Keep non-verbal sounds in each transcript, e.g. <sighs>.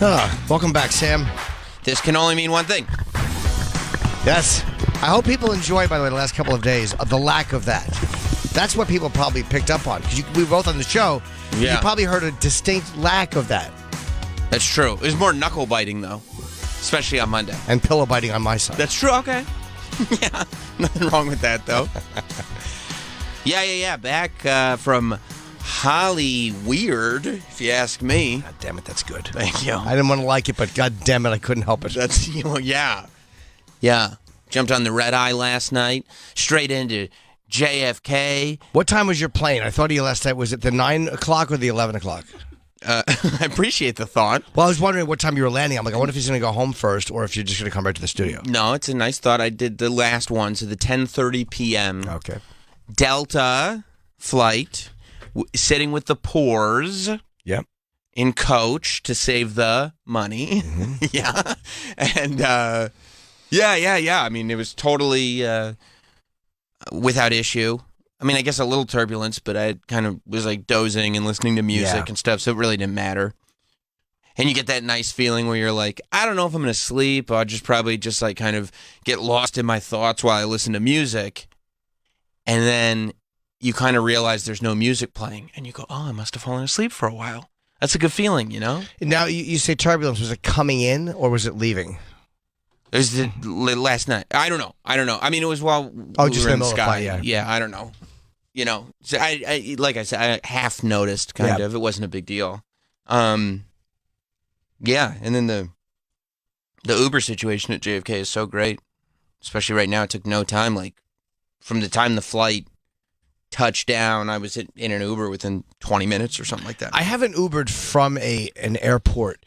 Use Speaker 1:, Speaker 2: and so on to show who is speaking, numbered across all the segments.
Speaker 1: Ah, welcome back, Sam.
Speaker 2: This can only mean one thing.
Speaker 1: Yes. I hope people enjoy, by the way, the last couple of days, uh, the lack of that. That's what people probably picked up on because we were both on the show. You
Speaker 2: Yeah.
Speaker 1: probably heard a distinct lack of that
Speaker 2: That's true. It was more knuckle biting though, especially on Monday.
Speaker 1: and pillow biting on my side.
Speaker 2: That's true. Okay. <laughs> yeah. Nothing wrong with that <laughs> though. yeah, yeah, yeah. Back uh, from Holly Weird, if you ask me.
Speaker 1: God damn it, that's good.
Speaker 2: Thank you.
Speaker 1: I didn't want to like it, but god damn it, I couldn't help it.
Speaker 2: That's <laughs> you know, yeah, yeah. Jumped on the red eye last night, straight into JFK.
Speaker 1: What time was your plane? I thought of you last night. Was it the 9 o'clock or the 11 o'clock?
Speaker 2: Uh, <laughs> I appreciate the thought.
Speaker 1: Well, I was wondering what time you were landing. I'm like, I wonder if he's going to go home first or if you're just going to come right to the studio.
Speaker 2: No, it's a nice thought. I did the last one, so the 10:30 p.m.
Speaker 1: Okay.
Speaker 2: Delta flight, w- sitting with the poors
Speaker 1: Yep.
Speaker 2: in coach to save the money. <laughs> yeah, and uh, yeah, yeah, yeah. I mean, it was totally uh, without issue. I mean, I guess a little turbulence, but I kind of was like dozing and listening to music
Speaker 1: Yeah.
Speaker 2: and stuff, so it really didn't matter. And you get that nice feeling where you're like, I don't know if I'm going to sleep. I'll just probably just like kind of get lost in my thoughts while I listen to music. And then you kind of realize there's no music playing and you go, oh, I must have fallen asleep for a while. That's a good feeling, you know?
Speaker 1: Now, you, you say turbulence. Was it coming in or was it leaving?
Speaker 2: It was the, l- last night. I don't know. I don't know. I mean, it was while
Speaker 1: Oh,
Speaker 2: we
Speaker 1: just
Speaker 2: were
Speaker 1: in
Speaker 2: in
Speaker 1: the middle
Speaker 2: the
Speaker 1: of the
Speaker 2: sky.
Speaker 1: flight, yeah.
Speaker 2: yeah, I don't know. You know, so I, I like I said, I half noticed kind
Speaker 1: Yeah.
Speaker 2: of. It wasn't a big deal. Um, yeah, and then the the Uber situation at JFK is so great, especially right now. It took no time. Like from the time the flight touched down, I was in, in an Uber within 20 minutes or something like that.
Speaker 1: I haven't Ubered from a an airport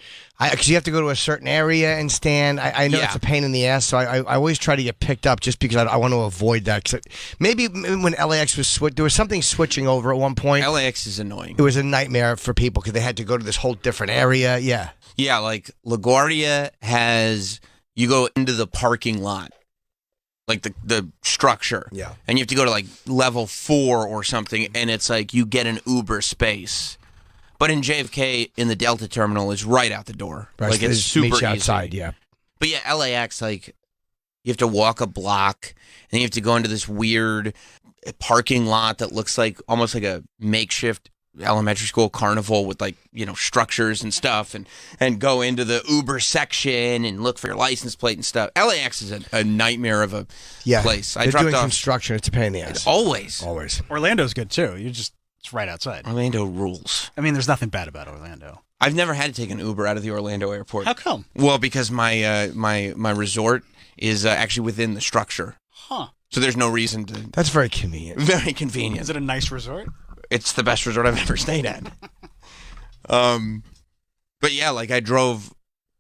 Speaker 1: because you have to go to a certain area and stand. I, I know
Speaker 2: Yeah.
Speaker 1: it's a pain in the ass, so I, I, I always try to get picked up just because I, I want to avoid that. 'Cause it- maybe m- when LAX was swi- there was something switching over at one point.
Speaker 2: LAX is annoying.
Speaker 1: it was a nightmare for people because they had to go to this whole different area. Yeah,
Speaker 2: Yeah, like LaGuardia has you go into the parking lot. Like the the structure.
Speaker 1: Yeah.
Speaker 2: And you have to go to like level 4 or something and it's like you get an Uber space. But in JFK in the Delta terminal is right out the door. Like it's
Speaker 1: Just meet
Speaker 2: super
Speaker 1: you
Speaker 2: easy.
Speaker 1: outside. Yeah,
Speaker 2: But yeah, LAX like you have to walk a block and you have to go into this weird parking lot that looks like almost like a makeshift elementary school carnival with like you know structures and stuff and and go into the uber section and look for your license plate and stuff lax is a, a nightmare of a
Speaker 1: yeah.
Speaker 2: place i
Speaker 1: They're
Speaker 2: dropped
Speaker 1: doing
Speaker 2: off
Speaker 1: construction. It's a pain in the ass.
Speaker 2: always
Speaker 1: Always.
Speaker 3: Orlando's good too. You just it's right outside.
Speaker 2: orlando rules
Speaker 3: I mean, there's nothing bad about Orlando.
Speaker 2: i've never had to take an uber out of the orlando airport
Speaker 3: How come?
Speaker 2: well because my uh my my resort is uh, actually within the structure
Speaker 3: Huh?
Speaker 2: so there's no reason to
Speaker 1: That's very convenient.
Speaker 2: <laughs> very convenient
Speaker 3: Is it a nice resort?
Speaker 2: it's the best resort I've ever
Speaker 1: <laughs>
Speaker 2: stayed at. Um, but yeah, like I drove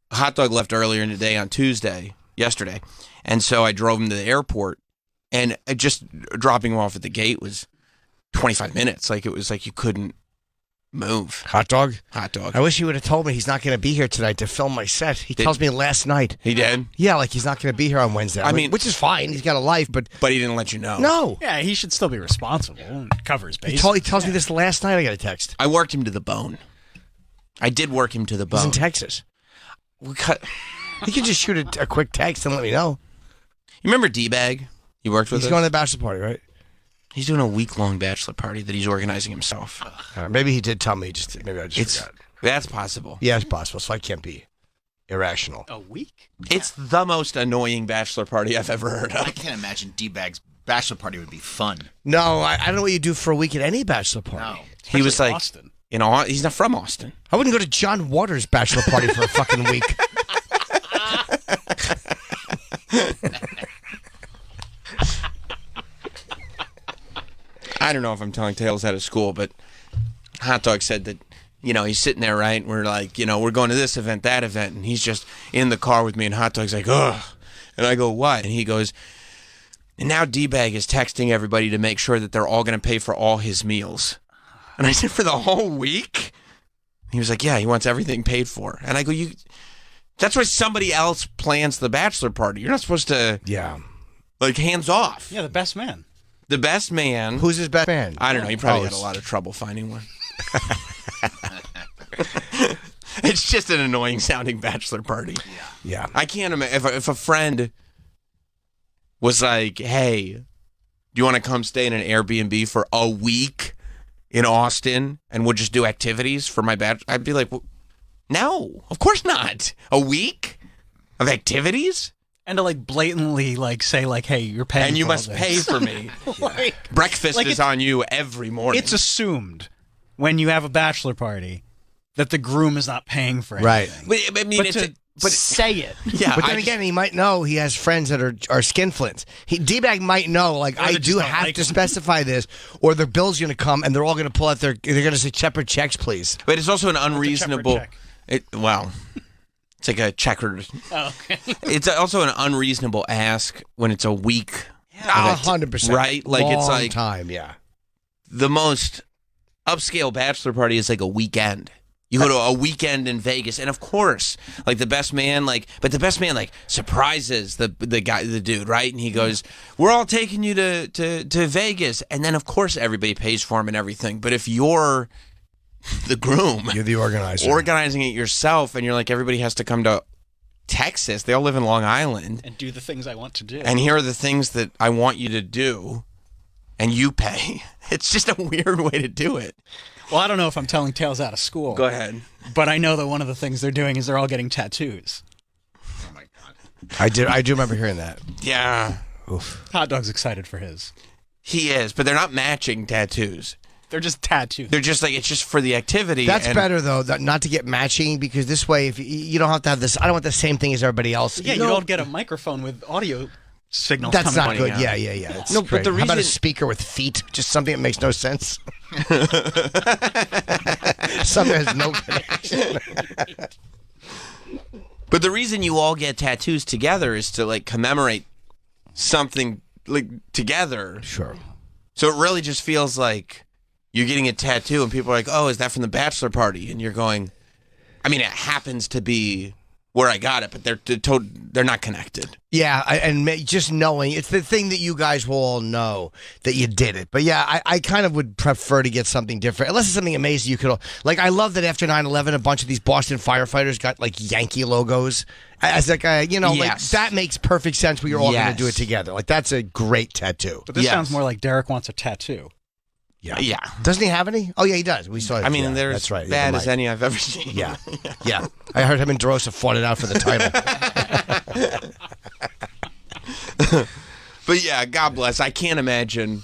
Speaker 2: hot dog left earlier in the day on Tuesday, yesterday, and so I drove him to the airport, and uh, just dropping him off at the gate was 25 minutes. Like it was like you couldn't move.
Speaker 1: Hot dog.
Speaker 2: Hot dog.
Speaker 1: I wish he would have told me he's not going to be here tonight to film my set. He
Speaker 2: Did-
Speaker 1: tells me last night.
Speaker 2: He did,
Speaker 1: Yeah, like he's not going to be here on Wednesday.
Speaker 2: I
Speaker 1: Like,
Speaker 2: mean-
Speaker 1: which is fine. He's got a life, but
Speaker 2: but he didn't let you know.
Speaker 1: no.
Speaker 3: Yeah, he should still be responsible and cover his
Speaker 1: He,
Speaker 3: base.
Speaker 1: told, he tells me this last night. I got a text.
Speaker 2: I worked him to the bone. I did work him to the
Speaker 1: He's
Speaker 2: bone.
Speaker 1: in Texas.
Speaker 2: We cut-
Speaker 1: He could just shoot a, a quick text and let me know.
Speaker 2: you remember D Bag? You worked with
Speaker 1: He's
Speaker 2: him.
Speaker 1: going to the bachelor party, right?
Speaker 2: he's doing a week long bachelor party that he's organizing himself.
Speaker 1: Uh, maybe he did tell me. Just maybe I just
Speaker 2: It's
Speaker 1: forgot.
Speaker 2: Oh, that's possible.
Speaker 1: Yeah, it's possible. So I can't be irrational.
Speaker 3: a week.
Speaker 2: It's the most annoying bachelor party I've ever heard
Speaker 4: I
Speaker 2: of.
Speaker 4: can't imagine D Bag's bachelor party would be fun.
Speaker 1: No, I, I don't know what you do for a week at any bachelor party.
Speaker 4: No.
Speaker 2: He was
Speaker 3: Especially
Speaker 2: like,
Speaker 3: Austin.
Speaker 2: you know, he's not from Austin.
Speaker 1: I wouldn't go to John Waters' bachelor party for a <laughs> fucking week.
Speaker 2: I don't know if I'm telling tales out of school, but Hot Dog said that, you know, he's sitting there, right? And we're like, you know, we're going to this event, that event, and he's just in the car with me, and Hot Dog's like, ugh. And I go, what? And he goes, and now D Bag is texting everybody to make sure that they're all going to pay for all his meals. And I said, for the whole week? He was like, yeah, he wants everything paid for. And I go, you. That's why somebody else plans the bachelor party. You're not supposed to
Speaker 1: Yeah.
Speaker 2: like hands off.
Speaker 3: Yeah, the best man.
Speaker 2: The best man.
Speaker 1: Who's his best man?
Speaker 2: I don't know. He probably
Speaker 1: Oh,
Speaker 2: had a
Speaker 1: it's-
Speaker 2: lot of trouble finding one. <laughs> It's just an annoying sounding bachelor party.
Speaker 1: Yeah.
Speaker 2: I can't imagine if, a- if a friend was like, "Hey, do you want to come stay in an Airbnb for a week in Austin and we'll just do activities for my bachelor?" I'd be like, "Well, "No, of course not. A week of activities,
Speaker 3: And to like blatantly like say like, hey, you're paying,
Speaker 2: and you
Speaker 3: for all
Speaker 2: must
Speaker 3: this.
Speaker 2: pay <laughs> for me.
Speaker 3: like,
Speaker 2: Breakfast
Speaker 3: Like
Speaker 2: is
Speaker 3: it's-
Speaker 2: on you every morning."
Speaker 3: it's assumed when you have a bachelor party that the groom is not paying for
Speaker 1: Right.
Speaker 3: anything.
Speaker 2: But, I mean,
Speaker 3: But
Speaker 2: it's
Speaker 3: to
Speaker 2: a, but
Speaker 3: say it.
Speaker 2: yeah,
Speaker 1: But then
Speaker 2: I just-
Speaker 1: again, he might know he has friends that are are skinflints. He D-bag might know, like
Speaker 3: Or
Speaker 1: I
Speaker 3: they just
Speaker 1: do
Speaker 3: don't
Speaker 1: have
Speaker 3: like
Speaker 1: to
Speaker 3: him.
Speaker 1: specify this, or the bill's going to come and they're all going to pull out their. They're going to say separate checks, please.
Speaker 2: But it's also an unreasonable.
Speaker 3: check.
Speaker 2: It, well, it's like a checkered. <laughs> it's also an unreasonable ask when it's a week.
Speaker 1: A
Speaker 2: of it,
Speaker 1: hundred percent.
Speaker 2: Right? Like it's
Speaker 1: Long
Speaker 2: like
Speaker 1: time. Yeah.
Speaker 2: the most upscale bachelor party is like a weekend. You go to a weekend in Vegas, and of course, like the best man, like but the best man like surprises the the guy, the dude, right? And he goes, "We're all taking you to to to Vegas," and then of course everybody pays for him and everything. But if you're <laughs> the groom,
Speaker 1: You're the organizer.
Speaker 2: organizing it yourself and you're like everybody has to come to Texas. They all live in Long Island.
Speaker 3: And do the things I want to do.
Speaker 2: And here are the things that I want you to do and you pay. <laughs> It's just a weird way to do it.
Speaker 3: well, I don't know if I'm telling tales out of school.
Speaker 2: Go ahead.
Speaker 3: But I know that one of the things they're doing is they're all getting tattoos.
Speaker 4: Oh my god.
Speaker 1: I do. I do remember hearing that.
Speaker 2: Yeah.
Speaker 3: Hot dog's excited for his.
Speaker 2: He is, but they're not matching tattoos.
Speaker 3: They're just tattoos.
Speaker 2: They're just like it's just for the activity.
Speaker 1: That's
Speaker 2: and-
Speaker 1: better though, that not to get matching because this way, if you, you don't have to have this, I don't want the same thing as everybody else.
Speaker 3: yeah, you don't get a microphone with audio signals
Speaker 1: That's
Speaker 3: coming
Speaker 1: not
Speaker 3: from
Speaker 1: good.
Speaker 2: out.
Speaker 1: Yeah, yeah, yeah. It's
Speaker 2: No, but
Speaker 1: great.
Speaker 2: the
Speaker 1: How about a
Speaker 2: reason-
Speaker 1: speaker with feet? Just something that makes no
Speaker 2: <laughs>
Speaker 1: sense. <laughs> something that has no connection.
Speaker 2: But the reason you all get tattoos together is to like commemorate something like together.
Speaker 1: Sure.
Speaker 2: So it really just feels like you're getting a tattoo, and people are like, "Oh, is that from the bachelor party?" And you're going, "I mean, it happens to be where I got it, but they're they're, to- they're not connected."
Speaker 1: Yeah, I, and ma- just knowing it's the thing that you guys will all know that you did it. But yeah, I, I kind of would prefer to get something different, unless it's something amazing you could. all- Like, I love that after 9 11, a bunch of these Boston firefighters got like Yankee logos as like a, you know, like
Speaker 2: Yes.
Speaker 1: that makes perfect sense. We are all going
Speaker 2: Yes.
Speaker 1: to do it together. Like, that's a great tattoo.
Speaker 3: But this
Speaker 2: Yes.
Speaker 3: sounds more like Derek wants a tattoo.
Speaker 1: Yeah.
Speaker 2: Yeah,
Speaker 1: Doesn't he have any? Oh, yeah, he does. We saw it.
Speaker 2: I mean,
Speaker 1: yeah,
Speaker 2: they're
Speaker 1: that's
Speaker 2: as
Speaker 1: right.
Speaker 2: bad
Speaker 1: Never
Speaker 2: as
Speaker 1: mind.
Speaker 2: any I've ever <laughs> seen.
Speaker 1: Yeah. Yeah. I heard him and Derosa fought it out for the title.
Speaker 2: but yeah, God bless. I can't imagine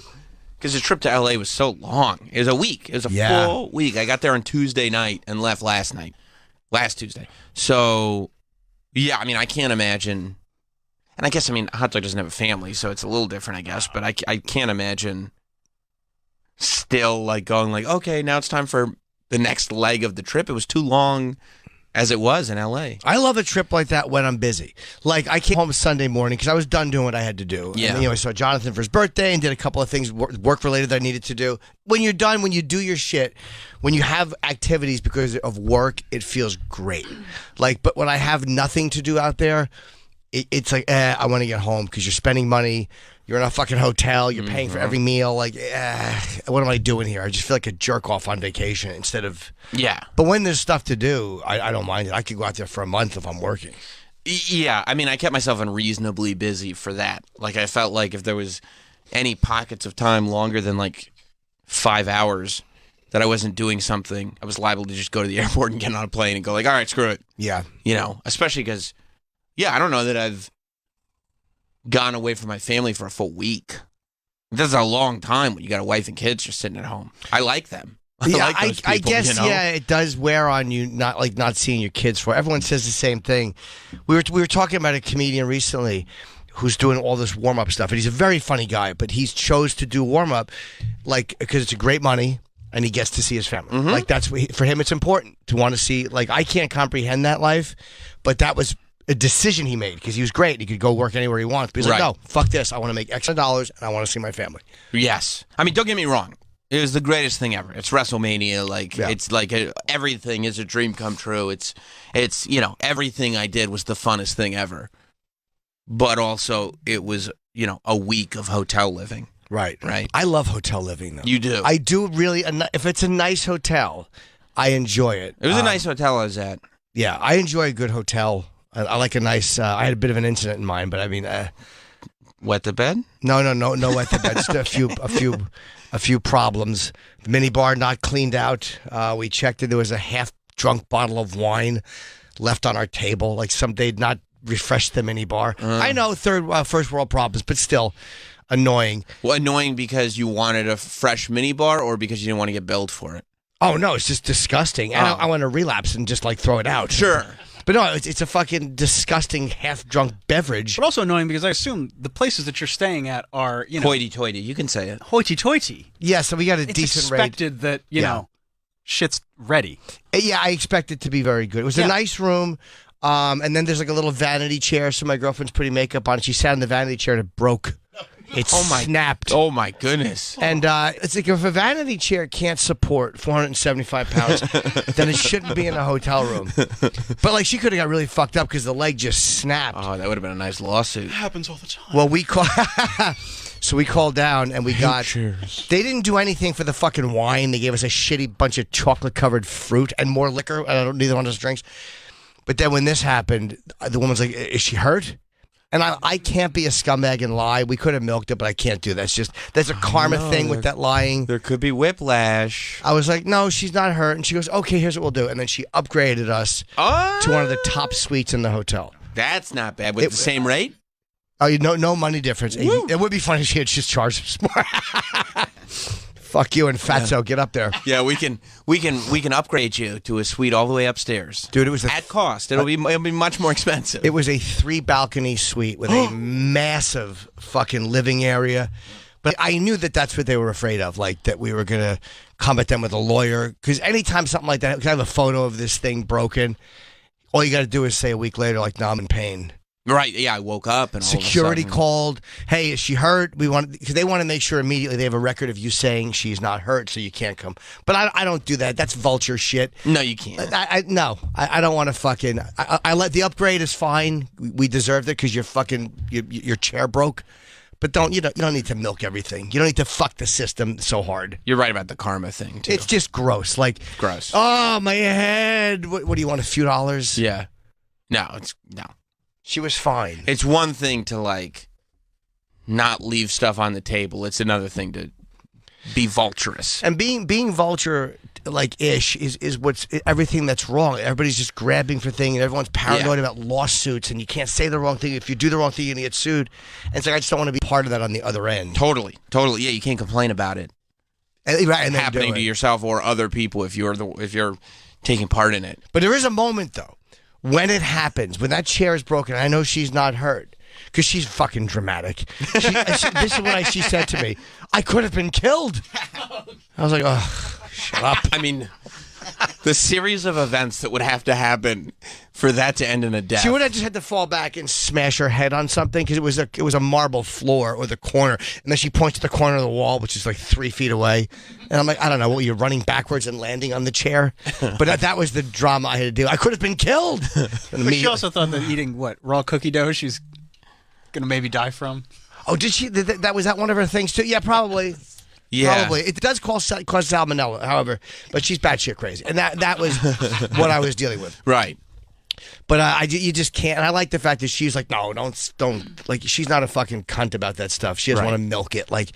Speaker 2: because the trip to LA was so long. It was a week. It was a
Speaker 1: Yeah.
Speaker 2: full week. I got there on Tuesday night and left last night, last Tuesday. So yeah, I mean, I can't imagine. And I guess I mean, Hot Dog doesn't have a family, so it's a little different, I guess. But I, ca- I can't imagine still like going like, okay, now it's time for the next leg of the trip. It was too long as it was in LA.
Speaker 1: I love a trip like that when I'm busy. Like I came home Sunday morning because I was done doing what I had to do.
Speaker 2: Yeah.
Speaker 1: And, you know, I saw Jonathan for his birthday and did a couple of things work related that I needed to do. When you're done, when you do your shit, when you have activities because of work, it feels great. Like, but when I have nothing to do out there, it, it's like eh, I want to get home because you're spending money. You're in a fucking hotel. You're paying for every meal. Like, eh, what am I doing here? I just feel like a jerk off on vacation instead of.
Speaker 2: Yeah.
Speaker 1: But when there's stuff to do, I, I don't mind it. I could go out there for a month if I'm working.
Speaker 2: Y- Yeah, I mean, I kept myself unreasonably busy for that. Like, I felt like if there was any pockets of time longer than like five hours that I wasn't doing something, I was liable to just go to the <laughs> airport and get on a plane and go like, "All right, screw it,"
Speaker 1: Yeah.
Speaker 2: you know. Especially because, yeah, I don't know that I've gone away from my family for a full week. That's a long time when you got a wife and kids just sitting at home. I like them. <laughs> I
Speaker 1: yeah,
Speaker 2: like those
Speaker 1: I, I
Speaker 2: people,
Speaker 1: guess
Speaker 2: you know?
Speaker 1: yeah, it does wear on you not like not seeing your kids for. Everyone says the same thing. We were we were talking about a comedian recently who's doing all this warm up stuff, and he's a very funny guy, but he's chose to do warm up like because it's a great money. And he gets to see his family.
Speaker 2: Mm-hmm.
Speaker 1: Like that's what he, for him. It's important to want to see. Like I can't comprehend that life, but that was a decision he made because he was great. He could go work anywhere he wants. But he's
Speaker 2: Right.
Speaker 1: like, no, fuck this. I want to make X dollars and I want to see my family.
Speaker 2: Yes. I mean, don't get me wrong. It was the greatest thing ever. It's WrestleMania. Like it's like a, everything is a dream come true. It's it's you know everything I did was the funnest thing ever. But also, it was you know a week of hotel living.
Speaker 1: Right,
Speaker 2: Right.
Speaker 1: I love hotel living though.
Speaker 2: You do.
Speaker 1: I do really. a ni- If it's a nice hotel, I enjoy it.
Speaker 2: it was a
Speaker 1: Um,
Speaker 2: nice hotel I was at.
Speaker 1: yeah, I enjoy a good hotel. I, I like a nice. Uh, I had a bit of an incident in mind, but I mean, uh,
Speaker 2: Wet the bed?
Speaker 1: no, no, no, no. At the bed, just a few, a few, a few problems. The mini bar not cleaned out. Uh, we checked it. There was a half drunk bottle of wine left on our table. Like some they'd not refreshed the mini bar.
Speaker 2: Uh-huh.
Speaker 1: I know third, uh, first world problems, but still annoying.
Speaker 2: Well, annoying because you wanted a fresh mini bar or because you didn't want to get billed for it?
Speaker 1: Oh no, it's just disgusting, and I, I want to relapse and just like throw it out.
Speaker 2: Sure.
Speaker 1: But no, it's, it's a fucking disgusting half drunk beverage.
Speaker 3: But also annoying because I assume the places that you're staying at are, you know,
Speaker 2: Hoity toity, you can say it.
Speaker 3: hoity-toity.
Speaker 1: Yeah, so we got a
Speaker 3: It's
Speaker 1: decent rate.
Speaker 3: expected that, you
Speaker 1: Yeah.
Speaker 3: know, shit's ready.
Speaker 1: Uh, Yeah, I expect it to be very good. It was
Speaker 3: Yeah.
Speaker 1: a nice room. Um, and then there's like a little vanity chair. So my girlfriend's putting makeup on. She sat in the vanity chair and it broke. It
Speaker 2: Oh my-
Speaker 1: snapped.
Speaker 2: Oh my goodness.
Speaker 1: And uh, it's like if a vanity chair can't support 475 pounds, then it shouldn't be in a hotel room. But like she could have got really fucked up because the leg just snapped.
Speaker 2: Oh, that would have been a nice lawsuit.
Speaker 5: happens all the time.
Speaker 1: Well, we call. <laughs> so we called down and we got. They didn't do anything for the fucking wine. They gave us a shitty bunch of chocolate covered fruit and more liquor. And I don't neither one of us drinks. But then when this happened, the woman's like, "Is she hurt?" And I, I can't be a scumbag and lie. We could have milked it, but I can't do that. It's just that's a karma
Speaker 2: no,
Speaker 1: thing with
Speaker 2: they're-
Speaker 1: that lying.
Speaker 2: There could be whiplash.
Speaker 1: I was like, "No, she's not hurt." And she goes, "Okay, here's what we'll do." And then she upgraded us
Speaker 2: Oh,
Speaker 1: to one of the top suites in the hotel.
Speaker 2: that's not bad. With
Speaker 1: It-
Speaker 2: the same rate?
Speaker 1: Oh, you no, no money difference. And It would be funny if she had just charged us more. <laughs> Fuck you and Fatso, get up there,
Speaker 2: Yeah, we can we can we can upgrade you to a suite all the way upstairs.
Speaker 1: dude. It was a,
Speaker 2: At cost. It'll be it'll be much more expensive.
Speaker 1: it was a three balcony suite with <gasps> a massive fucking living area. But I knew that that's what they were afraid of, like that we were gonna come at them with a lawyer. Because anytime something like that, 'cause I have a photo of this thing broken. All you got to do is say a week later, like, "No, I'm in pain."
Speaker 2: right, yeah, I woke up and all of a
Speaker 1: Security
Speaker 2: sudden-
Speaker 1: called. Hey, is she hurt? We want because they want to make sure immediately they have a record of you saying she's not hurt, so you can't come. But I, I don't do that. That's vulture shit.
Speaker 2: No, you can't.
Speaker 1: I, I no, I, I don't want to fucking. I, I I let the upgrade is fine. We, we deserved it because you're fucking your, your chair broke. But don't you don't you don't need to milk everything. You don't need to fuck the system so hard.
Speaker 2: You're right about the karma thing too.
Speaker 1: It's just gross. Like
Speaker 2: Gross.
Speaker 1: Oh my head. What, what do you want? A few dollars?
Speaker 2: yeah. No, it's no.
Speaker 1: She was fine.
Speaker 2: It's one thing to like not leave stuff on the table. It's another thing to be vulturous.
Speaker 1: And being being vulture like ish is is what's everything that's wrong. Everybody's just grabbing for things, and everyone's paranoid
Speaker 2: Yeah.
Speaker 1: about lawsuits, and you can't say the wrong thing. If you do the wrong thing, you're gonna get sued. And it's like I just don't want to be part of that on the other end.
Speaker 2: Totally, totally. Yeah, you can't complain about it
Speaker 1: And, right, and then do
Speaker 2: happening to
Speaker 1: it.
Speaker 2: yourself or other people if you're the if you're taking part in it.
Speaker 1: But there is a moment though when it happens when that chair is broken. I know she's not hurt because she's fucking dramatic. She, she- this is what I, she said to me: "I could have been
Speaker 2: <laughs>
Speaker 1: killed." I was like, "Oh, shut up."
Speaker 2: I mean, the series of events that would have to happen for that to end in a death.
Speaker 1: She would have just had to fall back and smash her head on something because it was a it was a marble floor or the corner, and then she points to the corner of the wall, which is like three feet away, and I'm like, I don't know, what you're running backwards and landing on
Speaker 3: <laughs>
Speaker 1: the chair, but that, that was the drama I had to do. I could have been killed. And
Speaker 3: But she
Speaker 1: immediately-
Speaker 3: also thought that eating, what, raw cookie dough she's going to maybe die from?
Speaker 1: oh, did she? Th- th- that was that one of her things too. Yeah, probably.
Speaker 2: yeah.
Speaker 1: Probably it does cause sal- cause salmonella, however, but she's batshit crazy, and that that
Speaker 3: <laughs>
Speaker 1: was what I was dealing with.
Speaker 2: Right.
Speaker 1: But uh, I, ju- you just can't. And I like the fact that she's like, no, don't, don't. Like, she's not a fucking cunt about that stuff. She doesn't
Speaker 2: Right.
Speaker 1: want to milk it. Like,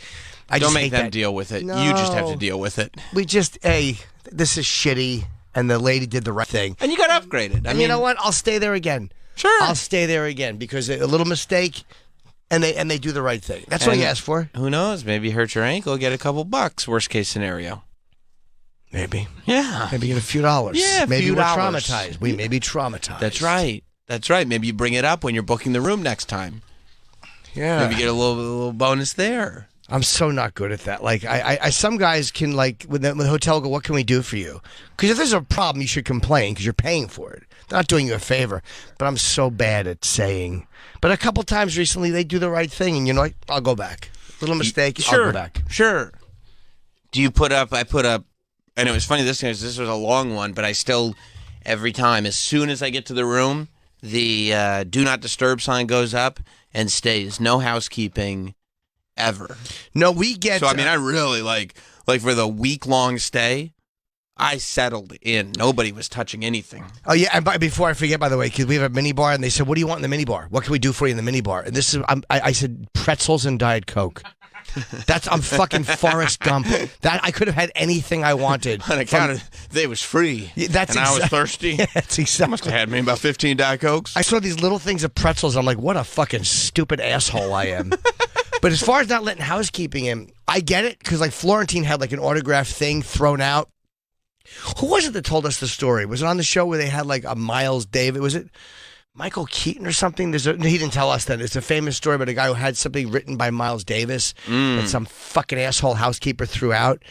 Speaker 1: I
Speaker 2: Don't
Speaker 1: just
Speaker 2: make
Speaker 1: hate
Speaker 2: them
Speaker 1: that.
Speaker 2: deal with it. You just have to
Speaker 1: No.
Speaker 2: deal with it.
Speaker 1: We just, hey, this is shitty, and the lady did the right thing.
Speaker 2: And you got upgraded. I
Speaker 1: And
Speaker 2: mean,
Speaker 1: you know what? I'll stay there again.
Speaker 2: Sure.
Speaker 1: I'll stay there again because a little mistake, and they and they do the right thing. That's what
Speaker 2: And-
Speaker 1: you ask for.
Speaker 2: Who knows? Maybe hurt your ankle, get a couple bucks. Worst case scenario.
Speaker 1: Maybe,
Speaker 2: Yeah.
Speaker 1: maybe get a few dollars.
Speaker 2: Yeah, a
Speaker 1: maybe
Speaker 2: few
Speaker 1: we're
Speaker 2: dollars.
Speaker 1: traumatized. We may be traumatized.
Speaker 2: That's right. That's right. Maybe you bring it up when you're booking the room next time.
Speaker 1: Yeah.
Speaker 2: Maybe get a little, little bonus there.
Speaker 1: I'm so not good at that. Like, I, I, I some guys can like when the, when the hotel go, what can we do for you? Because if there's a problem, you should complain because you're paying for it. They're not doing you a favor. But I'm so bad at saying. But a couple times recently, they do the right thing, and you know, like, I'll go back. Little mistake, I'll go back.
Speaker 2: Sure. Do you put up? I put up, and it was funny. This was this was a long one, but I still, every time, as soon as I get to the room, the uh, do not disturb sign goes up and stays. No housekeeping, ever.
Speaker 1: No, we get.
Speaker 2: So I mean, I really like like for the week long stay. I settled in. Nobody was touching anything. <laughs>
Speaker 1: Oh yeah, and by, before I forget, by the way, because we have a mini bar, and they said, "What do you want in the mini bar? What can we do for you in the mini bar?" And this is, I'm, I, I said, pretzels and diet coke. That's I'm fucking Forrest
Speaker 2: <laughs>
Speaker 1: Gump. That I could have had anything I wanted.
Speaker 2: On account of they was free.
Speaker 1: Yeah, that's
Speaker 2: and I was
Speaker 1: exact- <laughs>
Speaker 2: thirsty.
Speaker 1: That's exactly.
Speaker 2: They had me about fifteen Diet Cokes.
Speaker 1: I saw these little things of pretzels. I'm like, what a fucking stupid asshole I am. but as far as not letting housekeeping in, I get it because like Florentine had like an autograph thing thrown out. Who was it that told us the story? Was it on the show where they had like a Miles David? Was it Michael Keaton or something? There's a, he didn't tell us that. It's a famous story about a guy who had something written by Miles Davis that some fucking asshole housekeeper threw out.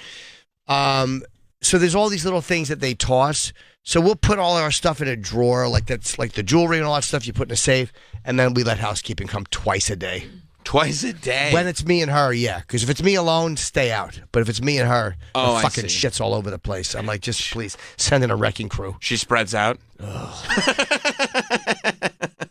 Speaker 1: Um, so there's all these little things that they toss. So we'll put all our stuff in a drawer, like that's like the jewelry and all that stuff you put in a safe, and then we let housekeeping come twice a day.
Speaker 2: Twice a day.
Speaker 1: When it's me and her, yeah. Because if it's me alone, stay out. But if it's me and her,
Speaker 2: Oh,
Speaker 1: the
Speaker 2: I
Speaker 1: fucking
Speaker 2: see.
Speaker 1: shit's all over the place. I'm like, just please send in a wrecking crew.
Speaker 2: she spreads out.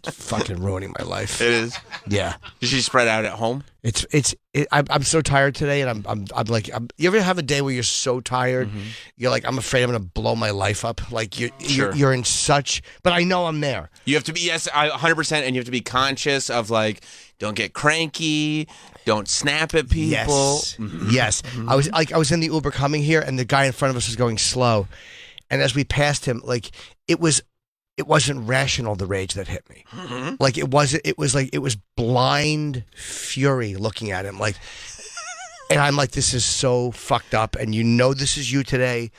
Speaker 1: Fucking ruining my life.
Speaker 2: <laughs> It is.
Speaker 1: Yeah,
Speaker 2: Does she spread out at home?
Speaker 1: it's it's. It, I'm I'm so tired today, and I'm I'm I'm like, I'm, you ever have a day where you're so tired,
Speaker 2: Mm-hmm.
Speaker 1: you're like, I'm afraid I'm gonna blow my life up. Like you're
Speaker 2: Sure.
Speaker 1: you're, you're in such, but I know I'm there.
Speaker 2: You have to be yes, I 100%, and you have to be conscious of like, don't get cranky, don't snap at people. Mm, Mm-hmm.
Speaker 1: Yes. Yes. I was like I was in the Uber coming here and the guy in front of us was going slow. And as we passed him, like it was it wasn't rational the rage that hit me.
Speaker 2: Mm-hmm.
Speaker 1: Like it wasn't it was like it was blind fury looking at him. Like and I'm like, this is so fucked up and you know this is you today.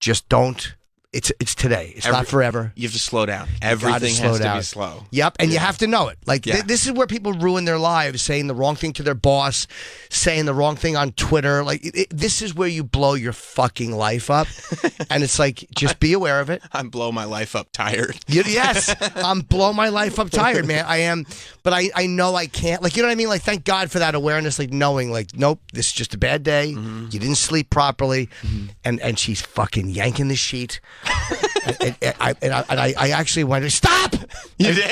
Speaker 1: Just don't it's it's today. It's
Speaker 2: Every-
Speaker 1: not forever.
Speaker 2: You have to slow down.
Speaker 1: Gotta
Speaker 2: Everything
Speaker 1: slow
Speaker 2: has to
Speaker 1: down.
Speaker 2: be slow. <laughs>
Speaker 1: Yep, and you have to know it. Like th-
Speaker 2: Yeah.
Speaker 1: this is where people ruin their lives, saying the wrong thing to their boss, saying the wrong thing on Twitter. Like it, it- this is where you blow your fucking life
Speaker 2: <laughs>
Speaker 1: up, and it's like just be aware of it.
Speaker 2: I'm blow my life up tired.
Speaker 1: Y- Yes, I'm blow my life up tired, man. I am, but I I know I can't. Like you know what I mean. Like thank God for that awareness. Like knowing, like nope, this is just a bad day.
Speaker 2: Mm-hmm.
Speaker 1: You didn't sleep properly, and and she's fucking yanking the sheet. <laughs> and, and- and I, and, I, and I, I actually went stop. uh, You
Speaker 2: did?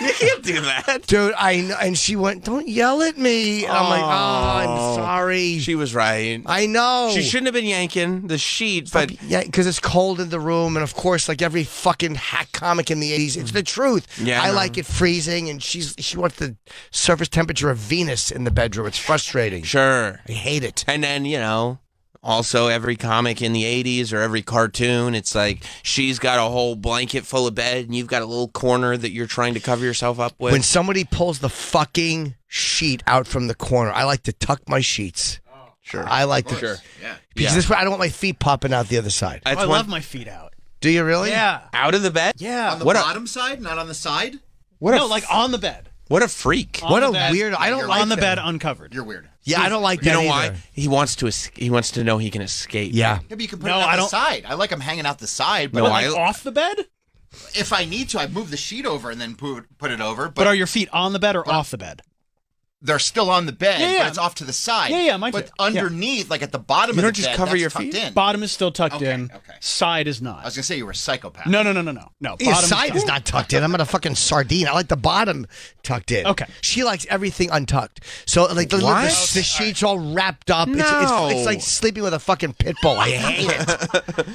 Speaker 2: You can't do that.
Speaker 1: dude. I know, and she went, "Don't yell at me." And I'm like, "Oh, I'm sorry.
Speaker 2: <laughs> She was right.
Speaker 1: I know."
Speaker 2: She shouldn't have been yanking the sheet, but
Speaker 1: yeah, because it's cold in the room, and of course, like every fucking hack comic in the '80s, it's the truth.
Speaker 2: Yeah, I
Speaker 1: I
Speaker 2: know.
Speaker 1: like it freezing, and she's she wants the surface temperature of Venus in the bedroom. It's frustrating.
Speaker 2: sure.
Speaker 1: I hate it.
Speaker 2: And then, you know, also every comic in the 80s or every cartoon, it's like she's got a whole blanket full of bed and you've got a little corner that you're trying to cover yourself up with.
Speaker 1: When somebody pulls the fucking sheet out from the corner, I like to tuck my sheets.
Speaker 2: Oh, sure.
Speaker 1: I like to
Speaker 2: Sure.
Speaker 4: Yeah.
Speaker 1: because
Speaker 2: Yeah.
Speaker 1: this way I don't want my feet popping out the other side.
Speaker 2: That's
Speaker 3: I
Speaker 2: one-
Speaker 3: love my feet out.
Speaker 1: Do you really?
Speaker 3: Yeah.
Speaker 2: out of the bed?
Speaker 3: Yeah.
Speaker 4: On the
Speaker 2: What a-
Speaker 4: bottom side, not on the side.
Speaker 2: What
Speaker 3: no,
Speaker 2: a
Speaker 3: like on the bed.
Speaker 2: what a freak.
Speaker 1: What
Speaker 3: On the
Speaker 1: a
Speaker 3: bed.
Speaker 1: weird. I don't
Speaker 3: on
Speaker 1: like
Speaker 3: the
Speaker 1: that.
Speaker 3: bed uncovered.
Speaker 4: You're weird.
Speaker 1: Yeah, I don't like
Speaker 2: You
Speaker 1: that
Speaker 2: know
Speaker 1: either.
Speaker 2: why? He wants to es- he wants to know he can escape.
Speaker 1: Yeah.
Speaker 4: Maybe you can put
Speaker 3: No,
Speaker 4: it out
Speaker 3: I
Speaker 4: the
Speaker 3: don't-
Speaker 4: side. I like them hanging out the side, but
Speaker 2: No,
Speaker 4: like,
Speaker 2: I-
Speaker 3: Off the bed? But,
Speaker 4: if I need to, I move the sheet over and then put, put it over. But,
Speaker 3: are your feet on the bed or off the bed?
Speaker 4: they're still on the bed,
Speaker 3: Yeah, yeah.
Speaker 4: but it's off to the side.
Speaker 3: Yeah, yeah, mine
Speaker 4: But
Speaker 3: too. Yeah.
Speaker 4: underneath, like at the bottom
Speaker 2: You
Speaker 4: of the
Speaker 2: don't just
Speaker 4: bed,
Speaker 2: cover
Speaker 4: that's
Speaker 2: your
Speaker 4: tucked
Speaker 2: feet?
Speaker 4: in.
Speaker 3: Bottom is still tucked
Speaker 4: Okay,
Speaker 3: in.
Speaker 4: okay.
Speaker 3: Side is
Speaker 4: I was
Speaker 3: not.
Speaker 4: gonna say you were a psychopath.
Speaker 3: No, no, no, no, no. No.
Speaker 1: Your
Speaker 3: bottom
Speaker 1: side is
Speaker 3: tucked.
Speaker 1: not tucked in. I'm not a fucking sardine. I like the bottom tucked in.
Speaker 3: Okay.
Speaker 1: She likes everything untucked. So like the, the,
Speaker 2: What?
Speaker 1: the, the sheets all wrapped up. It's,
Speaker 2: No.
Speaker 1: it's, it's like sleeping with a fucking pit bull. I hate it.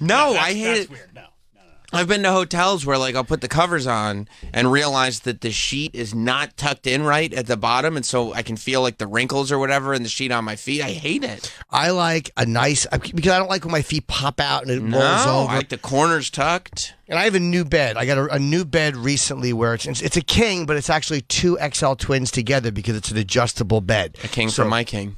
Speaker 2: No, I
Speaker 3: That's
Speaker 2: hate it.
Speaker 3: weird. No. No, no.
Speaker 2: I've been to hotels where like I'll put the covers on and realize that the sheet is not tucked in right at the bottom, and so I can feel like the wrinkles or whatever in the sheet on my feet. I hate it.
Speaker 1: I like a nice I- because I don't like when my feet pop out and it
Speaker 2: No,
Speaker 1: rolls
Speaker 2: I
Speaker 1: over.
Speaker 2: like the corners tucked.
Speaker 1: and I have a new bed. I got a, a new bed recently where it's, it's it's a king, but it's actually two XL twins together because it's an adjustable bed.
Speaker 2: A king
Speaker 1: So-
Speaker 2: from my king.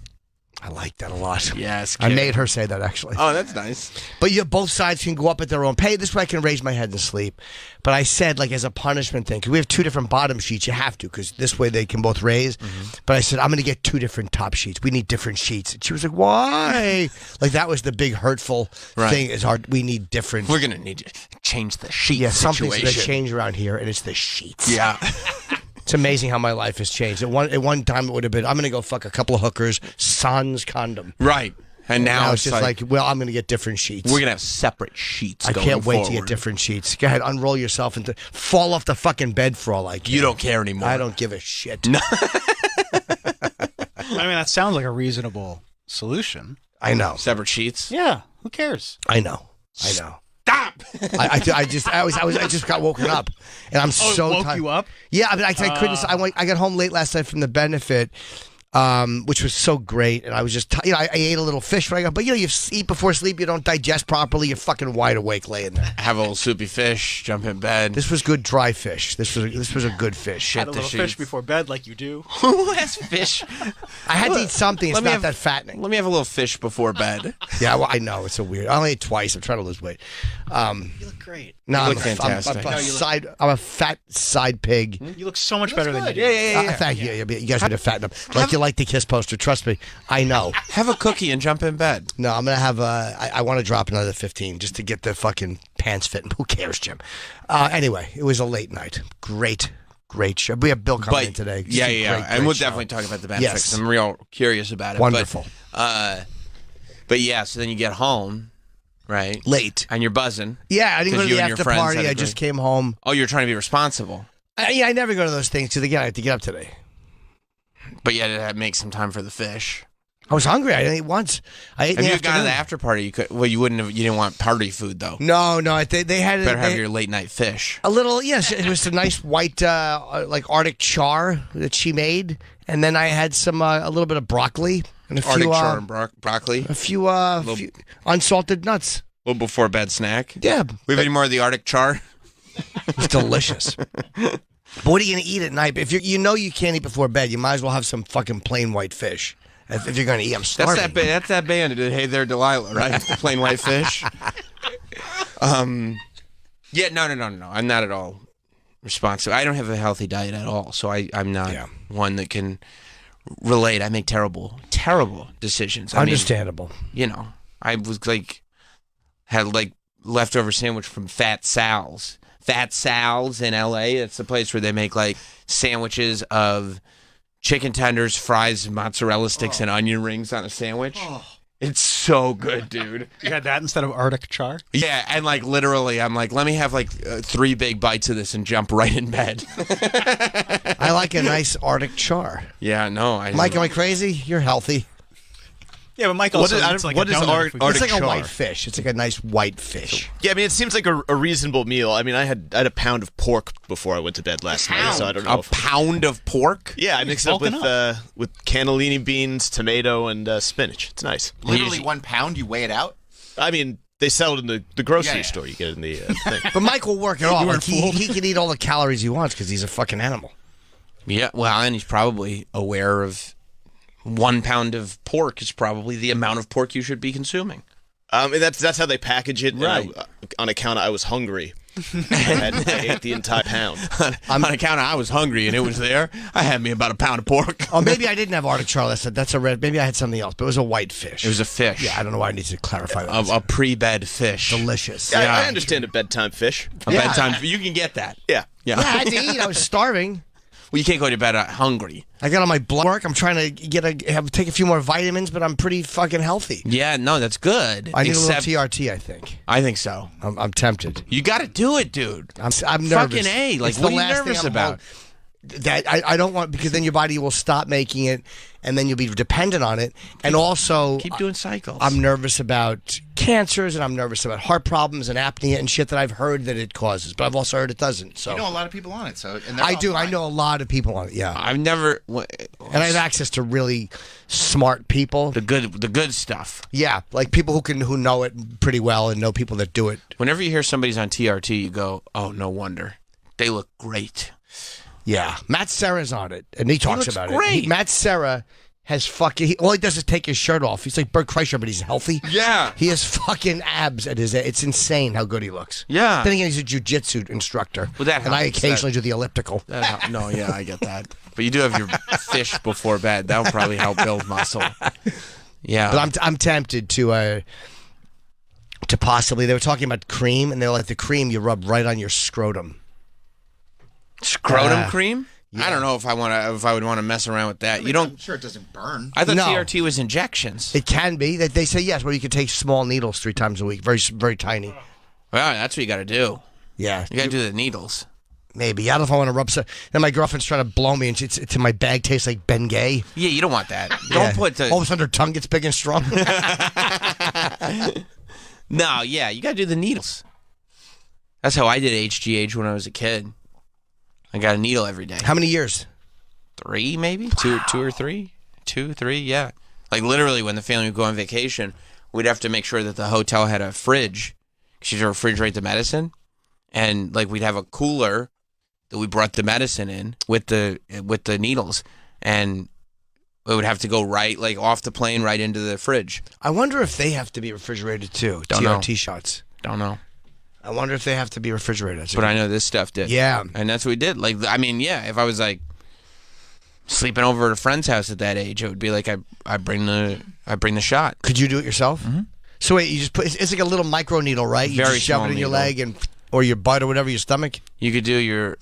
Speaker 1: I like that a lot.
Speaker 2: Yes,
Speaker 1: I
Speaker 2: kid.
Speaker 1: made her say that actually.
Speaker 2: Oh, that's nice.
Speaker 1: But yeah, both sides can go up at their own pay. This way I can raise my head and sleep. But I said, like, as a punishment thing, because we have two different bottom sheets. You have to, because this way they can both raise.
Speaker 2: Mm-hmm.
Speaker 1: But I said, I'm going to get two different top sheets. We need different sheets. And she was like,
Speaker 2: <laughs>
Speaker 1: why? like, that was the big hurtful
Speaker 2: Right.
Speaker 1: thing is our, we need different.
Speaker 2: We're gonna need to change the sheet
Speaker 1: yeah, something's going to
Speaker 2: situation.
Speaker 1: change around here, and it's the sheets.
Speaker 2: yeah, <laughs>
Speaker 1: It's amazing how my life has changed. At one, at one time, it would have been, I'm going to go fuck a couple of hookers, sans condom.
Speaker 2: right. And now,
Speaker 1: Now, it's just like, well, I'm going to get different sheets.
Speaker 2: we're gonna have separate sheets.
Speaker 1: I
Speaker 2: going
Speaker 1: can't wait to get
Speaker 2: forward.
Speaker 1: different sheets. Go ahead, unroll yourself and th- fall off the fucking bed for all I care.
Speaker 2: You don't care anymore.
Speaker 1: I don't give a shit.
Speaker 3: I mean, that sounds like a reasonable solution.
Speaker 1: I know.
Speaker 2: Separate sheets.
Speaker 3: Yeah, who cares?
Speaker 1: I know. I know.
Speaker 2: Stop.
Speaker 1: I, I, ju- I just I was, I was I just got woken up, and I'm
Speaker 3: Oh, it
Speaker 1: so
Speaker 3: woke
Speaker 1: tired.
Speaker 3: you up?
Speaker 1: Yeah, I mean, I, I couldn't. I went, I got home late last night from the benefit, um, which was so great, and I was just ti you know I, I ate a little fish when I got, but you know you s- eat before sleep, you don't digest properly, you're fucking wide awake laying there.
Speaker 2: Have a little soupy fish. Jump in bed.
Speaker 1: This was good dry fish. This was this was a good fish.
Speaker 2: Shit
Speaker 3: Had a
Speaker 2: the
Speaker 3: little
Speaker 2: sheets.
Speaker 3: fish before bed, like you do.
Speaker 2: <laughs> Who has fish?
Speaker 1: I had to eat something. It's
Speaker 2: Let me
Speaker 1: not
Speaker 2: have-
Speaker 1: that fattening.
Speaker 2: Let me have a little fish before bed.
Speaker 1: Yeah, well, I know it's a weird. I only ate twice. I'm trying to lose weight. Um,
Speaker 3: You look great.
Speaker 1: no,
Speaker 2: You
Speaker 1: I'm,
Speaker 2: look Mm-hmm.
Speaker 1: a f- I'm- I'm
Speaker 2: fantastic.
Speaker 1: a
Speaker 2: No,
Speaker 4: you look-
Speaker 1: side. I'm a fat side pig.
Speaker 3: You look so much better than you do.
Speaker 1: Uh, thank you. Yeah, but You guys need to fatten up. Like you like the kiss poster. Trust me. I know.
Speaker 2: Have a cookie and jump in bed.
Speaker 1: No, I'm gonna have. Uh, I, I want to drop another 15 just to get the fucking pants fitting. Who cares, Jim? Uh, anyway, it was a late night. Great, great show. We have Bill coming in
Speaker 2: But
Speaker 1: today. Just
Speaker 2: yeah,
Speaker 1: a
Speaker 2: yeah,
Speaker 1: great,
Speaker 2: yeah. and
Speaker 1: great
Speaker 2: we'll
Speaker 1: show.
Speaker 2: definitely talk about the benefits.
Speaker 1: Yes.
Speaker 2: I'm real curious about it.
Speaker 1: Wonderful.
Speaker 2: But, uh, but yeah, so then you get home, right?
Speaker 1: late.
Speaker 2: And you're buzzing.
Speaker 1: Yeah, I didn't go
Speaker 2: 'Cause
Speaker 1: to
Speaker 2: you
Speaker 1: the
Speaker 2: and your
Speaker 1: after
Speaker 2: friends
Speaker 1: party.
Speaker 2: had a
Speaker 1: I just
Speaker 2: great-
Speaker 1: came home.
Speaker 2: Oh, you're trying to be responsible,
Speaker 1: I, yeah, I never go to those things because again, I have to get up today.
Speaker 2: but yet it makes some time for the fish.
Speaker 1: I was hungry. I didn't eat once. I ate
Speaker 2: If
Speaker 1: in
Speaker 2: you
Speaker 1: the
Speaker 2: had gone to the
Speaker 1: afternoon.
Speaker 2: after party, you could. Well, you wouldn't have. You didn't want party food though.
Speaker 1: No, no. I think they had
Speaker 2: Better have
Speaker 1: they-
Speaker 2: your late night fish.
Speaker 1: A little, yes. It was a nice white, uh, uh, like Arctic char that she made, and then I had some uh, a little bit of broccoli and a few,
Speaker 2: Arctic
Speaker 1: uh,
Speaker 2: char and bro- broccoli. A
Speaker 1: a few, uh,
Speaker 2: Little-
Speaker 1: few unsalted nuts.
Speaker 2: little before bed snack.
Speaker 1: Yeah,
Speaker 2: We have any more of the Arctic char?
Speaker 1: it's
Speaker 2: <laughs>
Speaker 1: delicious. but what are you gonna eat at night? If you you know you can't eat before bed, you might as well have some fucking plain white fish. If, if you're gonna eat, I'm
Speaker 2: That's
Speaker 1: starving.
Speaker 2: that. Ba- that's that band. that did Hey there, Delilah, right? Plain white <laughs> fish. Um, yeah, no, no, no, no, no. I'm not at all responsive. I don't have a healthy diet at all, so I, I'm not
Speaker 1: Yeah.
Speaker 2: one that can relate. I make terrible, terrible decisions. I mean,
Speaker 1: Understandable.
Speaker 2: you know, I was like had like leftover sandwich from Fat Sal's. Fat Sal's in LA. That's the place where they make like sandwiches of chicken tenders, fries, mozzarella sticks, and onion rings on a sandwich. It's so good, dude.
Speaker 3: You had that instead of Arctic char.
Speaker 2: Yeah, and like literally, I'm like, let me have like uh, three big bites of this and jump right in bed. <laughs>
Speaker 1: I like a nice Arctic char.
Speaker 2: yeah, no, I
Speaker 1: Mike, am I crazy? You're healthy.
Speaker 3: Yeah, but Mike
Speaker 5: What
Speaker 3: also
Speaker 5: is- I
Speaker 3: eats
Speaker 5: don't-
Speaker 3: like
Speaker 5: what
Speaker 3: a
Speaker 5: is
Speaker 3: donut
Speaker 5: Ar-
Speaker 3: if we-
Speaker 5: Arctic
Speaker 1: it's like a
Speaker 5: char.
Speaker 1: white fish. It's like a nice white fish.
Speaker 5: Yeah, I mean, it seems like a, a reasonable meal. I mean, I had I had a pound of pork before I went to bed last night, so I don't know.
Speaker 2: a
Speaker 5: If I'm-
Speaker 2: pound of pork.
Speaker 5: yeah, I mixed it up with
Speaker 3: bulking
Speaker 5: Uh, with cannellini beans, tomato, and uh, spinach. It's nice.
Speaker 4: Literally one pound. You weigh it out.
Speaker 5: I mean, they sell it in the, the grocery
Speaker 4: Yeah, yeah.
Speaker 5: store. You get it in the uh, thing. <laughs>
Speaker 1: But Mike will work it off. Like he, he can eat all the calories he wants because he's a fucking animal.
Speaker 2: Yeah, well, and he's probably aware of one pound of pork is probably the amount of pork you should be consuming. <laughs>
Speaker 5: Um, and that's that's how they package it. and I-
Speaker 2: Right.
Speaker 5: uh, on account, I was hungry.
Speaker 2: <laughs>
Speaker 5: and I ate the entire pound.
Speaker 2: On account of I was hungry and it was there, I had me about a pound of pork. <laughs>
Speaker 1: Oh, maybe I didn't have Arctic char. That's a, that's a red. Maybe I had something else, but it was a white fish.
Speaker 2: It was a fish,
Speaker 1: yeah, I don't know why I need to clarify that.
Speaker 2: a, a pre-bed fish,
Speaker 1: Delicious.
Speaker 5: I-
Speaker 1: Yeah.
Speaker 5: I, understand a bedtime fish.
Speaker 2: a
Speaker 1: Yeah.
Speaker 2: bedtime. You can get that.
Speaker 5: Yeah.
Speaker 2: Yeah.
Speaker 1: I had to eat. I was starving.
Speaker 2: <laughs> Well, you can't go to bed uh, hungry.
Speaker 1: I got on my blood work. I'm trying to get a have, take a few more vitamins, but I'm pretty fucking healthy.
Speaker 2: Yeah, no, that's good.
Speaker 1: I need
Speaker 2: Except,
Speaker 1: a little TRT. I think
Speaker 2: I think so.
Speaker 1: I'm, I'm tempted.
Speaker 2: You got to do it, dude.
Speaker 1: I'm, I'm nervous.
Speaker 2: Fucking A, like,
Speaker 1: It's the
Speaker 2: what are you
Speaker 1: last thing
Speaker 2: nervous
Speaker 1: I'm
Speaker 2: about?
Speaker 1: hol- That I, I don't want because then your body will stop making it, and then you'll be dependent on it. And also,
Speaker 2: Keep doing cycles.
Speaker 1: I'm nervous about cancers and I'm nervous about heart problems and apnea and shit that I've heard that it causes, but I've also heard it doesn't. So
Speaker 4: You know a lot of people on it, so and they're
Speaker 1: I
Speaker 4: all
Speaker 1: do. I
Speaker 4: fine.
Speaker 1: know a lot of people on it. Yeah.
Speaker 2: I've never wh-
Speaker 1: and I have access to really smart people.
Speaker 2: the good the good stuff.
Speaker 1: Yeah, like people who can who know it pretty well and know people that do it.
Speaker 2: Whenever you hear somebody's on TRT, you go, "Oh, no wonder. They look great."
Speaker 1: Yeah, Matt Serra's on it, and he talks
Speaker 2: looks
Speaker 1: about it.
Speaker 2: great.
Speaker 1: He- Matt Serra has fucking. He, all he does is take his shirt off. He's like Bert Kreischer, but he's healthy.
Speaker 2: Yeah.
Speaker 1: he has fucking abs at his. It's insane how good he looks.
Speaker 2: Yeah.
Speaker 1: Then again, he's a jujitsu instructor.
Speaker 2: Well, that
Speaker 1: and I
Speaker 2: helps.
Speaker 1: occasionally do the elliptical.
Speaker 2: That hel- no, yeah, I get that. <laughs> But you do have your fish before bed. That'll probably help build muscle. Yeah.
Speaker 1: But I'm I'm tempted to uh to possibly they were talking about cream and they're like the cream you rub right on your scrotum.
Speaker 2: scrotum
Speaker 1: Yeah.
Speaker 2: cream? I don't know if I want to if I would want to mess around with that. You
Speaker 4: I'm
Speaker 2: don't
Speaker 4: sure it doesn't burn.
Speaker 2: I thought
Speaker 1: No.
Speaker 2: CRT was injections.
Speaker 1: It can be that they say yes, where you can take small needles three times a week, very s- very tiny.
Speaker 2: Well, that's what you got to do.
Speaker 1: Yeah,
Speaker 2: You got to do the needles.
Speaker 1: Maybe I don't know if I want to rub. So- then my girlfriend's trying to blow me, and she, it's, it's in my bag tastes like Bengay.
Speaker 2: Yeah, you don't want that.
Speaker 1: Yeah. Oh.
Speaker 2: Don't put the.
Speaker 1: all of a sudden her tongue gets big and
Speaker 2: <laughs>
Speaker 1: strong.
Speaker 2: No, yeah, you gotta do the needles. That's how I did HGH when I was a kid. I got a needle every day.
Speaker 1: How many years?
Speaker 2: Three, maybe two, two or three, two, three, yeah. Like literally, when the family would go on vacation, we'd have to make sure that the hotel had a fridge, because you'd refrigerate the medicine, and like we'd have a cooler that we brought the medicine in with the with the needles, and it would have to go right like off the plane right into the fridge.
Speaker 1: I wonder if they have to be refrigerated too.
Speaker 2: Don't know.
Speaker 1: TRT shots.
Speaker 2: Don't know,
Speaker 1: I wonder if they have to be refrigerated. That's a
Speaker 2: but
Speaker 1: good-
Speaker 2: I know this stuff did.
Speaker 1: yeah.
Speaker 2: And that's what we did. Like, I mean, yeah, if I was like sleeping over at a friend's house at that age, it would be like I, I bring the, I bring the shot.
Speaker 1: Could you do it yourself? So wait, you just put it's, it's like a little micro needle, right? You
Speaker 2: Very
Speaker 1: just shove
Speaker 2: small
Speaker 1: it in your
Speaker 2: needle.
Speaker 1: leg and or your butt or whatever your stomach.
Speaker 2: You could do your,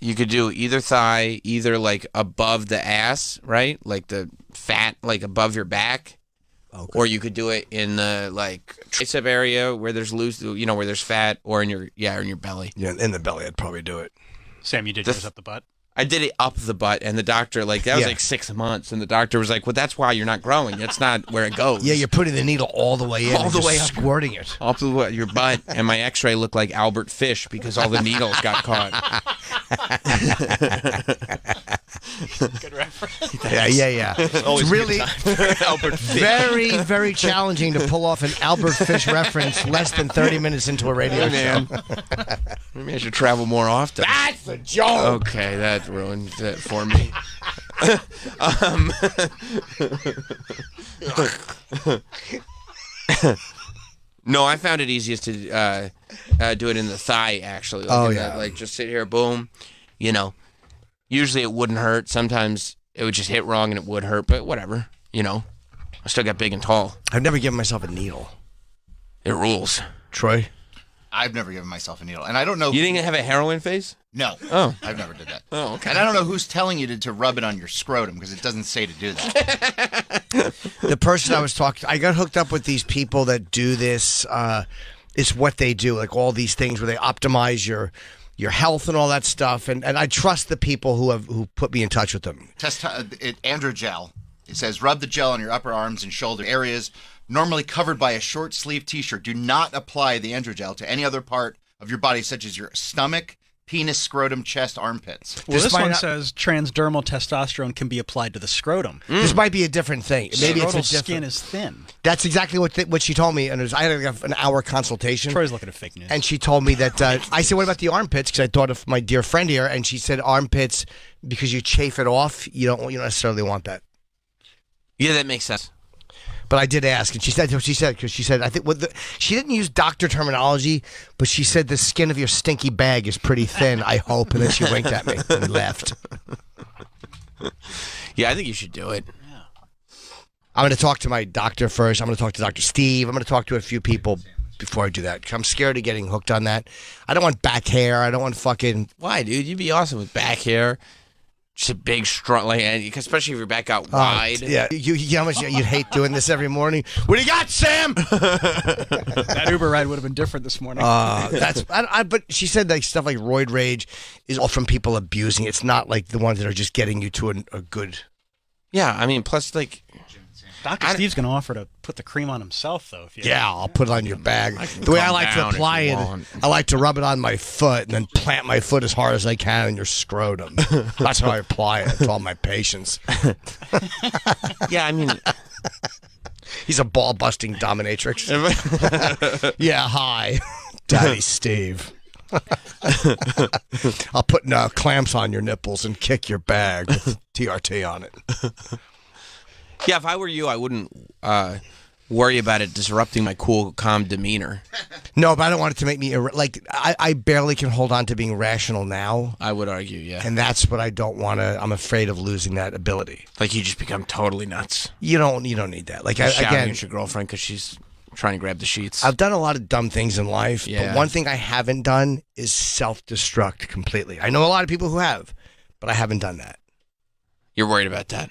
Speaker 2: you could do either thigh, either like above the ass, right, like the fat, like above your back, or you could do it in the like tricep area where there's loose, you know, where there's fat, or in your yeah, or in your belly.
Speaker 1: Yeah, in the belly, I'd probably do it.
Speaker 3: Sam, you did
Speaker 2: The-
Speaker 3: yours up the butt.
Speaker 2: I did it up the butt, and the doctor like that was
Speaker 1: Yeah.
Speaker 2: like six months, and the doctor was like, "Well, that's why you're not growing. That's not where it goes."
Speaker 1: Yeah, you're putting the needle all the way in,
Speaker 2: All
Speaker 1: and
Speaker 2: the
Speaker 1: just
Speaker 2: way up.
Speaker 1: squirting it.
Speaker 2: Off the what, your butt, and my X-ray looked like Albert Fish because all the needles got caught.
Speaker 1: Yeah, yeah, yeah. <laughs> it's really <laughs>
Speaker 5: Albert Fish.
Speaker 1: very, very challenging to pull off an Albert Fish reference less than <laughs> 30 minutes into a
Speaker 2: <laughs>
Speaker 1: radio show.
Speaker 2: Maybe I should travel more often.
Speaker 1: That's a joke.
Speaker 2: Okay, that ruined it for
Speaker 1: <laughs>
Speaker 2: me. um, <laughs> no, I found it easiest to uh, uh, do it in the thigh. Actually, like
Speaker 1: Oh,
Speaker 2: in
Speaker 1: yeah.
Speaker 2: the, like just sit here, boom. You know, usually it wouldn't hurt. Sometimes it would just hit wrong and it would hurt, but whatever. You know, I still got big and tall.
Speaker 1: I've never given myself a needle.
Speaker 2: It rules.
Speaker 1: Troy,
Speaker 4: I've never given myself a needle, and I don't know.
Speaker 2: You didn't have a heroin face?
Speaker 4: no,
Speaker 2: Oh.
Speaker 4: I've never did that.
Speaker 2: Oh, okay.
Speaker 4: And I don't know who's telling you to, to rub it on your scrotum because it doesn't say to do
Speaker 2: <laughs>
Speaker 4: that.
Speaker 1: the person I was talking, I got hooked up with these people that do this. Uh, it's what they do, like all these things where they optimize your your health and all that stuff. And and I trust the people who have who put me in touch with them.
Speaker 4: Test uh, it, Androgel. It says rub the gel on your upper arms and shoulder areas normally covered by a short sleeve T-shirt. Do not apply the Androgel to any other part of your body, such as your stomach, penis, scrotum, chest,
Speaker 2: <laughs>
Speaker 4: armpits.
Speaker 3: Well,
Speaker 1: This
Speaker 3: this,
Speaker 1: might
Speaker 3: one
Speaker 1: not-
Speaker 3: says transdermal testosterone can be applied to the scrotum.
Speaker 1: This might be a different thing. Maybe it's a
Speaker 3: Scrotal
Speaker 1: Mm. different.
Speaker 3: skin is thin.
Speaker 1: That's exactly what th- what she told me, and it was, I had like a- an hour consultation.
Speaker 3: Troy's looking at fake news.
Speaker 1: and she told me that uh, I said, "What about the armpits?" Because I thought of my dear friend here, and she said, "Armpits because you chafe it off. You don't you don't necessarily want that."
Speaker 2: Yeah, that makes sense.
Speaker 1: But I did ask, and she said what she said because she said I think what the, she didn't use doctor terminology, but she said the skin of your stinky bag is pretty thin. I hope, and then she winked at me and left.
Speaker 2: Yeah, I think you should do it.
Speaker 1: I'm going to talk to my doctor first. I'm going to talk to Doctor Steve. I'm going to talk to a few people before I do that. 'cause I'm scared of getting hooked on that. I don't want back hair. I don't want fucking.
Speaker 2: Why, dude? You'd be awesome with back hair. Just a big, strong, like, and especially if your back got
Speaker 1: uh,
Speaker 2: wide.
Speaker 1: yeah, you, you know how much you'd hate doing this every morning. What do you got, <laughs> Sam?
Speaker 3: that Uber ride would have been different this morning.
Speaker 1: Uh, that's I, I, but she said like stuff like roid rage is all from people abusing. it. It's not like the ones that are just getting you to a, a good.
Speaker 2: Yeah, I mean, plus, like,
Speaker 3: Dr.
Speaker 2: I-
Speaker 3: Steve's going to offer to put the cream on himself, though. If you
Speaker 1: Yeah, I'll put it on your bag. The way I
Speaker 2: come
Speaker 1: like to
Speaker 2: down if
Speaker 1: apply
Speaker 2: you
Speaker 1: it,
Speaker 2: want.
Speaker 1: I like to rub it on my foot and then plant my foot as hard as I can in your
Speaker 2: <laughs>
Speaker 1: scrotum. That's how I apply it to all my patients.
Speaker 2: yeah, I mean,
Speaker 1: He's a ball busting
Speaker 2: <laughs>
Speaker 1: dominatrix. <laughs> yeah, hi, <laughs> Daddy Steve. <laughs> I'll put uh, clamps on your nipples and kick your bag with TRT on it.
Speaker 2: yeah, if I were you, I wouldn't uh, worry about it disrupting my cool, calm demeanor.
Speaker 1: No, but I don't want it to make me ir- like I, I barely can hold on to being rational now,
Speaker 2: I would argue, yeah.
Speaker 1: and that's what I don't want to. I'm afraid of losing that ability.
Speaker 2: Like, you just become totally nuts.
Speaker 1: You don't. You don't need that. Like I,
Speaker 2: Shouting
Speaker 1: again,
Speaker 2: at your girlfriend because she's trying to grab the sheets.
Speaker 1: I've done a lot of dumb things in life,
Speaker 2: Yeah.
Speaker 1: but one thing I haven't done is self-destruct completely. I know a lot of people who have, but I haven't done that.
Speaker 2: You're worried about that.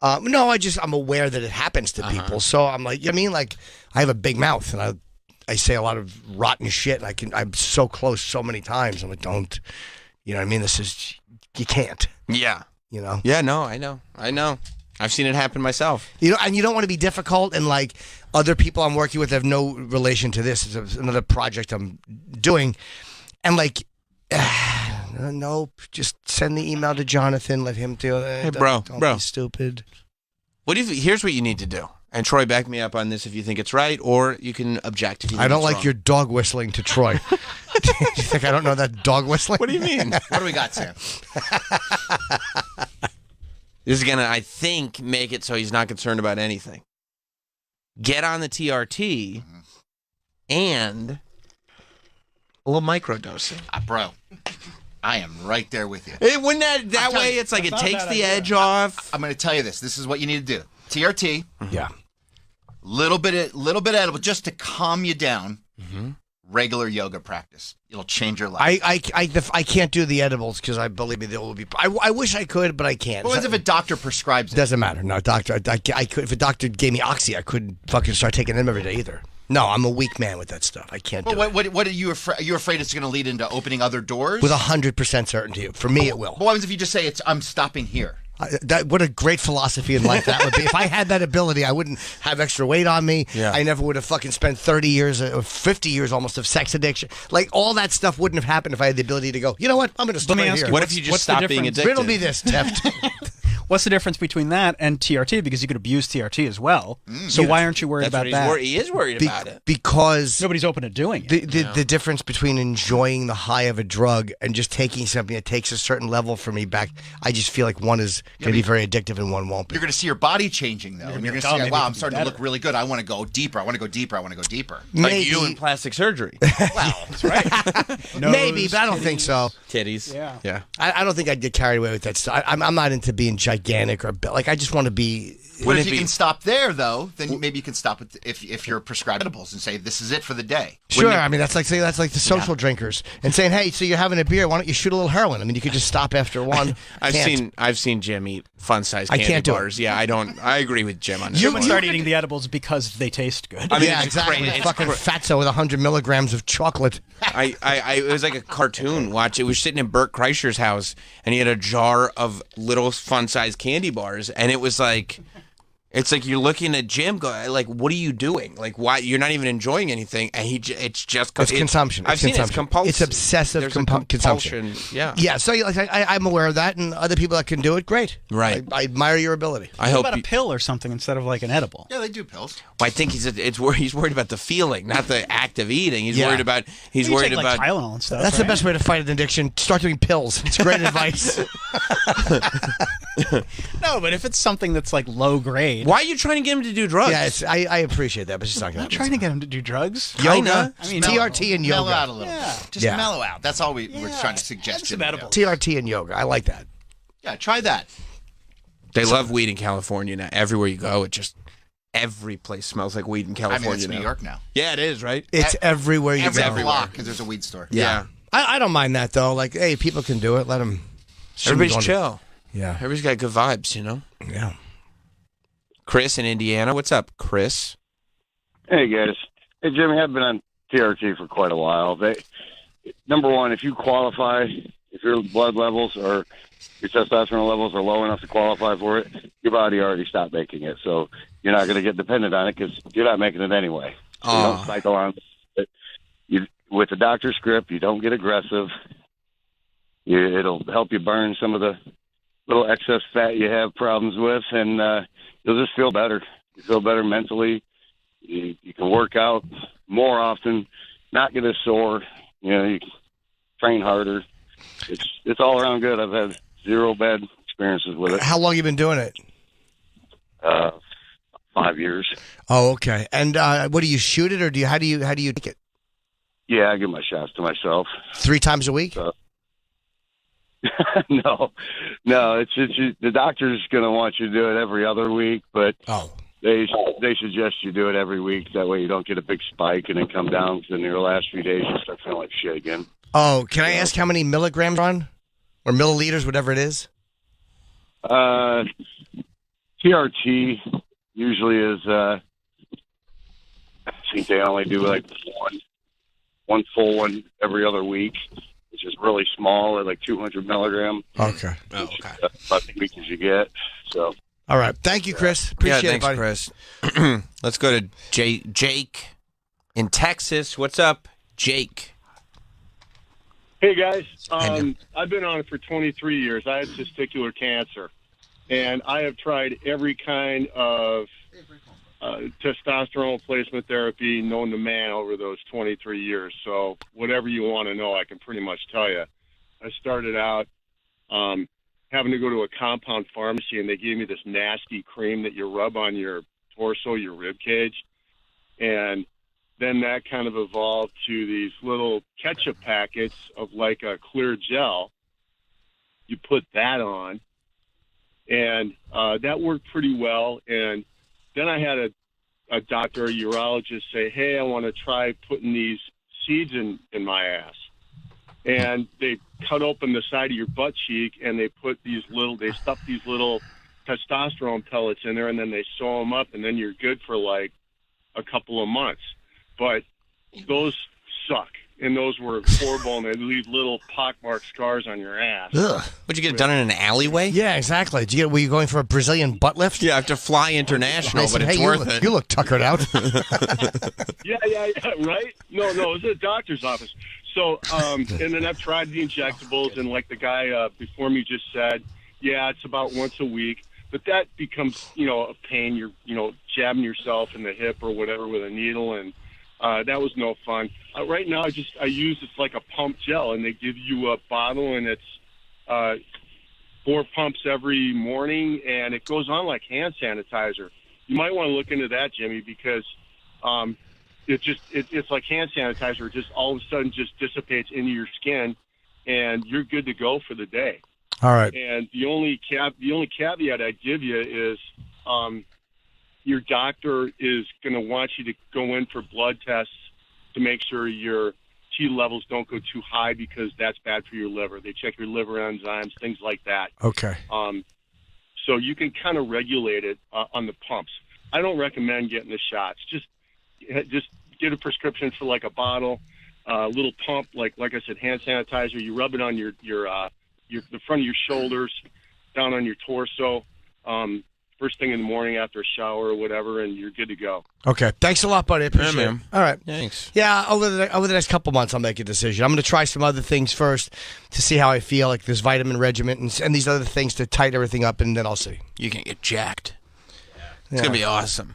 Speaker 1: Um,
Speaker 2: Uh-huh.
Speaker 1: no, I just I'm aware that it happens to people, so I'm like, you know what I mean, like I have a big mouth, and I. I I say a lot of rotten shit. And I can. I'm so close so many times. I'm like, don't. You know what I mean? This is you can't.
Speaker 2: Yeah.
Speaker 1: You know.
Speaker 2: Yeah, no, I know. I know. I've seen it happen myself.
Speaker 1: You know, and you don't want to be difficult and like other people I'm working with have no relation to this. It's another project I'm doing, and like. <sighs> Nope. Just send the email to Jonathan. Let him do it.
Speaker 2: Hey, bro,
Speaker 1: Don't- don't
Speaker 2: bro.
Speaker 1: be stupid.
Speaker 2: What if here's what you need to do? And Troy, back me up on this if you think it's right, or you can object if you. Think
Speaker 1: I don't
Speaker 2: it's
Speaker 1: like
Speaker 2: wrong.
Speaker 1: your dog whistling to
Speaker 2: <laughs>
Speaker 1: Troy. <laughs> you think I don't know that dog whistling?
Speaker 2: What do you mean?
Speaker 4: What do we got, Sam?
Speaker 2: <laughs> this is gonna, I think, make it so he's not concerned about anything. Get on the TRT and a little microdosing.
Speaker 4: Ah, bro, I am right there with you.
Speaker 2: It eh, wouldn't that that
Speaker 4: telling
Speaker 2: way?
Speaker 4: you,
Speaker 2: it's like it takes
Speaker 3: that
Speaker 2: the
Speaker 3: idea.
Speaker 2: edge off.
Speaker 4: I'm going to tell you this. This is what you need to do. TRT,
Speaker 1: Yeah.
Speaker 4: little bit, little bit edible, just to calm you down. Regular yoga practice. It'll change your life.
Speaker 1: I I I, the, I can't do the edibles because I believe me they will be. I, I wish I could, but I can't.
Speaker 4: what happens if a doctor prescribes
Speaker 1: It
Speaker 4: it?
Speaker 1: doesn't matter. No, doctor, I, I, I could, if a doctor gave me oxy, I couldn't fucking start taking them every day either. No, I'm a weak man with that stuff. I can't
Speaker 4: But
Speaker 1: do
Speaker 4: what,
Speaker 1: it.
Speaker 4: what, what are you afraid? Are you afraid it's going to lead into opening other doors?
Speaker 1: With a hundred percent certainty, for me it
Speaker 4: But
Speaker 1: will.
Speaker 4: what happens if you just say it's? I'm stopping here.
Speaker 1: I, that, what a great philosophy in life that would be. if I had that ability, I wouldn't have extra weight on me.
Speaker 2: Yeah.
Speaker 1: I never would have fucking spent thirty years uh, or fifty years almost of sex addiction. Like all that stuff wouldn't have happened if I had the ability to go. You know what? I'm going to start
Speaker 3: me
Speaker 1: right
Speaker 3: ask
Speaker 1: here.
Speaker 3: you,
Speaker 2: What
Speaker 3: What's-
Speaker 2: if you just
Speaker 3: what's the
Speaker 2: stop being
Speaker 3: difference?
Speaker 2: addicted?
Speaker 1: riddle me this, Teft?
Speaker 3: What's the difference between that and TRT? Because you could abuse TRT as well. So why aren't you worried
Speaker 2: Mm, That's
Speaker 3: about
Speaker 2: what
Speaker 3: that?
Speaker 2: he's worried. He is worried
Speaker 1: Be-
Speaker 2: about it.
Speaker 1: because
Speaker 3: Nobody's open to doing it.
Speaker 1: the, the, the difference between enjoying the high of a drug and just taking something that takes a certain level for me back, I just feel like one is going to be very addictive and one won't be.
Speaker 4: You're going to see your body changing though, and you're going to
Speaker 3: "Oh,
Speaker 4: say,
Speaker 3: maybe
Speaker 4: "Wow,
Speaker 3: I
Speaker 4: I'm
Speaker 3: can do
Speaker 4: starting to
Speaker 3: better."
Speaker 4: look really good. I want to go deeper. I want to go deeper. I want to go deeper."
Speaker 2: Like you in
Speaker 1: <laughs>
Speaker 2: plastic surgery.
Speaker 4: Wow.
Speaker 3: Nose,
Speaker 1: maybe, but I don't think so.
Speaker 2: Titties.
Speaker 3: Yeah.
Speaker 2: Yeah.
Speaker 1: I, I don't think I'd get carried away with that stuff. I, I'm, I'm not into being gigantic or bi- like. I just want to be.
Speaker 4: But if
Speaker 2: Wouldn't it
Speaker 4: you
Speaker 2: be-
Speaker 4: can stop there, though, then maybe you can stop with if if you're prescribed edibles and say this is it for the day.
Speaker 1: Sure, I mean that's like saying that's like the social drinkers and saying, "Hey, so you're having a beer? Why don't you shoot a little heroin?" I mean, you could just stop after one.
Speaker 2: I've
Speaker 1: Can't.
Speaker 2: seen I've seen Jim eat fun sized
Speaker 1: I
Speaker 2: candy
Speaker 1: can't do it.
Speaker 2: bars. Yeah, I don't. I agree with Jim on this.
Speaker 1: You-
Speaker 2: one.
Speaker 3: Humans start eating the edibles because they taste good.
Speaker 2: I mean,
Speaker 1: yeah,
Speaker 2: it's
Speaker 1: exactly.
Speaker 2: crazy. It's
Speaker 1: Fucking fatso with 100 milligrams of chocolate.
Speaker 2: I, I, I it was like a cartoon watch. It was sitting in Bert Kreischer's house, and he had a jar of little fun-sized candy bars, and it was like, it's like you're looking at Jim, go like, what are you doing? Like, why you're not even enjoying anything? And he, j- it's just
Speaker 1: It's consumption.
Speaker 2: I've
Speaker 1: It's
Speaker 2: seen
Speaker 1: consumption.
Speaker 2: it. It's compulsive.
Speaker 1: It's obsessive
Speaker 2: There's
Speaker 1: compu-
Speaker 2: a
Speaker 1: consumption.
Speaker 2: compulsion. Yeah.
Speaker 1: Yeah, so like, I, I'm aware of that, and other people that can do it, great.
Speaker 2: Right.
Speaker 1: I, I admire your ability.
Speaker 2: I
Speaker 3: What
Speaker 2: hope.
Speaker 3: about
Speaker 2: you-
Speaker 3: a pill or something instead of like an edible?
Speaker 4: Yeah, they do pills.
Speaker 2: well, I think he's it's wor- he's worried about the feeling, not the act of eating. He's
Speaker 1: Yeah.
Speaker 2: worried about he's
Speaker 3: You
Speaker 2: worried
Speaker 3: take,
Speaker 2: about
Speaker 3: like, Tylenol and stuff.
Speaker 1: That's the
Speaker 3: right?
Speaker 1: best way to fight an addiction. Start doing pills. It's great <laughs> advice.
Speaker 3: No, but if it's something that's like low grade,
Speaker 2: why are you trying to get him to do drugs?
Speaker 1: Yeah, it's, I, I appreciate that, but she's not
Speaker 3: I'm
Speaker 1: going
Speaker 3: not trying to get him to do drugs.
Speaker 1: Yoga,
Speaker 3: I mean,
Speaker 1: TRT, and
Speaker 4: Mellow out
Speaker 1: yoga.
Speaker 4: a little.
Speaker 3: Yeah.
Speaker 4: bit. Just
Speaker 1: Yeah.
Speaker 4: mellow out. That's all we we're
Speaker 3: Yeah.
Speaker 4: trying to suggest.
Speaker 3: Have
Speaker 4: you
Speaker 3: some
Speaker 4: to do.
Speaker 3: edibles.
Speaker 1: TRT and yoga. I like that.
Speaker 4: Yeah, try that.
Speaker 2: They love weed in California now. Everywhere you go, it just every place smells like weed in
Speaker 4: I mean,
Speaker 2: California.
Speaker 4: it's New
Speaker 2: now.
Speaker 4: York now.
Speaker 2: Yeah, it is right.
Speaker 1: It's everywhere you
Speaker 4: Every
Speaker 1: go.
Speaker 4: block, because there's a weed store.
Speaker 2: yeah,
Speaker 1: I, I don't mind that though. Like, hey, people can do it. Let them.
Speaker 2: everybody's chill.
Speaker 1: Yeah,
Speaker 2: Everybody's got good vibes, you know.
Speaker 1: yeah.
Speaker 2: Chris in Indiana, what's up, Chris?
Speaker 6: Hey guys, hey Jimmy, I've been on TRT for quite a while. They, number one, if you qualify, if your blood levels or your testosterone levels are low enough to qualify for it, your body already stopped making it, so you're not going to get dependent on it because you're not making it anyway. So you
Speaker 2: Aw.
Speaker 6: don't cycle on. It. You, with the doctor's script, you don't get aggressive. You, it'll help you burn some of the little excess fat you have problems with, and uh, you'll just feel better. You feel better mentally you, you can work out more often, not get as sore. You know, you can train harder. It's it's all around good. I've had zero bad experiences with it.
Speaker 1: How long you been doing it?
Speaker 6: Uh, five years.
Speaker 1: Oh, okay. And uh, what do you shoot it, or do you? How do you? How do you take it?
Speaker 6: Yeah, I give my shots to myself.
Speaker 1: Three times a week?
Speaker 6: <laughs> no, no, it's it's you, the doctor's going to want you to do it every other week, but
Speaker 1: Oh,
Speaker 6: they they suggest you do it every week. That way, you don't get a big spike and then come down. Because in your last few days, you start feeling like shit again.
Speaker 1: oh. Can I ask how many milligrams you're on, or milliliters, whatever it is?
Speaker 6: Uh, TRT usually is uh, think they only do like one, one full one every other week, which is really small at like 200 milligram.
Speaker 2: Mm.
Speaker 1: Okay.
Speaker 5: Oh, okay.
Speaker 6: That's about as weak as you get. So
Speaker 1: All right. Thank you, Chris.
Speaker 2: yeah,
Speaker 1: Appreciate
Speaker 2: thanks,
Speaker 1: it, buddy.
Speaker 2: Chris. Let's go to J- Jake in Texas. What's up, Jake?
Speaker 7: Hey guys,
Speaker 2: Hey,
Speaker 7: um,
Speaker 2: man.
Speaker 7: I've been on it for 23 years. I had testicular cancer, and I have tried every kind of uh, testosterone replacement therapy known to man over those 23 years. So whatever you want to know, I can pretty much tell you. I started out um, having to go to a compound pharmacy, and they gave me this nasty cream that you rub on your torso, your rib cage, and then that kind of evolved to these little ketchup packets of like a clear gel. You put that on, and uh, that worked pretty well. And then I had a, a doctor, a urologist, say, "Hey, I want to try putting these seeds in in my ass." And they cut open the side of your butt cheek, and they put these little, they stuff these little testosterone pellets in there, and then they sew them up, and then you're good for like a couple of months. But those suck, and those were horrible, and they leave little pockmark scars on your ass.
Speaker 1: Ugh.
Speaker 2: Would you get it done in an alleyway?
Speaker 1: Yeah, exactly. Do you get, were you going for a Brazilian butt lift?
Speaker 2: Yeah, I have to fly international,
Speaker 1: They
Speaker 2: but
Speaker 1: said,
Speaker 2: it's
Speaker 1: hey, you
Speaker 2: worth
Speaker 1: look,
Speaker 2: it.
Speaker 1: you look tuckered
Speaker 2: <laughs>
Speaker 1: out.
Speaker 7: Yeah, yeah, yeah, right? No, no, it was at a doctor's office. So, um, and then I've tried the injectables, and like the guy uh, before me just said, yeah, it's about once a week. But that becomes, you know, a pain. You're, you know, jabbing yourself in the hip or whatever with a needle, and uh, that was no fun. Uh, right now, I just I use it's like a pump gel, and they give you a bottle, and it's uh, four pumps every morning, and it goes on like hand sanitizer. You might want to look into that, Jimmy, because um, it just it, it's like hand sanitizer. It just all of a sudden just dissipates into your skin, and you're good to go for the day.
Speaker 1: All right.
Speaker 7: And the only cap, the only caveat I give you is, um, your doctor is going to want you to go in for blood tests to make sure your T levels don't go too high because that's bad for your liver. They check your liver enzymes, things like that.
Speaker 1: Okay.
Speaker 7: Um, so you can kind of regulate it uh, on the pumps. I don't recommend getting the shots. Just eh, just get a prescription for like a bottle, uh, a little pump, like like I said, hand sanitizer. You rub it on your your uh, your the front of your shoulders, down on your torso. Um, first thing in the morning after a shower or whatever, and you're good to go.
Speaker 1: Okay. Thanks a lot, buddy. I Appreciate it.
Speaker 2: man.
Speaker 1: All right.
Speaker 2: Thanks.
Speaker 1: Yeah, over the over the next couple months, I'll make a decision. I'm going to try some other things first to see how I feel, like this vitamin regimen and, and these other things to tighten everything up, and then I'll see.
Speaker 2: You can get jacked. It's gonna be awesome.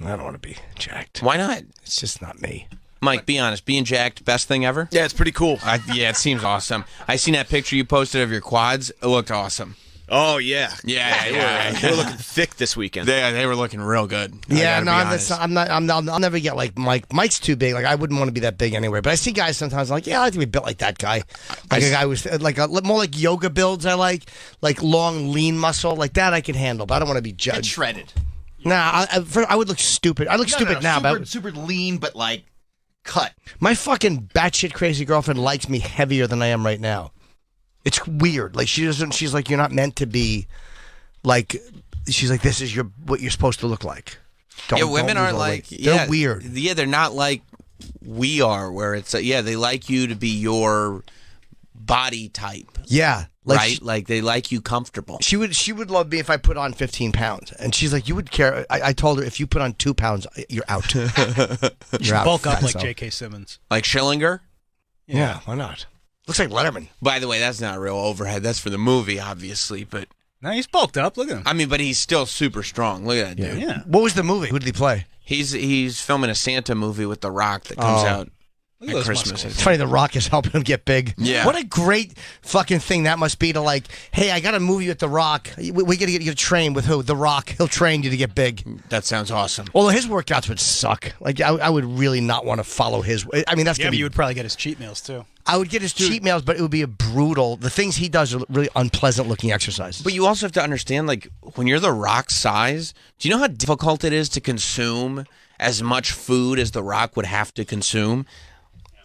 Speaker 1: I don't want to be jacked.
Speaker 2: Why not,
Speaker 1: It's just not me.
Speaker 2: Mike? Be honest. Being jacked, best thing ever.
Speaker 5: Yeah, it's pretty cool.
Speaker 2: I, yeah, it seems awesome. I seen that picture you posted of your quads. It looked awesome.
Speaker 5: Oh yeah,
Speaker 2: Yeah,
Speaker 5: They were-
Speaker 2: yeah,
Speaker 5: They were looking thick this weekend.
Speaker 2: They they were looking real good. I
Speaker 1: Yeah,
Speaker 2: gotta
Speaker 1: no,
Speaker 2: be
Speaker 1: I'm, that's
Speaker 2: honest.
Speaker 1: not, I'm not. I'm not. I'll never get like Mike. Mike's too big. Like I wouldn't want to be that big anyway. But I see guys sometimes like, yeah, I like to be built like that guy. Like a guy was like a, more like yoga builds. I like like long, lean muscle like that. I can handle, but I don't want to be
Speaker 4: It's
Speaker 1: judged.
Speaker 4: shredded.
Speaker 1: Nah, I, I, for, I would look stupid. I look
Speaker 4: No, no,
Speaker 1: stupid
Speaker 4: no,
Speaker 1: now,
Speaker 4: super,
Speaker 1: but
Speaker 4: super lean, but like cut.
Speaker 1: My fucking batshit crazy girlfriend likes me heavier than I am right now. It's weird. Like she doesn't. She's like, you're not meant to be. Like, she's like, this is your what you're supposed to look like. Don't,
Speaker 2: Yeah,
Speaker 1: don't lose
Speaker 2: women are
Speaker 1: all the
Speaker 2: like
Speaker 1: weight.
Speaker 2: yeah,
Speaker 1: they're weird.
Speaker 2: Yeah, they're not like we are, where it's uh, yeah, they like you to be your body type,
Speaker 1: Yeah, like
Speaker 2: right?
Speaker 1: she-
Speaker 2: like they like you comfortable.
Speaker 1: She would she would love me if I put on 15 pounds, and she's like, you would care. I, I told her if you put on two pounds, you're
Speaker 3: <laughs>
Speaker 1: out. you're out.
Speaker 3: Bulk up like
Speaker 1: fatso.
Speaker 3: J.K. Simmons.
Speaker 2: Like Schillinger.
Speaker 1: Yeah. why not? Looks like Letterman.
Speaker 2: By the way, that's not real overhead. That's for the movie, obviously. But
Speaker 3: No, he's bulked up. Look at him.
Speaker 2: I mean, but he's still super strong. Look at that dude.
Speaker 3: Yeah.
Speaker 1: What was the movie? Who did he play?
Speaker 2: He's he's filming a Santa movie with The Rock that comes
Speaker 1: Oh.
Speaker 2: out
Speaker 3: Look at
Speaker 2: at
Speaker 3: those
Speaker 2: Christmas.
Speaker 3: muscles.
Speaker 1: It's funny, The Rock is <laughs> helping him get big.
Speaker 2: Yeah.
Speaker 1: What a great fucking thing that must be to like, hey, I got to move you at The Rock. We, we got to get you to train with who? The Rock. He'll train you to get big.
Speaker 2: That sounds awesome.
Speaker 1: Although his workouts would suck. Like, I, I would really not want to follow his. I mean, that's
Speaker 3: Yeah, but
Speaker 1: going to be.
Speaker 3: you would probably get his cheat meals too.
Speaker 1: I would get his cheat meals, but it would be a brutal. The things he does are really unpleasant looking exercises.
Speaker 2: But you also have to understand, like, when you're the rock size, do you know how difficult it is to consume as much food as the rock would have to consume?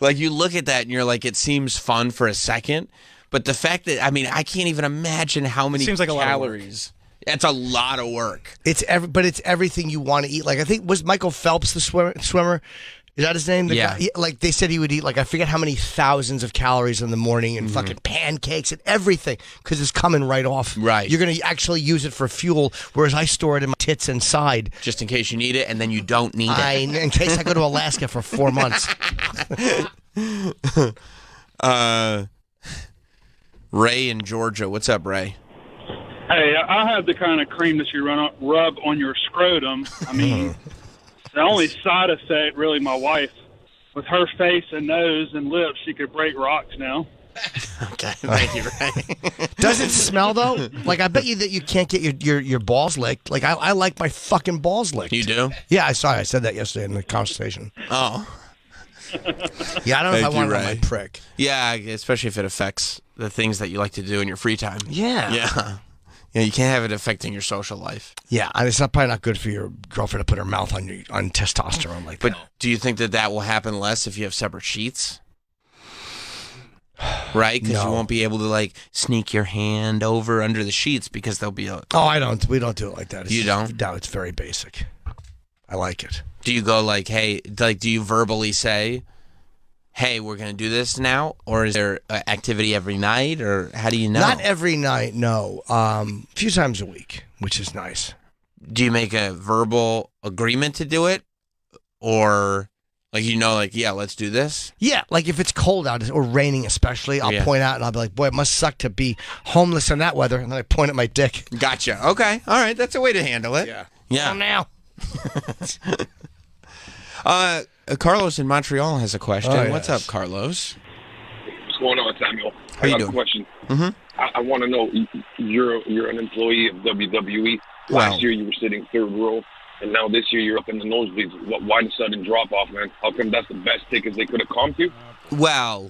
Speaker 2: Like, you look at that and you're like, it seems fun for a second, but the fact that, I mean, I can't even imagine how many
Speaker 3: Seems like a lot of work.
Speaker 2: calories. That's a lot of work.
Speaker 1: It's every, but it's everything you want to eat. Like I think was Michael Phelps the swimmer. Swimmer, is that his name? The
Speaker 2: Yeah.
Speaker 1: guy- like they said he would eat like I forget how many thousands of calories in the morning
Speaker 2: Mm-hmm.
Speaker 1: and fucking pancakes and everything because it's coming right off.
Speaker 2: Right.
Speaker 1: You're gonna actually use it for fuel, whereas I store it in my tits inside.
Speaker 2: Just in case you need it, and then you don't need
Speaker 1: I,
Speaker 2: it.
Speaker 1: in case I go to Alaska for four months.
Speaker 2: Uh, Ray in Georgia, what's up, Ray?
Speaker 8: Hey, I have the kind of cream that you run on, rub on your scrotum. I
Speaker 2: <laughs>
Speaker 8: mean, the only side effect, really, my wife, with her face and nose and lips, she could break rocks now.
Speaker 1: Does it smell though? Like I bet you that you can't get your your, your balls licked. Like I, I like my fucking balls licked.
Speaker 2: You do?
Speaker 1: Yeah, I saw. I said that yesterday in the conversation.
Speaker 2: Oh,
Speaker 1: Yeah, I don't know if I
Speaker 2: Thank you,
Speaker 1: want it on
Speaker 2: Ray.
Speaker 1: my prick.
Speaker 2: yeah. Especially if it affects the things that you like to do in your free time.
Speaker 1: Yeah.
Speaker 2: Yeah. Yeah, you can't have it affecting your social life.
Speaker 1: Yeah, and it's not probably not good for your girlfriend to put her mouth on your on testosterone like
Speaker 2: But
Speaker 1: that.
Speaker 2: do you think that that will happen less if you have separate sheets? Right, because
Speaker 1: No.
Speaker 2: you won't be able to like sneak your hand over under the sheets because they'll be. uh, A,
Speaker 1: Oh, I don't. We don't do it like that. It's
Speaker 2: You don't?
Speaker 1: No, it's very basic. I like it.
Speaker 2: do you go like, hey, like, do you verbally say, "Hey, we're gonna do this now," or is there uh, activity every night, or how do you know?
Speaker 1: Not every night. No, um, a few times a week, which is nice.
Speaker 2: do you make a verbal agreement to do it, or like you know, like, yeah, let's do this.
Speaker 1: Yeah, like if it's cold out or raining, especially, I'll
Speaker 2: Yeah.
Speaker 1: point out and I'll be like, "Boy, it must suck to be homeless in that weather." And then I point at my dick. Oh,
Speaker 2: Gotcha. Okay. All right. That's a way to handle it. Yeah. Yeah.
Speaker 1: now.
Speaker 2: Uh, Carlos in Montreal has a question.
Speaker 1: Oh,
Speaker 2: What's up,
Speaker 1: yes.
Speaker 2: Carlos?
Speaker 9: What's going on, Samuel?
Speaker 2: How
Speaker 9: I got
Speaker 2: you doing? Mm-hmm.
Speaker 9: a question. I, I want to know. y- You're you're an employee of WWE.
Speaker 2: Wow.
Speaker 9: Last year you were sitting third row, and now this year you're up in the nosebleeds. What, why the sudden drop off, man? How come that's the best tickets they could have comped you?
Speaker 2: Well,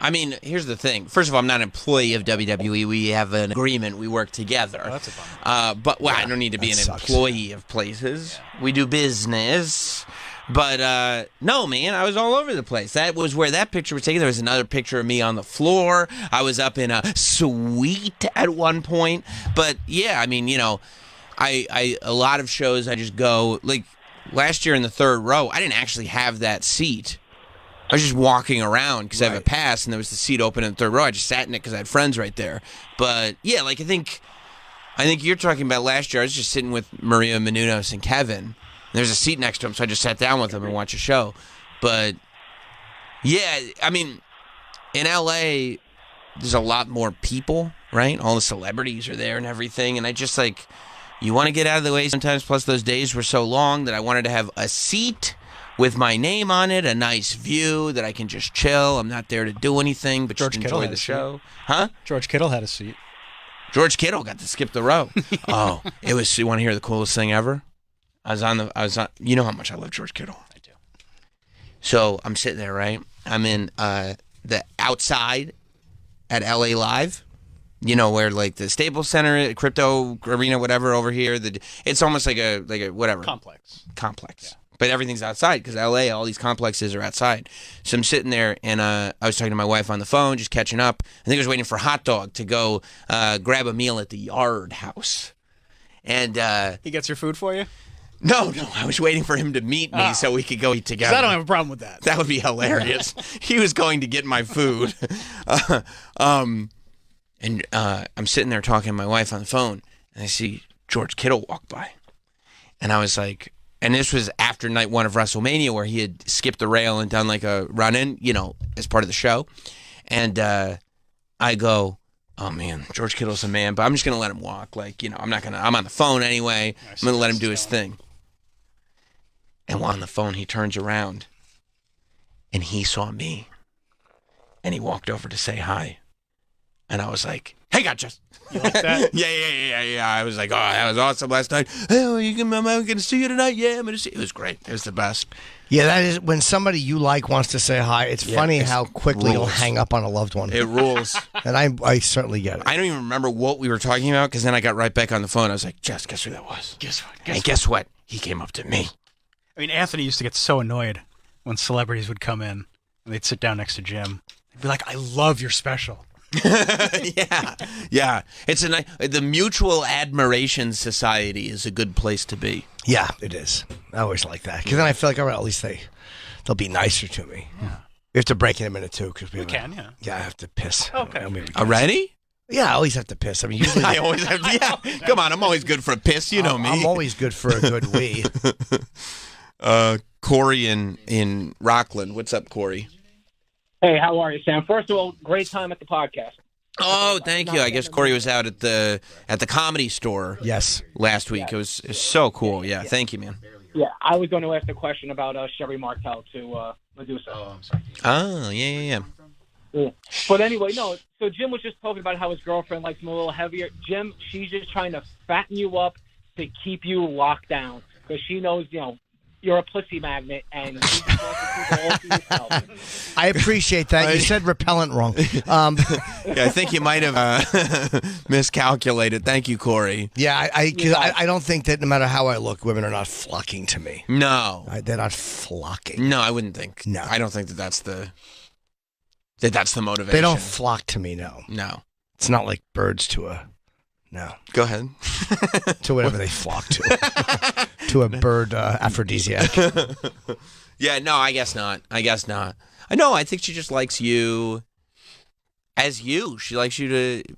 Speaker 2: I mean, here's the thing. First of all, I'm not an employee of WWE. We have an agreement. We work together. that's a bummer. Uh, but well, I don't need to be an
Speaker 1: that sucks.
Speaker 2: employee of places. We do business. But uh, no, man, I was all over the place. That was where that picture was taken. There was another picture of me on the floor. I was up in a suite at one point. But yeah, I mean, you know, I, I a lot of shows I just go like last year in the third row. I didn't actually have that seat. I was just walking around because I have a pass, and there was the seat open in the third row. I just sat in it because I had friends right there. But yeah, like I think, I think you're talking about last year. I was just sitting with Maria Menounos and Kevin. And there's a seat next to him, so I just sat down with him and watched a show. But yeah, I mean, in LA, there's a lot more people, right? All the celebrities are there and everything, and I just like you want to get out of the way sometimes. Plus, those days were so long that I wanted to have a seat with my name on it, a nice view that I can just chill. I'm not there to do anything, but
Speaker 3: George
Speaker 2: just
Speaker 3: Kittle
Speaker 2: enjoy
Speaker 3: had
Speaker 2: the
Speaker 3: a seat.
Speaker 2: show, huh?
Speaker 3: George Kittle had a seat.
Speaker 2: George Kittle got to skip the <laughs> row. oh, it was. You want to hear the coolest thing ever? I was on the. I was on. You know how much I love George Kittle. I do. So I'm sitting there, right? I'm in uh, the outside at LA Live. You know where like the Staples Center, Crypto Arena, whatever over here. The it's almost like a like a whatever
Speaker 3: Complex.
Speaker 2: complex. But everything's outside because LA, all these complexes are outside. So I'm sitting there and uh, I was talking to my wife on the phone, just catching up. I think I was waiting for Hot Dog to go uh, grab a meal at the Yard House. And uh,
Speaker 3: He gets your food for you.
Speaker 2: no, no, I was waiting for him to meet me so we could go eat
Speaker 3: Ah.
Speaker 2: together.
Speaker 3: 'Cause I don't have a problem with that.
Speaker 2: That would
Speaker 3: <laughs>
Speaker 2: be hilarious. he was going to get my food. <laughs> Uh, um, and uh, I'm sitting there talking to my wife on the phone, and I see George Kittle walk by. And I was like, and this was after night one of WrestleMania where he had skipped the rail and done like a run in, you know, as part of the show. And uh, I go, oh man, George Kittle's a man, but I'm just going to let him walk. Like, you know, I'm not going to, I'm on the phone anyway. I'm going to let him do his thing. And while on the phone, he turns around and he saw me and he walked over to say hi. And I was like, hey, gotcha. yeah, yeah, yeah, yeah, yeah. I was like, oh, that was awesome last night. Oh, you can, am I going to see you tonight? Yeah, I'm going to see you. It was great. It was the best.
Speaker 1: Yeah, that is when somebody you like wants to say hi. It's
Speaker 2: Yeah,
Speaker 1: funny
Speaker 2: it's
Speaker 1: how quickly you'll
Speaker 2: rules.
Speaker 1: hang up on a loved one,
Speaker 2: It rules.
Speaker 1: and I I certainly get it.
Speaker 2: I don't even remember what we were talking about because then I got right back on the phone. I was like, Jess, guess who that was?
Speaker 3: Guess what?
Speaker 2: and guess what? He came up to me. <laughs>
Speaker 3: I mean, Anthony used to get so annoyed when celebrities would come in and they'd sit down next to Jim. They'd be like, "I love your special."
Speaker 2: yeah, yeah. It's a ni- the mutual admiration society is a good place to be.
Speaker 1: Yeah, it is. I always like that because then I feel like all right, at least they they'll be nicer to me. Yeah. We have to break in a minute too because we,
Speaker 3: We
Speaker 1: have a-
Speaker 3: can, yeah.
Speaker 1: Yeah, I have to piss. Okay.
Speaker 2: Already?
Speaker 1: Yeah, I always have to piss. I mean,
Speaker 2: <laughs>
Speaker 1: usually
Speaker 2: I always have. Yeah, come on. I'm always good for a piss. You know
Speaker 1: I'm,
Speaker 2: me.
Speaker 1: I'm always good for a good
Speaker 2: <laughs>
Speaker 1: wee.
Speaker 2: uh, Corey in in Rockland. What's up, Corey?
Speaker 10: Hey, how are you, Sam? First of all, great time at the podcast.
Speaker 2: Oh, thank you. I guess Corey was out at the at the comedy store
Speaker 1: yes.
Speaker 2: last week. It was, it was so cool. Yeah, thank you, man.
Speaker 10: Yeah, I was going to ask a question about uh, Sherry Martel to uh, Medusa. Oh, I'm sorry.
Speaker 2: Oh, yeah, yeah, yeah.
Speaker 10: But anyway, no. So Jim was just talking about how his girlfriend likes him a little heavier. Jim, she's just trying to fatten you up to keep you locked down because she knows, you know, you're a pussy magnet and she's all to yourself.
Speaker 1: I appreciate that. You said repellent
Speaker 2: <laughs>
Speaker 1: wrong. Um,
Speaker 2: Yeah, I think you might have uh, <laughs> miscalculated. Thank you, Corey.
Speaker 1: yeah, I I, 'cause I I don't think that no matter how I look, women are not flocking to me.
Speaker 2: No,
Speaker 1: I, they're not flocking.
Speaker 2: no, I wouldn't think.
Speaker 1: No.
Speaker 2: I don't think that that's the that that's the motivation.
Speaker 1: They don't flock to me. No,
Speaker 2: no.
Speaker 1: it's not like birds to a no
Speaker 2: Go ahead.
Speaker 1: to whatever they flock to to a bird uh, aphrodisiac.
Speaker 2: Yeah, no, I guess not. I guess not. I know. I think she just likes you as you. She likes you to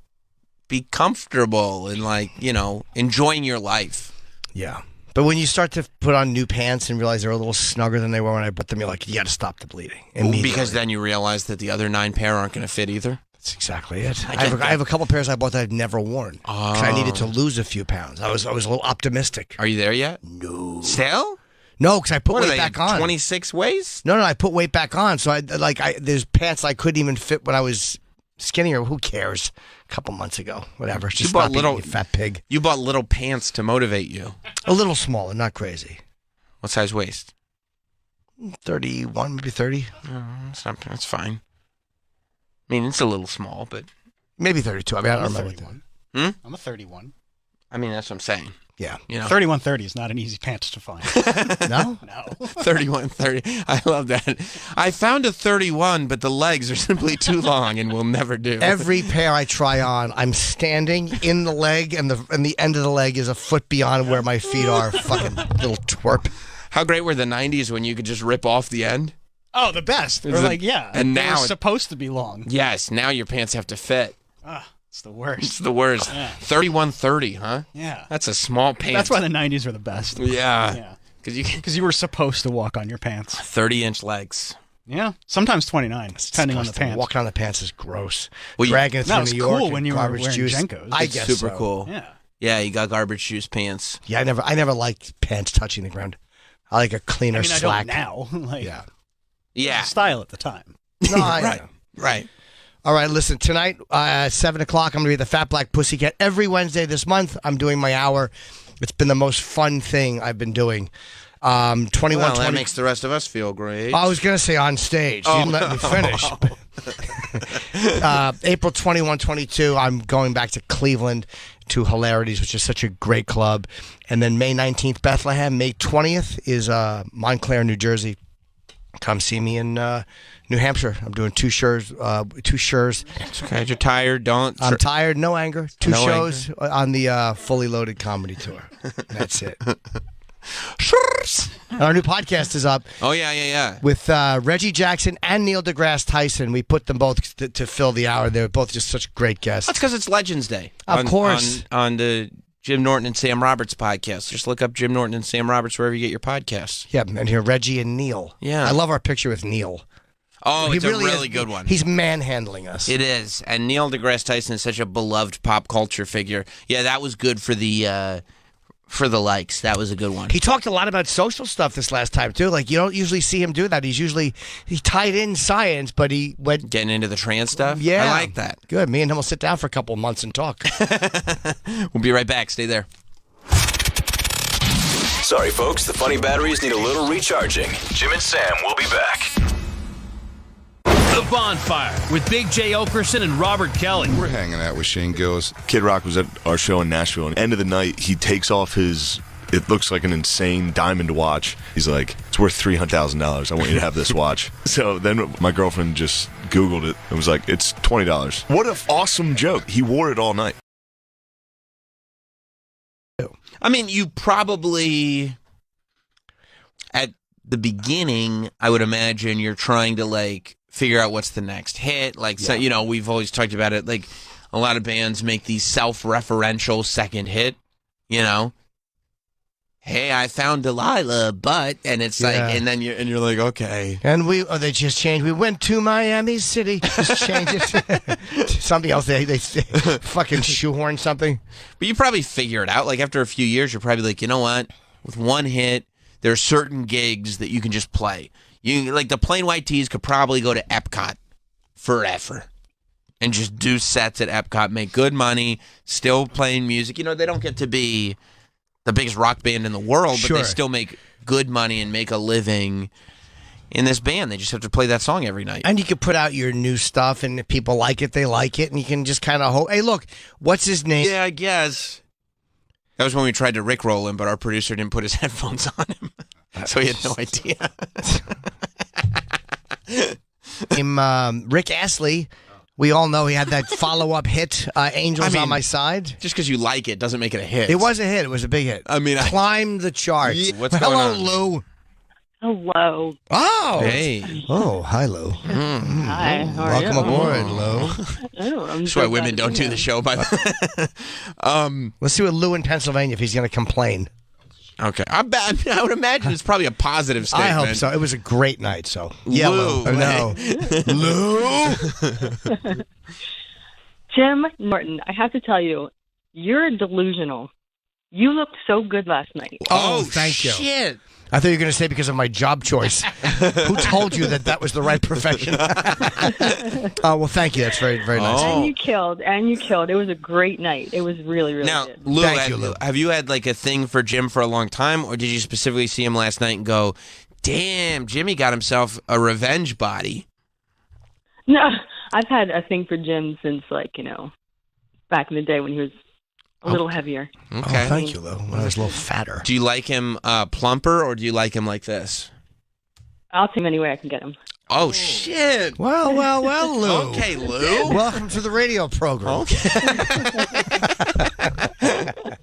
Speaker 2: be comfortable and like you know enjoying your life.
Speaker 1: Yeah. But when you start to put on new pants and realize they're a little snugger than they were when I bought them, you're like, you got to stop the bleeding. Immediately.
Speaker 2: Because then you realize that the other nine pair aren't going to fit either.
Speaker 1: that's exactly it. I,
Speaker 2: get
Speaker 1: have a, I
Speaker 2: that. Oh.
Speaker 1: have a couple pairs I bought that I've never worn 'cause I needed to lose a few pounds. I was I was a little optimistic.
Speaker 2: Are you there yet?
Speaker 1: No,
Speaker 2: Still?
Speaker 1: no, because I put
Speaker 2: What are
Speaker 1: weight
Speaker 2: they?
Speaker 1: back on.
Speaker 2: Twenty six ways?
Speaker 1: No, no, I put weight back on. So I like I there's pants I couldn't even fit when I was skinnier. Who cares? A couple months ago, whatever. Just
Speaker 2: bought
Speaker 1: stop eating,
Speaker 2: little-
Speaker 1: you fat pig.
Speaker 2: You bought little pants to motivate you.
Speaker 1: A little smaller, not crazy.
Speaker 2: What size waist?
Speaker 1: Thirty-one, maybe thirty,
Speaker 2: That's not. That's fine. I mean, it's a little small, but
Speaker 1: maybe thirty-two. I mean, I don't
Speaker 3: I'm a
Speaker 1: remember.
Speaker 3: 31.
Speaker 2: Hmm?
Speaker 3: I'm a 31.
Speaker 2: I mean that's what I'm saying.
Speaker 3: <laughs>
Speaker 1: Yeah.
Speaker 2: You know, <laughs>
Speaker 3: 3130 is not an easy pants to find.
Speaker 1: No.
Speaker 3: no.
Speaker 2: 31 30 i love that i found a 31 but the legs are simply too long and will never do
Speaker 1: Every pair I try on, I'm standing in the leg, and the and the end of the leg is a foot beyond where my feet
Speaker 3: <laughs>
Speaker 1: are. Fucking little twerp.
Speaker 2: how great were the 90s when you could just rip off the end
Speaker 3: Oh, the best. They're
Speaker 2: Is it-
Speaker 3: like, yeah.
Speaker 2: and
Speaker 3: they
Speaker 2: now
Speaker 3: were
Speaker 2: it-
Speaker 3: supposed to be long.
Speaker 2: yes now your pants have to fit
Speaker 3: Ah, it's the
Speaker 2: it's
Speaker 3: worst.
Speaker 2: the worst
Speaker 3: Yeah.
Speaker 2: 31 30 huh
Speaker 3: Yeah.
Speaker 2: that's a small pants
Speaker 3: That's why the 90s were the best.
Speaker 2: yeah
Speaker 3: Yeah.
Speaker 2: because you can
Speaker 3: Because you were supposed to walk on your pants.
Speaker 2: 30 inch legs
Speaker 3: Yeah. Sometimes 29, depending on the
Speaker 1: Disgusting.
Speaker 3: pants.
Speaker 1: Walking on the pants is gross.
Speaker 2: Well, you-
Speaker 1: Dragging it
Speaker 3: No,
Speaker 1: through
Speaker 3: it's
Speaker 1: New York
Speaker 3: cool
Speaker 1: in
Speaker 3: when you were
Speaker 1: garbage
Speaker 3: wearing
Speaker 1: juice.
Speaker 3: Jenkos.
Speaker 1: I
Speaker 2: It's
Speaker 1: guess
Speaker 2: super
Speaker 1: so.
Speaker 2: cool
Speaker 3: yeah.
Speaker 2: yeah you got garbage shoes pants
Speaker 1: Yeah, I never, I never liked pants touching the ground. I like a
Speaker 3: I
Speaker 1: cleaner
Speaker 3: mean,
Speaker 1: slack.
Speaker 3: I don't now. <laughs> like,
Speaker 1: Yeah.
Speaker 2: yeah
Speaker 3: Style at the time.
Speaker 1: No, I
Speaker 2: right
Speaker 1: know.
Speaker 2: right
Speaker 1: All right, listen, tonight, uh, 7 o'clock, I'm going to be at the Fat Black Pussycat. Every Wednesday this month, I'm doing my hour. It's been the most fun thing I've been doing. Um, 21,
Speaker 2: well that
Speaker 1: 20
Speaker 2: makes the rest of us feel great
Speaker 1: I was going to say on stage. You didn't
Speaker 2: Oh.
Speaker 1: let me finish.
Speaker 2: <laughs>
Speaker 1: uh, April 21, 22, I'm going back to Cleveland to Hilarities, which is such a great club. And then May 19th, Bethlehem. May 20th is uh, Montclair, New Jersey. Come see me in uh, New Hampshire. I'm doing two shows. Uh, two shows.
Speaker 2: it's okay you're tired don't
Speaker 1: I'm tired. No anger. Two
Speaker 2: No
Speaker 1: shows on the uh, fully loaded comedy tour. That's
Speaker 2: <laughs>
Speaker 1: it. And our new podcast is up
Speaker 2: oh yeah yeah yeah
Speaker 1: with uh, Reggie Jackson and Neil deGrasse Tyson. We put them both to, to fill the hour. They were both just such great guests.
Speaker 2: That's because it's Legends Day.
Speaker 1: Of
Speaker 2: on,
Speaker 1: course.
Speaker 2: On, on the Jim Norton and Sam Roberts podcast. Just look up Jim Norton and Sam Roberts wherever you get your podcasts.
Speaker 1: Yeah, and here Reggie and Neil.
Speaker 2: Yeah.
Speaker 1: I love our picture with Neil.
Speaker 2: Oh,
Speaker 1: He
Speaker 2: it's a
Speaker 1: is-
Speaker 2: really good one.
Speaker 1: He's manhandling us.
Speaker 2: it is. And Neil deGrasse Tyson is such a beloved pop culture figure. Yeah, that was good for the uh, for the likes. That was a good one.
Speaker 1: he talked a lot about social stuff this last time too. Like you don't usually see him do that. He's usually he tied in science, but he went.
Speaker 2: Getting into the trans stuff.
Speaker 1: Yeah,
Speaker 2: I like that.
Speaker 1: Good. Me and him will sit down for a couple of months and talk. <laughs>
Speaker 2: We'll be right back. Stay there.
Speaker 11: Sorry, folks, the funny batteries need a little recharging. Jim and Sam will be back.
Speaker 12: The Bonfire with Big J. Okerson and Robert Kelly.
Speaker 13: We're hanging out with Shane Gillis.
Speaker 5: Kid Rock was at our show in Nashville, and end of the night, he takes off his
Speaker 13: It looks like an insane diamond watch. He's like, it's worth three hundred thousand dollars. I want you to have this watch. so then my girlfriend just Googled it and was like, it's twenty dollars. What an awesome joke! He wore it all night.
Speaker 2: I mean, you probably at the beginning, I would imagine you're trying to like figure out what's the next hit. Like, so, you know, we've always talked about it. Like, a lot of bands make these self-referential second hit. You know, hey, I found Delilah, but and it's
Speaker 1: Yeah.
Speaker 2: like, and then you're and you're like, okay,
Speaker 1: And we, oh, they just changed. We went to Miami City. Just changed it <laughs> to something else. They, they fucking shoehorn something.
Speaker 2: But you probably figure it out. Like after a few years, you're probably like, you know what? With one hit, there are certain gigs that you can just play. You like the plain white tees could probably go to Epcot forever, and just do sets at Epcot, make good money, still playing music. You know, they don't get to be the biggest rock band in the world, but they
Speaker 1: Sure.
Speaker 2: still make good money and make a living in this band. They just have to play that song every night.
Speaker 1: And you could put out your new stuff, and if people like it, they like it, and you can just kind of hope. Hey, look, what's his name?
Speaker 2: Yeah, I guess. That was when we tried to Rickroll him, but our producer didn't put his <laughs> headphones on him, so he had
Speaker 1: <laughs>
Speaker 2: no idea.
Speaker 1: Him, um, Rick Astley. We all know he had
Speaker 2: <laughs>
Speaker 1: that follow-up hit, uh, "Angels
Speaker 2: I mean,
Speaker 1: on My Side."
Speaker 2: Just because you like it doesn't make it a hit.
Speaker 1: It was a hit. It was a big hit.
Speaker 2: I mean, I-
Speaker 1: climb the charts.
Speaker 2: Yeah, what's
Speaker 1: Hello,
Speaker 2: going on?
Speaker 1: Lou.
Speaker 14: <laughs> Hello.
Speaker 1: Oh,
Speaker 2: Hey.
Speaker 1: Oh, hi, Lou.
Speaker 14: Hi. How are
Speaker 1: Welcome
Speaker 14: you?
Speaker 1: aboard, Lou.
Speaker 14: Oh, I'm
Speaker 2: Mm-hmm. That's
Speaker 14: so
Speaker 2: why
Speaker 14: glad
Speaker 2: women
Speaker 14: to
Speaker 2: don't
Speaker 14: be
Speaker 2: do the
Speaker 14: here.
Speaker 2: show.
Speaker 1: <laughs>
Speaker 2: By the um,
Speaker 1: let's see what Lou in Pennsylvania if he's going to complain.
Speaker 2: okay, I, bet- I, mean, <laughs> I would imagine it's probably a positive statement.
Speaker 1: I hope so. It was a great night. So yeah,
Speaker 2: Lou,
Speaker 1: Lou. Oh,
Speaker 2: <laughs>
Speaker 1: no,
Speaker 2: Oh,
Speaker 1: Lou.
Speaker 14: Jim Norton, I have to tell you, you're delusional. You looked so good last night.
Speaker 1: Oh, thank you. I thought you were going to say because of my job
Speaker 2: <laughs>
Speaker 1: choice. Who told you that that was the right profession? oh well, thank you. That's very very nice.
Speaker 2: Oh,
Speaker 15: Oh.
Speaker 14: And you killed, and you killed. It was a great night. It was really, really
Speaker 2: Now,
Speaker 14: good. <laughs>
Speaker 2: Lou, have, have you had like a thing for Jim for a long time, or did you specifically see him last night and go, "Damn, Jimmy got himself a revenge body"?
Speaker 14: No, I've had a thing for Jim since like you know, back in the day when he was a
Speaker 15: Oh.
Speaker 14: little heavier.
Speaker 2: Okay.
Speaker 1: Oh, thank you, Lou. When I was a little fatter.
Speaker 2: Do you like him uh, plumper, or do you like him like this?
Speaker 14: I'll take him any way I can get him.
Speaker 2: Oh shit!
Speaker 1: Well, well, well, Lou.
Speaker 2: Okay, Lou.
Speaker 1: Welcome to the radio program. <laughs>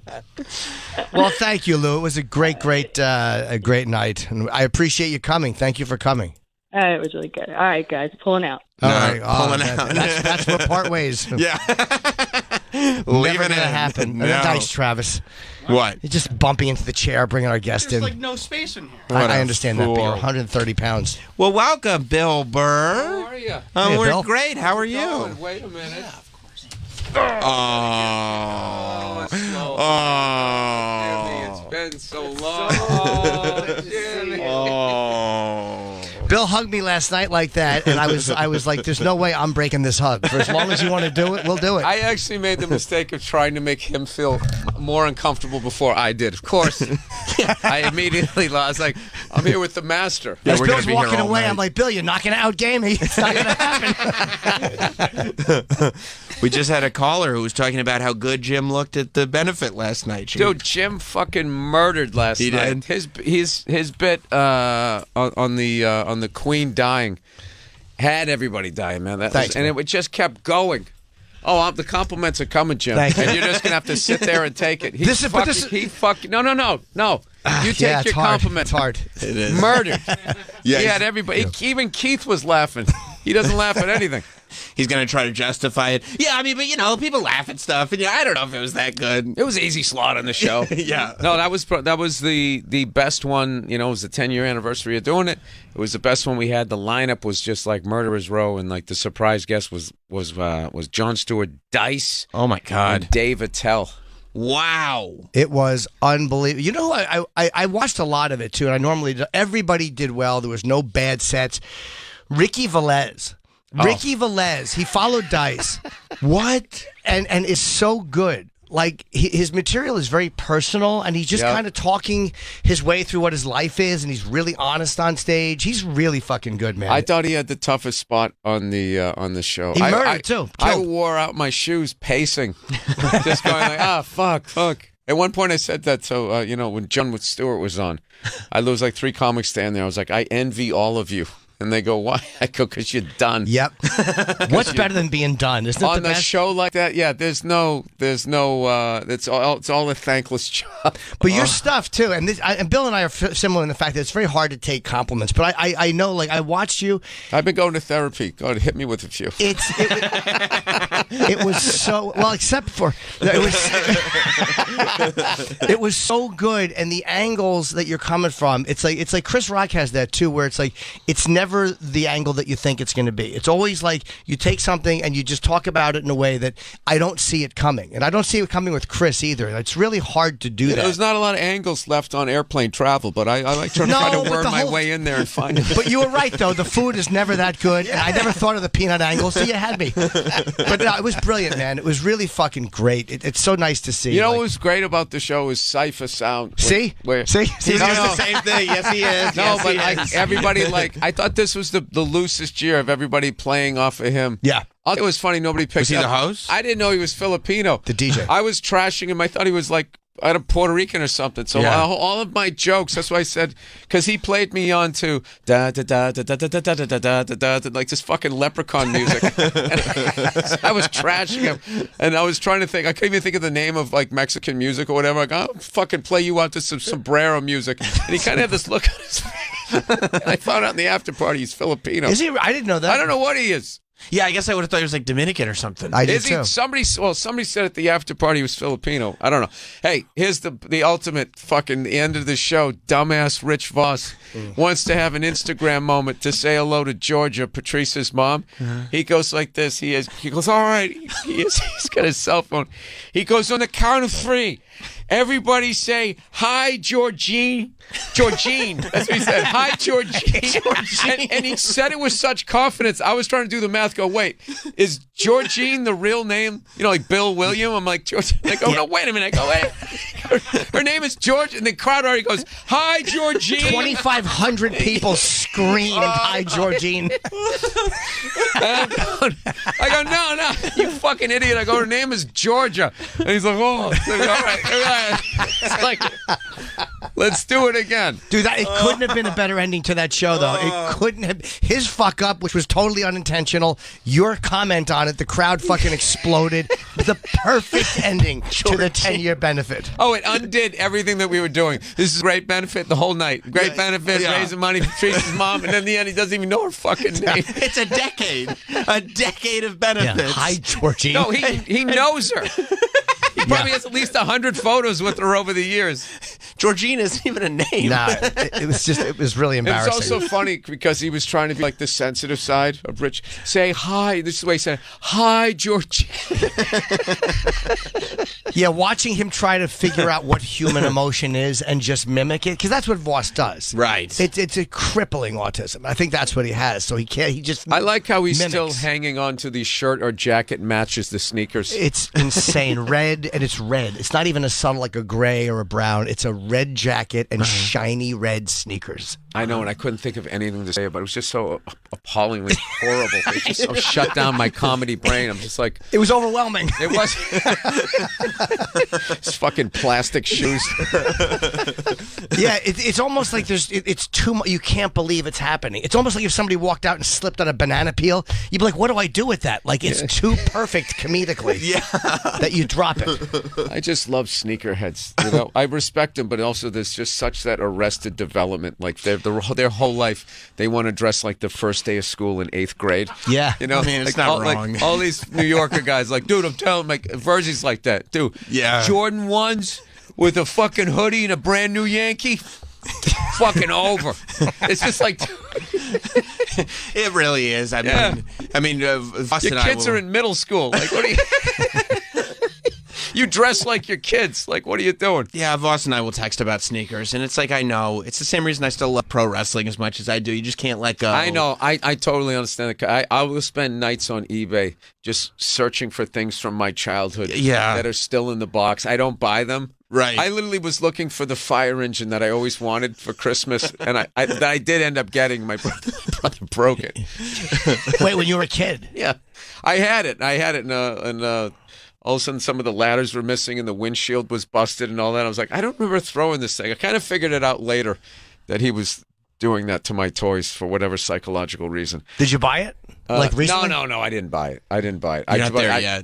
Speaker 1: well, thank you, Lou. It was a great, great, uh, a great night, and I appreciate you coming. Thank you for coming.
Speaker 14: All right, Uh, it was really good. All right, guys, pulling out.
Speaker 1: All right, oh,
Speaker 2: pulling
Speaker 1: that-
Speaker 2: out.
Speaker 1: That's, that's where
Speaker 2: <laughs>
Speaker 1: part ways.
Speaker 2: Yeah,
Speaker 1: Never
Speaker 2: it
Speaker 1: gonna
Speaker 2: in.
Speaker 1: happen.
Speaker 2: No.
Speaker 1: Nice, Travis.
Speaker 2: What?
Speaker 1: You're just bumping into the chair, bringing our guest in.
Speaker 3: no space in here.
Speaker 2: What a
Speaker 1: I, I understand that, but you're
Speaker 2: fool.
Speaker 1: 130 pounds.
Speaker 2: Well, welcome, Bill Burr. How are you? Um,
Speaker 1: Hey,
Speaker 2: we're
Speaker 1: Bill.
Speaker 2: great. How are you?
Speaker 15: Wait a minute. Yeah, of
Speaker 2: Oh. Oh.
Speaker 15: course. It's
Speaker 2: <laughs>
Speaker 15: been so long. Oh, Jimmy.
Speaker 2: Oh.
Speaker 1: Bill hugged me last night like that, and I was, I was like, "There's no way I'm breaking this hug. For as long as you want to do it, we'll do it."
Speaker 15: I actually made the mistake of trying to make him feel more uncomfortable before I did. Of course, I immediately I was like, "I'm here with the master."
Speaker 1: As Bill's walking away, I'm like, Bill, you're not going to outgame me. It's not going
Speaker 15: <laughs>
Speaker 1: to happen.
Speaker 2: We just had a caller who was talking about how good Jim looked at the benefit last night. She-
Speaker 15: Dude, Jim fucking murdered last
Speaker 2: He
Speaker 15: night.
Speaker 2: did?
Speaker 15: His his his bit uh, on, on the uh, on the Queen dying had everybody dying, man. That was-
Speaker 1: Thanks,
Speaker 15: and it just kept going. Oh, I'm, the compliments are coming, Jim,
Speaker 1: Thank you.
Speaker 15: and you're just gonna have to sit there and take it. He
Speaker 1: This is- but
Speaker 15: fucking,
Speaker 1: this is- Ah,
Speaker 15: he fucking no no no no. You take
Speaker 1: yeah, it's
Speaker 15: your
Speaker 1: hard.
Speaker 15: compliment.
Speaker 1: It's hard.
Speaker 2: It is.
Speaker 15: Murdered.
Speaker 2: Yeah,
Speaker 15: he
Speaker 2: he's-
Speaker 15: had everybody. Even Keith was laughing. He doesn't laugh at anything.
Speaker 2: He's going to try to justify it. Yeah, I mean, but you know, people laugh at stuff, and yeah, I don't know if it was that good.
Speaker 15: It was an easy slot on the show.
Speaker 2: <laughs> yeah.
Speaker 15: No, that was pro- that was the the best one. You know, it was the ten year anniversary of doing it. It was the best one we had. The lineup was just like Murderers Row, and like the surprise guest was was uh, was John Stewart Dice.
Speaker 2: Oh my God.
Speaker 15: and Dave Attell.
Speaker 2: Wow.
Speaker 1: It was unbelievable. You know, I, I I watched a lot of it too, and I normally everybody did well. There was no bad sets. Ricky Velez,
Speaker 15: Oh.
Speaker 1: Ricky Velez, he followed
Speaker 15: <laughs>
Speaker 1: Dice. what? And and is so good. Like he, his material is very personal, and he's just
Speaker 15: Yeah.
Speaker 1: kind of talking his way through what his life is, and he's really honest on stage. He's really fucking good, man.
Speaker 15: I thought he had the toughest spot on the uh, on the show.
Speaker 1: He
Speaker 15: I,
Speaker 1: murdered,
Speaker 15: I-
Speaker 1: too.
Speaker 15: I
Speaker 1: Killed.
Speaker 15: wore out my shoes pacing, just going like, ah, fuck, fuck. At one point, I said that. So uh, you know, when John Wood Stewart was on, I there was like three comics standing there. I was like, I envy all of you. And they go, why? I go, because you're done. <laughs>
Speaker 1: Yep. What's better than being done? Isn't it
Speaker 15: on
Speaker 1: the best?
Speaker 15: show like that? Yeah. There's no. There's no. Uh, it's all. It's all a thankless job.
Speaker 1: But your stuff too, and this, I, and Bill and I are f- similar in the fact that it's very hard to take compliments. But I, I, I know, like I watched you.
Speaker 15: I've been going to therapy. God, hit me with a few.
Speaker 1: It's it, <laughs> it was so well, except for it was <laughs> it was so good, and the angles that you're coming from. It's like it's like Chris Rock has that too, where it's like it's never the angle that you think it's going to be. It's always like you take something and you just talk about it in a way that I don't see it coming, and I don't see it coming with Chris either. It's really hard to do
Speaker 15: You know,
Speaker 1: that.
Speaker 15: There's not a lot of angles left on airplane travel, but I, I like to try
Speaker 1: No,
Speaker 15: to
Speaker 1: but
Speaker 15: worm
Speaker 1: the
Speaker 15: my
Speaker 1: whole-
Speaker 15: way in there and find it.
Speaker 1: But you were right, though. The food is never that good. And I never thought of the peanut angle, so you had me. But no, it was brilliant, man. It was really fucking great. It, it's so nice to see.
Speaker 15: You know what was great about the show is Cypher Sound. where-
Speaker 1: <laughs> See?
Speaker 15: Where,
Speaker 1: See? He's doing the
Speaker 5: same thing. Yes, he is.
Speaker 15: No,
Speaker 5: Yes,
Speaker 15: but
Speaker 5: he
Speaker 15: I,
Speaker 5: is.
Speaker 15: everybody, like, I thought this was the, the loosest year of everybody playing off of him.
Speaker 1: Yeah.
Speaker 15: It was funny. Nobody picked
Speaker 2: he
Speaker 15: up.
Speaker 2: the host?
Speaker 15: I didn't know he was Filipino. The
Speaker 1: DJ.
Speaker 15: I was trashing him. I thought he was like out of Puerto Rican or something. So
Speaker 2: Yeah.
Speaker 15: all, all of my jokes. That's why I said because he played me on to da da da da da da da da da da da da da uh, like this fucking leprechaun music. <laughs> And I, I was trashing him, and I was trying to think. I couldn't even think of the name of like Mexican music or whatever. Like I'll fucking play you <laughs> out to "Oh, some sombrero music, and he kind of had this look on his face. And I found out in the after party he's Filipino.
Speaker 1: Is he? I didn't know that.
Speaker 15: I don't know what he is.
Speaker 2: <laughs> Yeah, I guess I would have thought he was like Dominican or something.
Speaker 15: Is he, Somebody, well, somebody said at the after party he was Filipino. I don't know. Hey, here's the the ultimate fucking the end of the show. Dumbass Rich Voss wants to have an Instagram moment to say hello to Georgia, Patrice's mom. He goes like this. He is. He goes, all right. He is, he's got his cell phone. He goes on the count of three. Everybody say hi, Georgine. Georgine. That's what he said. Hi, <laughs> Georgine. And, and he said it with such confidence. I was trying to do the math. Go wait, is Georgine the real name? You know, like Bill William. I'm like Georgine. Like <laughs> oh no, wait a minute. I go wait. Her, her name is George, and the crowd already goes hi, Georgine.
Speaker 1: 2,500 people scream
Speaker 15: Oh.
Speaker 1: and hi, Georgine.
Speaker 15: I go, no, no, you fucking idiot. I go, her name is Georgia. And he's like, oh, It's like, all right, all right. It's like, let's do it again.
Speaker 1: Dude, that, it couldn't have been a better ending to that show, though.
Speaker 15: Oh.
Speaker 1: It couldn't have. His fuck up, which was totally unintentional, your comment on it, the crowd fucking exploded. <laughs> the perfect ending to the 10 year benefit.
Speaker 15: Oh, it undid everything that we were doing. This is great benefit the whole night. Great benefit,
Speaker 1: yeah.
Speaker 15: raising money for Patrice's mom, and in the end, he doesn't even know her
Speaker 2: <laughs>
Speaker 15: fucking name.
Speaker 2: It's a decade. A decade
Speaker 15: <laughs>
Speaker 2: of benefits.
Speaker 1: Yeah. Hi, Georgie.
Speaker 15: No, he he knows her. He probably has at least hundred photos with her over the years.
Speaker 2: Georgina isn't even a name.
Speaker 1: Nah, it, it was just, it was really
Speaker 15: It was
Speaker 1: embarrassing.
Speaker 15: also funny because he was trying to be like the sensitive side of Rich. Say hi. This is the way he said, "Hi, George."
Speaker 1: Yeah, watching him try to figure out what human emotion is and just mimic it, because that's what Voss does. Right. It's it's a crippling autism. I think that's what he has. So he can't. He just.
Speaker 15: I like how he's
Speaker 1: mimics.
Speaker 15: still hanging on to the shirt or jacket matches the sneakers.
Speaker 1: It's
Speaker 15: <laughs>
Speaker 1: insane. red and it's red. It's not even a subtle like a gray or a brown. It's a red jacket
Speaker 15: Uh-huh.
Speaker 1: and shiny red sneakers.
Speaker 15: I know, and I couldn't think of anything to say, but it was just so a- appallingly horrible. It just so shut down my comedy brain. I'm just like,
Speaker 1: It was
Speaker 15: <laughs>
Speaker 1: overwhelming.
Speaker 15: It
Speaker 2: <laughs>
Speaker 15: was. it's fucking plastic shoes.
Speaker 1: yeah, it, it's almost like there's. It, it's too much. You can't believe it's happening. It's almost like if somebody walked out and slipped on a banana peel. You'd be like, "What do I do with that? Like it's too perfect comedically. yeah. That you drop it.
Speaker 15: I just love sneakerheads. You know, I respect them, but also there's just such that arrested development. Like their their, their whole life, they want to dress like the first day of school in eighth grade.
Speaker 1: Yeah.
Speaker 15: you know,
Speaker 2: I mean,
Speaker 15: like,
Speaker 2: it's not
Speaker 15: all, like,
Speaker 2: wrong.
Speaker 15: all these New Yorker guys, like, dude, I'm telling, like, Virgil's like that, dude.
Speaker 2: Yeah.
Speaker 15: Jordan ones with a fucking hoodie and a brand new Yankee. fucking over. It's just like
Speaker 2: <laughs> It really is. I
Speaker 15: Yeah.
Speaker 2: mean, I mean, uh, Voss
Speaker 15: your
Speaker 2: and I
Speaker 15: kids
Speaker 2: will-
Speaker 15: are in middle school. Like, what are you? <laughs> you dress like your kids. Like, what are you doing?
Speaker 2: Yeah, Voss and I will text about sneakers, and it's like I know it's the same reason I still love pro wrestling as much as I do. You just can't let go.
Speaker 1: Oh.
Speaker 15: I know. I, I totally understand. that. I, I will spend nights on eBay just searching for things from my childhood
Speaker 2: Yeah.
Speaker 15: that are still in the box. I don't buy them.
Speaker 2: Right.
Speaker 15: I literally was looking for the fire engine that I always wanted for Christmas, <laughs> and I, I, that I did end up getting. My brother, <laughs> my brother broke
Speaker 1: <laughs>
Speaker 15: it. <laughs>
Speaker 1: Wait, when you were a kid.
Speaker 15: Yeah, I had it. I had it in a in a, all of a sudden some of the ladders were missing and the windshield was busted and all that. I was like, I don't remember throwing this thing. I kind of figured it out later that he was doing that to my toys for whatever psychological reason.
Speaker 1: Did you buy it?
Speaker 15: Uh,
Speaker 1: like recently?
Speaker 15: No, no, no. I didn't buy it. I didn't buy it.
Speaker 2: You're
Speaker 15: I,
Speaker 2: not
Speaker 15: but
Speaker 2: there
Speaker 15: I-
Speaker 2: yet.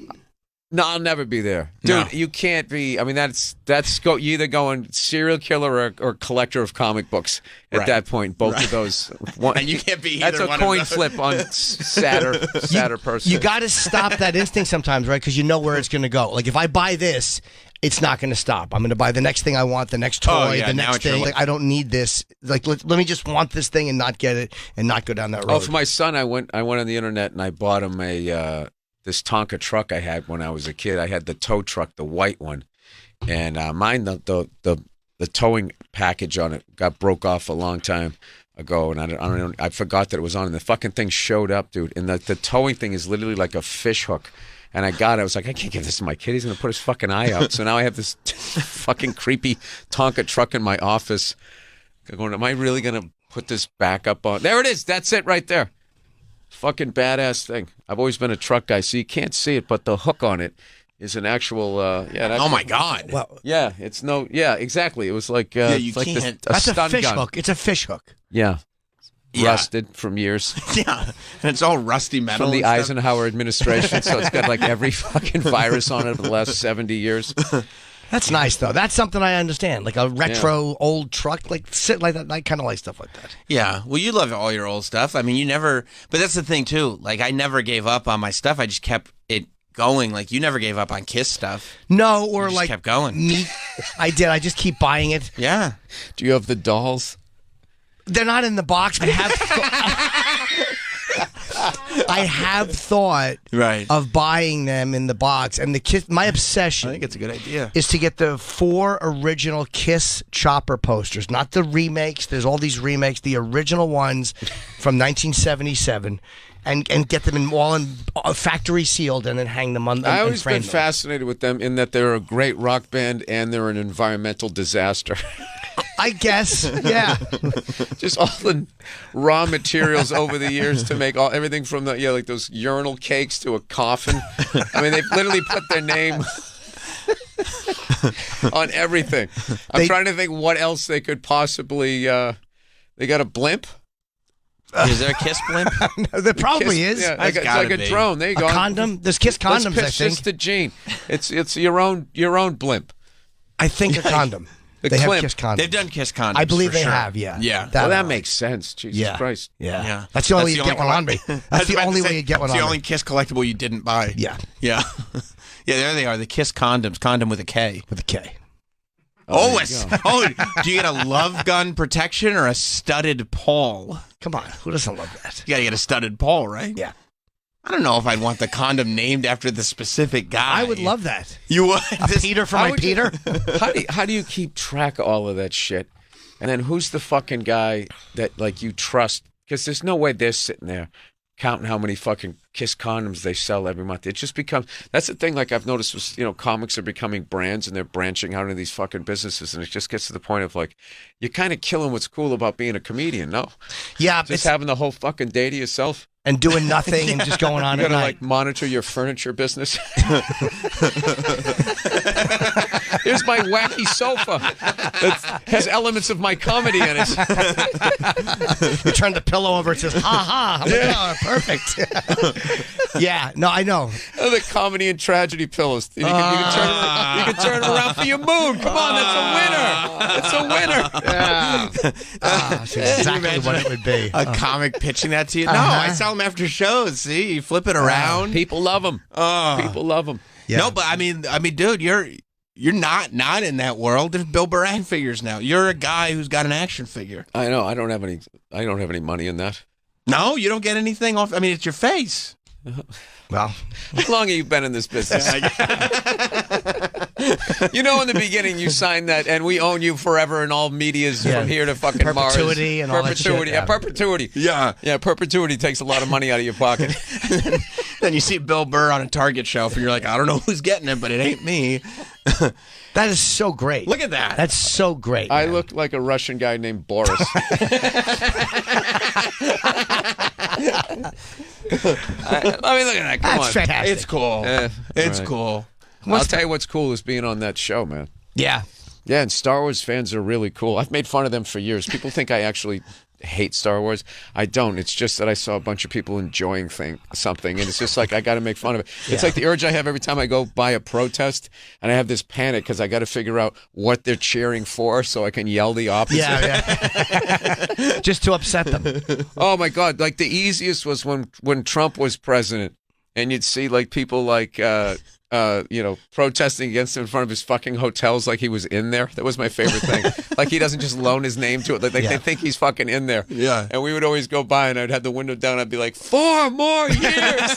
Speaker 15: No, I'll never be there, dude. You can't be. I mean, that's that's go. You either going serial killer or, or collector of comic books at
Speaker 2: Right.
Speaker 15: that point. Both
Speaker 2: Right.
Speaker 15: of those.
Speaker 2: <laughs> And you can't be
Speaker 15: That's
Speaker 2: either
Speaker 15: a
Speaker 2: one of
Speaker 15: coin
Speaker 2: those.
Speaker 15: flip on
Speaker 2: <laughs>
Speaker 15: s- sadder sadder person.
Speaker 1: You got to stop that instinct sometimes, right? Because you know where it's going to go. Like if I buy this, it's not going to stop. I'm going to buy the next thing I want, the next toy,
Speaker 2: Oh, yeah,
Speaker 1: the
Speaker 2: now
Speaker 1: next
Speaker 2: it's your
Speaker 1: thing.
Speaker 2: li-
Speaker 1: Like I don't need this. Like let, let me just want this thing and not get it and not go down that road.
Speaker 15: Oh, for my son, I went. I went on the internet and I bought him a uh, this Tonka truck I had when I was a kid. I had the tow truck, the white one, and uh, mine the, the the the towing package on it got broke off a long time ago, and I don't, I don't know- I forgot that it was on, and the fucking thing showed up, dude. And the the towing thing is literally like a fish hook. And I got it. I was like, I can't give this to my kid. He's gonna put his fucking eye out. So now I have this <laughs> fucking creepy Tonka truck in my office. Going, am I really gonna put this back up on? There it is. That's it right there. Fucking badass thing. I've always been a truck guy, so you can't see it, but the hook on it is an actual. Uh, yeah. That,
Speaker 2: Oh, my God.
Speaker 1: Well,
Speaker 15: yeah, it's no. Yeah, exactly. It was like uh,
Speaker 2: Yeah, you
Speaker 15: it's like the-
Speaker 2: can't-
Speaker 15: a
Speaker 1: That's a
Speaker 15: stun
Speaker 1: fish
Speaker 15: gun.
Speaker 1: hook. It's a fish hook.
Speaker 15: Yeah.
Speaker 2: Yeah.
Speaker 15: Rusted from years.
Speaker 2: <laughs> Yeah, and it's all rusty metal.
Speaker 15: From the
Speaker 2: and stuff.
Speaker 15: Eisenhower administration, so it's got like every fucking virus on it for the last seventy years.
Speaker 1: That's nice though. That's something I understand. Like a retro old truck, like sit like that. I kind of like stuff like that.
Speaker 2: Yeah. Well, you love all your old stuff. I mean, you never, but that's the thing too. Like, I never gave up on my stuff. I just kept it going. Like, you never gave up on Kiss stuff.
Speaker 1: No, or
Speaker 2: You just
Speaker 1: like
Speaker 2: kept going.
Speaker 1: Me, I did. I just keep buying it.
Speaker 2: Yeah.
Speaker 15: Do you have the dolls?
Speaker 1: They're not in the box. but I
Speaker 2: <laughs>
Speaker 1: have. tho- I have thought
Speaker 2: Right.
Speaker 1: of buying them in the box, and the kiss. My obsession. I think
Speaker 2: it's a good idea.
Speaker 1: Is to get the four original Kiss Chopper posters, not the remakes. There's all these remakes. The original ones from 1977. And, and get them in all in uh, factory sealed and then hang them on. and-
Speaker 15: I
Speaker 1: and
Speaker 15: always
Speaker 1: frame
Speaker 15: been
Speaker 1: them.
Speaker 15: fascinated with them in that they're a great rock band and they're an environmental disaster.
Speaker 1: I guess, yeah.
Speaker 15: Just all the raw materials over the years to make all everything from the yeah, like those urinal cakes to a coffin. I mean, they've literally put their name on everything. I'm
Speaker 1: They-
Speaker 15: trying to think what else they could possibly. Uh, they got a blimp.
Speaker 2: Is there a Kiss
Speaker 1: <laughs>
Speaker 2: blimp?
Speaker 1: there probably
Speaker 15: Kiss-
Speaker 1: is.
Speaker 15: yeah, like a- it's like a drone. There you go.
Speaker 1: A <laughs> condom. There's Kiss
Speaker 15: Let's
Speaker 1: condoms.
Speaker 15: pitch
Speaker 1: I think.
Speaker 15: This to Gene. It's it's your own your own blimp.
Speaker 1: I think a condom.
Speaker 15: The
Speaker 1: they
Speaker 15: climp.
Speaker 1: have Kiss condoms.
Speaker 2: They've done Kiss condoms.
Speaker 1: I believe
Speaker 2: for
Speaker 1: they
Speaker 2: sure.
Speaker 1: have. Yeah.
Speaker 2: Yeah.
Speaker 15: well, that
Speaker 1: one.
Speaker 15: makes sense. Jesus
Speaker 1: Yeah.
Speaker 15: Christ.
Speaker 1: Yeah.
Speaker 2: Yeah.
Speaker 1: That's the only way you
Speaker 2: the
Speaker 1: get
Speaker 15: <laughs>
Speaker 1: one on
Speaker 2: <laughs>
Speaker 1: me.
Speaker 2: I
Speaker 1: That's
Speaker 2: was
Speaker 1: the
Speaker 2: about to
Speaker 1: only
Speaker 2: say,
Speaker 1: way you get one
Speaker 2: It's
Speaker 1: on
Speaker 2: the only
Speaker 1: me.
Speaker 2: Kiss collectible you didn't buy.
Speaker 1: Yeah.
Speaker 2: Yeah. <laughs> yeah. There they are. The Kiss condoms. Condom with a K.
Speaker 1: With a K.
Speaker 15: Oh,
Speaker 2: Oh,
Speaker 15: there
Speaker 2: a
Speaker 15: you
Speaker 2: s-
Speaker 15: go.
Speaker 2: <laughs> oh, do you get a love gun protection or a studded pole?
Speaker 1: Come on. Who doesn't love that?
Speaker 2: You gotta get a studded pole, right?
Speaker 1: Yeah.
Speaker 2: I don't know if I'd want the condom named after the specific guy.
Speaker 1: I would love that.
Speaker 2: you would.
Speaker 1: A Peter for
Speaker 15: How
Speaker 1: my
Speaker 15: would you- <laughs>
Speaker 1: Peter.
Speaker 15: how do you, how do you keep track of all of that shit? And then who's the fucking guy that like you trust? Because there's no way they're sitting there counting how many fucking kiss condoms they sell every month. It just becomes that's the thing. Like I've noticed was you know comics are becoming brands and they're branching out into these fucking businesses, and it just gets to the point of like you're kind of killing what's cool about being a comedian. No,
Speaker 1: yeah.
Speaker 15: just
Speaker 1: It's,
Speaker 15: having the whole fucking day to yourself. <laughs>
Speaker 1: and doing nothing and just going on
Speaker 15: You
Speaker 1: at
Speaker 15: gotta
Speaker 1: night.
Speaker 15: like monitor your furniture business. <laughs> Here's my wacky sofa that has elements of my comedy in it.
Speaker 1: you turn the pillow over. It says, "Ha ha." I'm like, oh,
Speaker 15: <laughs>
Speaker 1: perfect. yeah. No, I know.
Speaker 15: <laughs> the comedy and tragedy pillows. You can, you, can turn, you can turn around for your mood. Come on, that's a winner. That's a winner.
Speaker 1: Yeah. Ah, that's exactly what it would be. Uh,
Speaker 2: a comic pitching that to you. No,
Speaker 1: Uh-huh.
Speaker 2: I sell them after shows. See, you flip it around.
Speaker 15: Uh, People love them.
Speaker 2: Oh.
Speaker 15: People love them.
Speaker 1: Yeah.
Speaker 2: No, but I mean, I mean, dude, you're you're not not in that world. There's Bill Baran figures now. You're a guy who's got an action figure.
Speaker 15: I know. I don't have any. I don't have any money in that.
Speaker 2: No, you don't get anything off. I mean, it's your face.
Speaker 1: Well,
Speaker 15: How long have you been in this business? you know, in the beginning, you signed that, and we own you forever in all medias
Speaker 1: Yeah.
Speaker 15: from here to fucking
Speaker 1: Perpetuity
Speaker 15: Mars.
Speaker 1: and all that shit,
Speaker 15: Perpetuity.
Speaker 1: yeah.
Speaker 15: Yeah, perpetuity.
Speaker 2: Yeah.
Speaker 15: Yeah, perpetuity takes a lot of money out of your pocket.
Speaker 2: <laughs> Then you see Bill Burr on a Target shelf, and you're like, I don't know who's getting it, but it ain't me.
Speaker 1: that is so great.
Speaker 2: Look at that.
Speaker 1: That's so great.
Speaker 15: I
Speaker 1: man.
Speaker 15: look like a Russian guy named
Speaker 2: <laughs>
Speaker 15: Boris. <laughs> I, I mean, look at that. Come
Speaker 1: That's
Speaker 15: on.
Speaker 1: fantastic.
Speaker 2: It's cool.
Speaker 15: Yeah,
Speaker 2: it's
Speaker 15: all Eh, right.
Speaker 2: cool.
Speaker 15: I'll tell you what's cool is being on that show, man.
Speaker 1: Yeah.
Speaker 15: Yeah, and Star Wars fans are really cool. I've made fun of them for years. People think I actually hate Star Wars. I don't. It's just that I saw a bunch of people enjoying thing something, and it's just like I got to make fun of it.
Speaker 16: Yeah.
Speaker 15: It's like the urge I have every time I go by a protest, and I have this panic because I got to figure out what they're cheering for so I can yell the opposite.
Speaker 1: <laughs> just to upset them.
Speaker 15: Oh my God! Like the easiest was when when Trump was president, and you'd see like people like uh, uh, you know protesting against him in front of his fucking hotels, like he was in there. That was my favorite thing. like he doesn't just loan his name to it. Like they, they
Speaker 16: Yeah.
Speaker 15: think he's fucking in there. Yeah. And we would always go by, and I'd have the window down. I'd be like, four more years.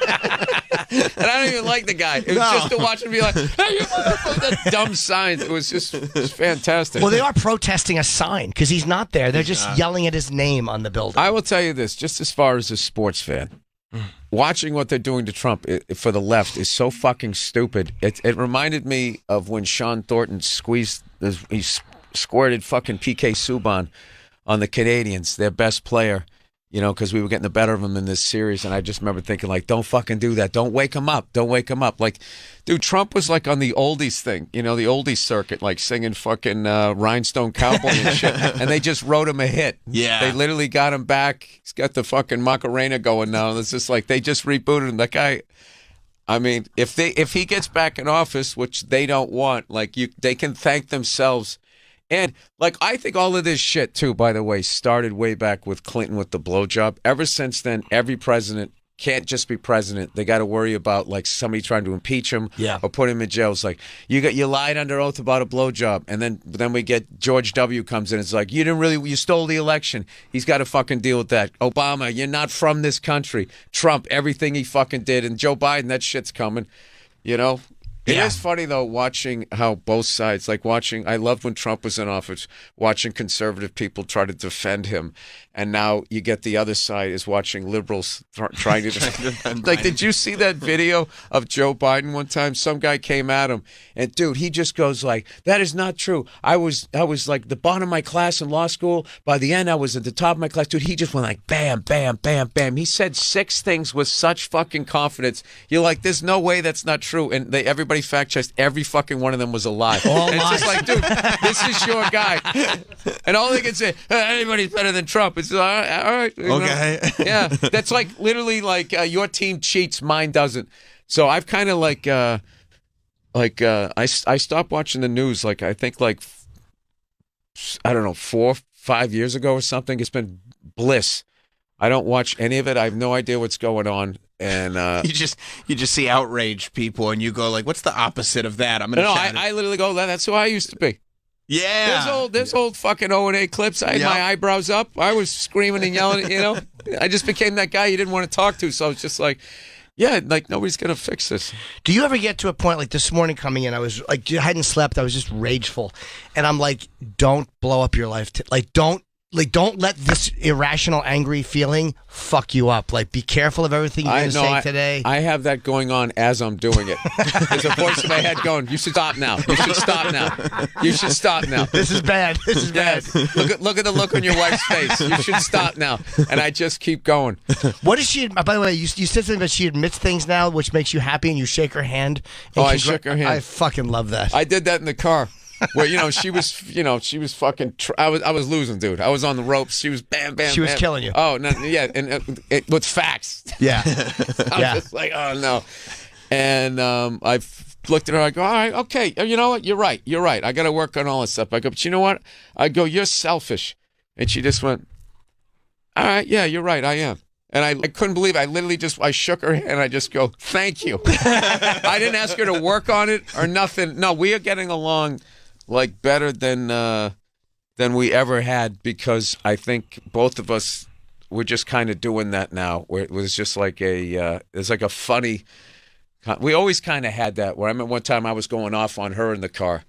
Speaker 15: And I don't even like the guy. It was
Speaker 16: No.
Speaker 15: just to watch him be like, hey, you motherfucker, that dumb signs. It was just it was fantastic.
Speaker 1: Well, they are protesting a sign because he's not there. They're just
Speaker 15: Yeah.
Speaker 1: yelling at his name on the building.
Speaker 15: I will tell you this, just as far as a sports fan, watching what they're doing to Trump i for the left is so fucking stupid. It, it reminded me of when Sean Thornton squeezed, he s- squirted fucking PK Subban on the Canadians, their best player, you know, because we were getting the better of them in this series. And I just remember thinking, like, don't fucking do that. Don't wake him up. Don't wake him up. Like, dude, Trump was like on the oldies thing, you know, the oldies circuit, like singing fucking uh, Rhinestone Cowboy and shit. And they just wrote him a hit.
Speaker 2: Yeah.
Speaker 15: They literally got him back. He's got the fucking Macarena going now. It's just like they just rebooted him. That guy. I mean, if they if he gets back in office, which they don't want, like you, they can thank themselves. And like I think all of this shit too, by the way, started way back with Clinton with the blowjob. Ever since then, every president can't just be president. They got to worry about like somebody trying to impeach him
Speaker 16: Yeah.
Speaker 15: or put him in jail. It's like you got you lied under oath about a blowjob, and then then we get George W. comes in. It's like you didn't really you stole the election. He's got to fucking deal with that. Obama, you're not from this country. Trump, everything he fucking did, and Joe Biden, that shit's coming. You know. It is funny though watching how both sides like watching I loved when Trump was in office watching conservative people try to defend him and now you get the other side is watching liberals <laughs> tr- trying to defend like did you see that video of Joe Biden one time some guy came at him and dude he just goes like that is not true I was I was like the bottom of my class in law school by the end I was at the top of my class dude he just went like bam bam bam bam he said six things with such fucking confidence you're like there's no way that's not true and they everybody fact checked every fucking one of them was a lie
Speaker 16: All
Speaker 15: And it's just
Speaker 16: lies.
Speaker 15: like dude this is your guy and all they can say, "Uh, anybody's better than Trump. It's all right. All right you know?
Speaker 16: Okay.
Speaker 15: yeah, that's like literally like uh, your team cheats, mine doesn't. So I've kind of like, uh, like uh, I s- I stopped watching the news. Like I think like f- I don't know four five years ago or something. It's been bliss. I don't watch any of it. I have no idea what's going on. And uh,
Speaker 2: <laughs> You just you just see outraged people, and you go like, "What's the opposite of that?" I'm gonna.
Speaker 15: no,
Speaker 2: shout
Speaker 15: I,
Speaker 2: it.
Speaker 15: I literally go. "That- That's who I used to be.
Speaker 2: yeah.
Speaker 15: There's old, there's old fucking O and A clips. I had
Speaker 2: Yeah.
Speaker 15: my eyebrows up. I was screaming and yelling. You know, I just became that guy you didn't want to talk to. So I was just like, yeah, like nobody's gonna fix this.
Speaker 1: Do you ever get to a point like this morning coming in? I was like, I hadn't slept. I was just rageful, and I'm like, don't blow up your life. T- like, don't. Like, don't let this irrational, angry feeling fuck you up. Like, be careful of everything you're
Speaker 15: I
Speaker 1: going to
Speaker 15: know
Speaker 1: say
Speaker 15: I,
Speaker 1: today.
Speaker 15: I have that going on as I'm doing it. There's a voice in my head going, "You should stop now. You should stop now. You should stop now.
Speaker 1: This is bad. <laughs> This is
Speaker 15: bad. Look at look at the look on your wife's face. You should stop now." And I just keep going.
Speaker 1: What is she? uh, By the way, you, you said something that she admits things now, which makes you happy, and you shake her hand.
Speaker 15: Oh,
Speaker 1: and
Speaker 15: I
Speaker 1: congr-
Speaker 15: shook her hand.
Speaker 1: I fucking love that.
Speaker 15: I did that in the car. Where you know she was, you know she was fucking. Tr- I was, I was losing, dude. I was on the ropes. She was bam, bam.
Speaker 1: She was
Speaker 15: bam.
Speaker 1: killing you.
Speaker 15: Oh no, yeah, and uh, it, with facts.
Speaker 1: Yeah.
Speaker 15: <laughs> I
Speaker 1: Yeah.
Speaker 15: was just like, oh no. And um, I f- looked at her. I go, all right, okay. uh, You know what? You're right. You're right. I got to work on all this stuff. I go, but you know what? I go, you're selfish. And she just went, all right, yeah, you're right. I am. And I, I couldn't believe it. I literally just I shook her hand. I just go, thank you. I didn't ask her to work on it or nothing. No, we are getting along like better than uh, than we ever had because I think both of us we're just kind of doing that now. Where it was just like a uh, it's like a funny. We always kind of had that. Where I remember one time I was going off on her in the car.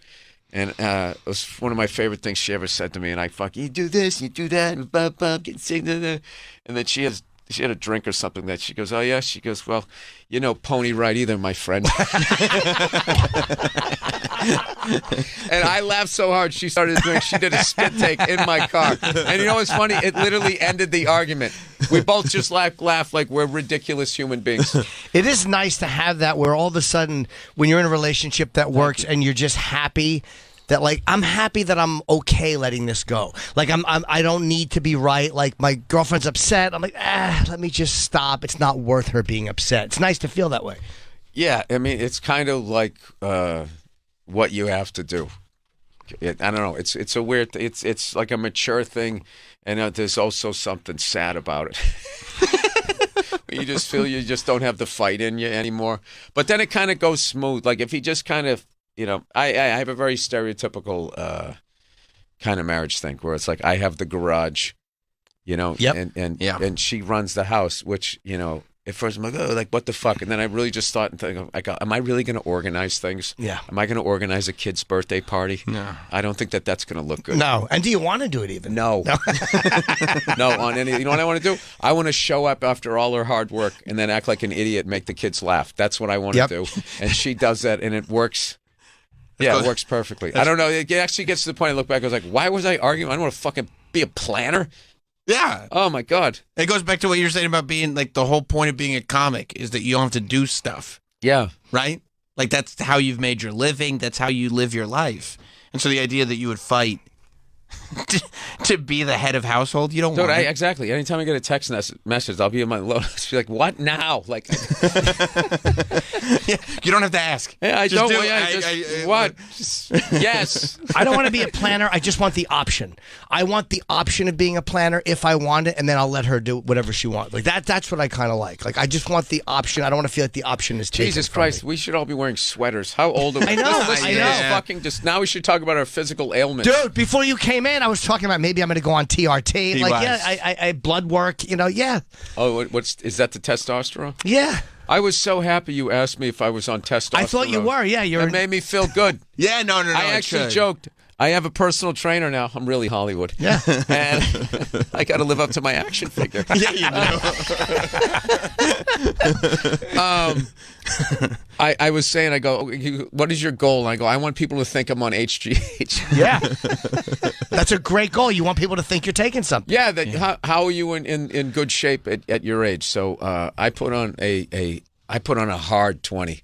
Speaker 15: And uh, it was one of my favorite things she ever said to me. And I fuck you do this, you do that, and blah, blah, get sick, blah, blah. and then she has she had a drink or something that she goes, oh yeah, she goes, well, you know, pony ride either, my friend. <laughs> and I laughed so hard she started to drink. She did a spit take in my car. And you know what's funny? It literally ended the argument. We both just laugh, laugh like we're ridiculous human beings.
Speaker 1: It is nice to have that where all of a sudden, when you're in a relationship that works and you're just happy that like I'm happy that I'm okay letting this go. Like I'm, I'm I don't need to be right. Like my girlfriend's upset. I'm like, ah, let me just stop. It's not worth her being upset. It's nice to feel that way.
Speaker 15: Yeah, I mean, it's kind of like uh, what you have to do. It, I don't know. It's it's a weird. th- It's it's like a mature thing, and uh, there's also something sad about it. <laughs> you just feel you just don't have the fight in you anymore. But then it kind of goes smooth. Like if he just kind of, you know, I I I have a very stereotypical uh, kind of marriage thing where it's like I have the garage, you know, and and and she runs the house, which you know. At first, I'm like, oh, like what the fuck? And then I really just thought and think, like, am I really going to organize things?
Speaker 1: Yeah.
Speaker 15: Am I going to organize a kid's birthday party?
Speaker 1: No.
Speaker 15: I don't think that that's going to look good.
Speaker 1: No. And do you want to do it even?
Speaker 15: No. <laughs> no, on any. You know what I want to do? I want to show up after all her hard work and then act like an idiot, make the kids laugh. That's what I want
Speaker 1: Yep.
Speaker 15: to do. And she does that, and it works. Yeah, it works perfectly. I don't know. It actually gets to the point. I look back. I was like, why was I arguing? I don't want to fucking be a planner.
Speaker 2: Yeah.
Speaker 15: Oh my god.
Speaker 2: It goes back to what you're saying about being like the whole point of being a comic is that you don't have to do stuff.
Speaker 15: Yeah.
Speaker 2: Right? Like that's how you've made your living, that's how you live your life. And so the idea that you would fight <laughs> to, to be the head of household, you don't
Speaker 15: Dude,
Speaker 2: want
Speaker 15: I,
Speaker 2: it.
Speaker 15: exactly. Anytime I get a text mes- message, I'll be in my low. <laughs> I'll be like, "What now?"
Speaker 2: <laughs>
Speaker 15: Like, <laughs>
Speaker 2: you don't have to ask.
Speaker 15: Yeah, I
Speaker 1: Just
Speaker 15: don't.
Speaker 1: do-
Speaker 15: yeah,
Speaker 1: I-
Speaker 15: just-
Speaker 1: I-
Speaker 2: uh,
Speaker 1: I-
Speaker 2: <laughs>
Speaker 15: what? Just- yes.
Speaker 1: I don't want to be a planner. I just want the option. I want the option of being a planner if I want it, and then I'll let her do whatever she wants. Like that. That's what I kind of like. Like I just want the option. I don't want to feel like the option is taken.
Speaker 15: Jesus
Speaker 1: from
Speaker 15: Christ, we should all be wearing sweaters. How old are we?
Speaker 1: I know,
Speaker 15: Listen, listen
Speaker 1: I
Speaker 15: to this
Speaker 1: know.
Speaker 15: Fucking just now, we should talk about our physical ailments.
Speaker 1: Dude, before you came in, I was talking about maybe I'm going to go on TRT.
Speaker 15: He
Speaker 1: like,
Speaker 15: was.
Speaker 1: yeah, I, I, I blood work. You know, yeah,
Speaker 15: Oh, what, what's is that? The testosterone?
Speaker 1: yeah.
Speaker 15: I was so happy you asked me if I was on testosterone.
Speaker 1: I thought you were. Yeah, you're.
Speaker 15: That made me feel good.
Speaker 2: <laughs> yeah, no, no, no.
Speaker 15: I
Speaker 2: it
Speaker 15: actually
Speaker 2: should.
Speaker 15: joked. I have a personal trainer now. I'm really Hollywood. Yeah, and <laughs> I got to live up to my action figure.
Speaker 2: <laughs> Yeah, you
Speaker 15: do. um, I, I was saying, I go, "Oh, you- what is your goal? And I go, I want people to think I'm on HGH.
Speaker 1: <laughs> Yeah. That's a great goal. You want people to think you're taking
Speaker 15: <laughs>
Speaker 1: something.
Speaker 15: Yeah, that How, how are you in, in, in good shape at, at your age? So uh, I put on a, a I put on a hard twenty,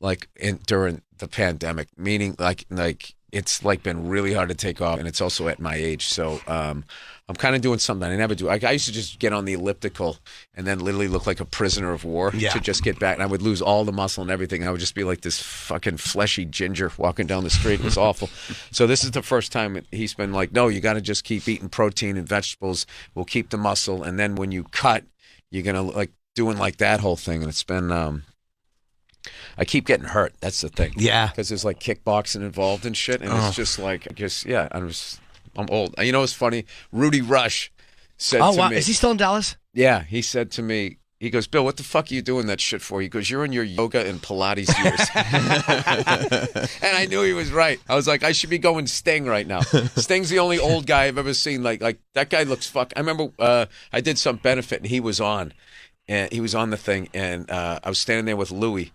Speaker 15: like in, during the pandemic. Meaning like like it's like been really hard to take off, and it's also at my age. So um, I'm kind of doing something I never do. Like I used to just get on the elliptical and then literally look like a prisoner of war
Speaker 1: Yeah.
Speaker 15: to just get back, and I would lose all the muscle and everything. And I would just be like this fucking fleshy ginger walking down the street. It was awful. So this is the first time he's been like, "No, you got to just keep eating protein and vegetables. We'll keep the muscle, and then when you cut, you're gonna like doing like that whole thing." And it's been, um I keep getting hurt. That's the thing.
Speaker 1: Yeah,
Speaker 15: because there's like kickboxing involved and shit, and
Speaker 1: Oh.
Speaker 15: it's just like, I guess, yeah, I'm just, I'm old. You know, it's funny. Rudy Rush said
Speaker 1: oh
Speaker 15: to
Speaker 1: wow,
Speaker 15: me,
Speaker 1: is he still in Dallas?
Speaker 15: yeah, he said to me, he goes, Bill, what the fuck are you doing that shit for? He goes, You're in your yoga and Pilates years. <laughs> and I knew he was right. I was like, I should be going Sting right now. Sting's the only old guy I've ever seen. Like, like that guy looks fuck. I remember uh, I did some benefit and he was on. And he was on the thing. And uh, I was standing there with Louie.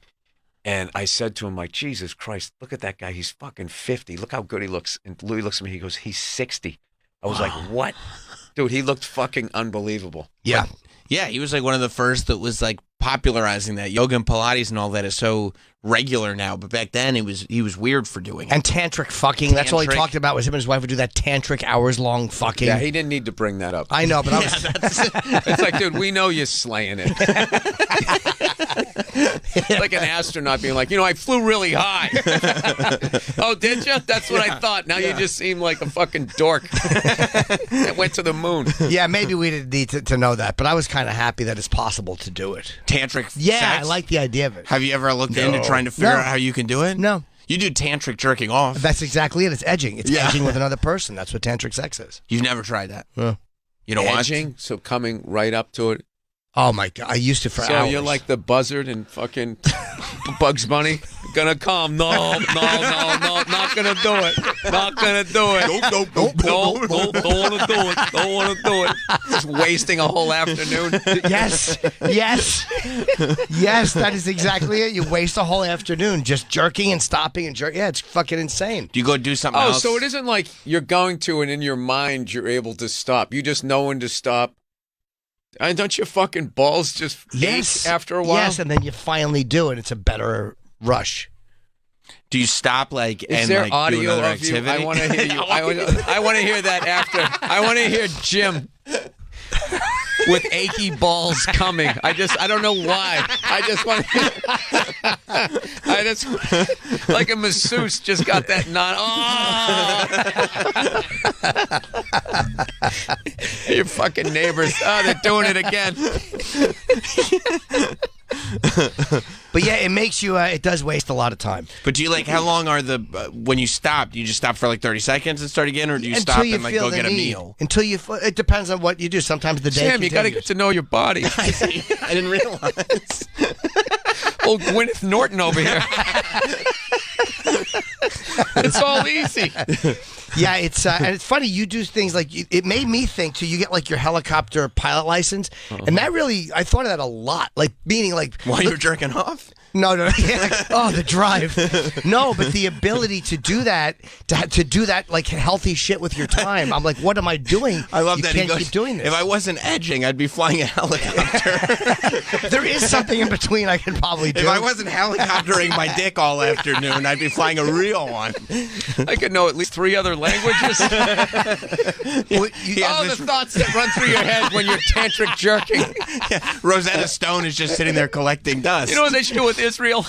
Speaker 15: And I said to him, like, Jesus Christ, look at that guy. He's fucking 50. Look how good he looks. And Louis looks at me. He goes, he's 60. I was like, what? Dude, he looked fucking unbelievable.
Speaker 1: Yeah.
Speaker 2: yeah, he was like one of the first that was like popularizing that yoga and Pilates and all that is so regular now. But back then, it was he was weird for doing it.
Speaker 1: And tantric fucking. That's all he
Speaker 2: Tantric.
Speaker 1: talked about was him and his wife would do that tantric hours long fucking.
Speaker 15: Yeah, he didn't need to bring that up.
Speaker 1: I know,
Speaker 2: <laughs>
Speaker 1: but I was.
Speaker 15: <laughs> it's like, dude, we know you're slaying it. <laughs> It's like an astronaut being like, you know, I flew really high. <laughs> oh, did you? That's what I thought. Now you just seem like a fucking dork <laughs> that went to the moon.
Speaker 1: yeah, maybe we didn't need to, to know that, but I was kind of happy that it's possible to do it.
Speaker 2: tantric.
Speaker 1: Yeah,
Speaker 2: sex?
Speaker 1: I like the idea of it.
Speaker 2: Have you ever looked
Speaker 1: No.
Speaker 2: into trying to figure
Speaker 1: No.
Speaker 2: out how you can do it?
Speaker 1: No.
Speaker 2: You do tantric jerking off.
Speaker 1: That's exactly it. It's edging. It's
Speaker 2: Yeah.
Speaker 1: edging with another person. That's what tantric sex is.
Speaker 2: You've never tried that.
Speaker 1: Yeah.
Speaker 2: You know what?
Speaker 15: Edging, so coming right up to it.
Speaker 1: Oh my god, I used to for
Speaker 15: so
Speaker 1: hours.
Speaker 15: you're like the buzzard and fucking <laughs> Bugs Bunny. Gonna come? No, no, no, no, not gonna do it. Not gonna do it.
Speaker 13: Nope,
Speaker 15: nope, nope, nope, don't wanna do it. Don't wanna do it. Just wasting a whole afternoon.
Speaker 1: yes, yes, yes. That is exactly it. You waste a whole afternoon just jerking and stopping and jerking. Yeah, it's fucking insane.
Speaker 2: Do you go do something
Speaker 15: Oh,
Speaker 2: else?
Speaker 15: so it isn't like you're going to and in your mind you're able to stop. You just know when to stop Uh, don't your fucking balls just
Speaker 1: Yes.
Speaker 15: ache after a while?
Speaker 1: Yes, and then you finally do, and it's a better rush.
Speaker 2: Do you stop like
Speaker 15: Is
Speaker 2: and
Speaker 15: there
Speaker 2: like do
Speaker 15: audio
Speaker 2: another
Speaker 15: of you?
Speaker 2: activity?
Speaker 15: I want
Speaker 2: <laughs>
Speaker 15: to hear you. I, wanna- I want to hear that after. I want to hear Jim with achy balls coming. I just I don't know why. I just want. <laughs> I just like a masseuse just got that knot. Oh! <laughs> Your fucking neighbors. Oh, they're doing it again.
Speaker 1: But yeah, it makes you. Uh, it does waste a lot of time.
Speaker 2: But do you like how long are the uh, when you stop? Do you just stop for like thirty seconds and start again, or do you stop and like go
Speaker 1: the
Speaker 2: get a
Speaker 1: need. <laughs>
Speaker 2: meal?
Speaker 1: Until you, f- it depends on what you do. Sometimes the day.
Speaker 15: Sam, you got to
Speaker 1: continues.
Speaker 15: get to know your body. I
Speaker 2: didn't realize.
Speaker 15: Old Gwyneth Norton over here. it's all easy.
Speaker 1: yeah, it's uh, and it's funny. You do things like you, it made me think too. You get like your helicopter pilot license, and that really I thought of that a lot. Like meaning like
Speaker 2: While you were jerking off.
Speaker 1: No, no, <laughs> yeah. oh, the drive. No, but the ability to do that, to, ha- to do that like healthy shit with your time. I'm like, what am I doing?
Speaker 2: I love
Speaker 1: you
Speaker 2: that.
Speaker 1: Can't
Speaker 2: he goes,
Speaker 1: keep doing this.
Speaker 2: If I wasn't edging, I'd be flying a helicopter.
Speaker 1: there is something in between I could probably do.
Speaker 2: <laughs> If I wasn't helicoptering my dick all afternoon, I'd be flying a real one.
Speaker 15: I could know at least three other languages. All the thoughts that run through your head when you're tantric jerking.
Speaker 2: Rosetta Stone is just sitting there collecting dust.
Speaker 15: You know what they should do with Israel?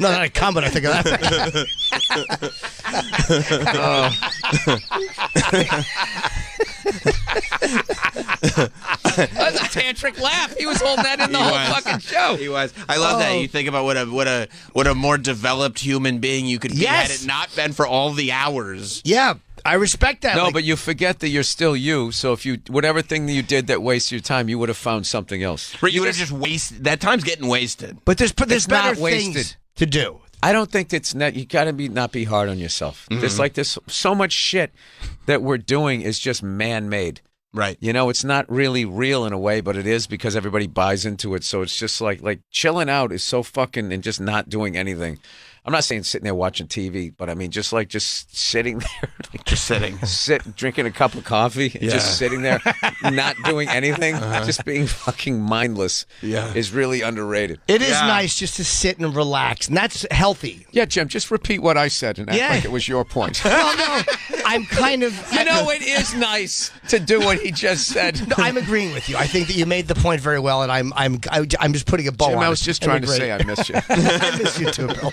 Speaker 1: no, not a cum, but I think of that. <laughs>
Speaker 15: That's a tantric laugh. He was holding that in the
Speaker 2: He
Speaker 15: whole
Speaker 2: was.
Speaker 15: fucking show.
Speaker 2: <laughs> He was. I love that.
Speaker 15: Oh.
Speaker 2: You think about what a what a what a more developed human being you could be had
Speaker 15: Yes.
Speaker 2: it not been for all the hours.
Speaker 1: Yeah, I respect that.
Speaker 15: No,
Speaker 2: Like-
Speaker 15: but you forget that you're still you. So if you whatever thing that you did that wastes your time, you would have found something else.
Speaker 2: But you would have just wasted. That time's getting wasted.
Speaker 1: But there's but
Speaker 15: It's
Speaker 1: there's better
Speaker 15: not wasted.
Speaker 1: things to do.
Speaker 15: I don't think it's net. You got to be not be hard on yourself.
Speaker 2: Mm-hmm.
Speaker 15: There's like this so much shit that we're doing is just man made.
Speaker 2: Right.
Speaker 15: You know, it's not really real in a way, but it is because everybody buys into it. So it's just like like chilling out is so fucking and just not doing anything. I'm not saying sitting there watching TV, but I mean just like just sitting <laughs> there, like
Speaker 2: just sitting,
Speaker 15: sit drinking a cup of coffee, and
Speaker 2: Yeah. Uh-huh.
Speaker 15: just sitting
Speaker 2: <laughs>
Speaker 15: there, not doing anything, just being fucking mindless.
Speaker 2: Yeah.
Speaker 15: is really underrated.
Speaker 1: It is nice just to sit and relax, and that's healthy.
Speaker 15: Yeah, Jim, just repeat what I said and act
Speaker 1: Yeah.
Speaker 15: like it was your point.
Speaker 1: Well, no, I'm kind of.
Speaker 15: You <laughs> know, it is nice to do what he just said. <laughs>
Speaker 1: No, I'm agreeing with you. I think that you made the point very well, and I'm I'm I, I'm just putting a bow
Speaker 15: Jim,
Speaker 1: on
Speaker 15: I
Speaker 1: it.
Speaker 15: was just
Speaker 1: It'd
Speaker 15: trying
Speaker 1: be
Speaker 15: to
Speaker 1: great.
Speaker 15: say I missed you.
Speaker 1: <laughs> I miss you too, Bill.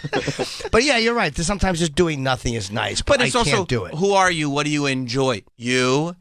Speaker 1: But yeah, you're right. Sometimes just doing nothing is nice, but,
Speaker 2: But it's
Speaker 1: I
Speaker 2: also
Speaker 1: can't do it.
Speaker 2: who are you? What do you enjoy? You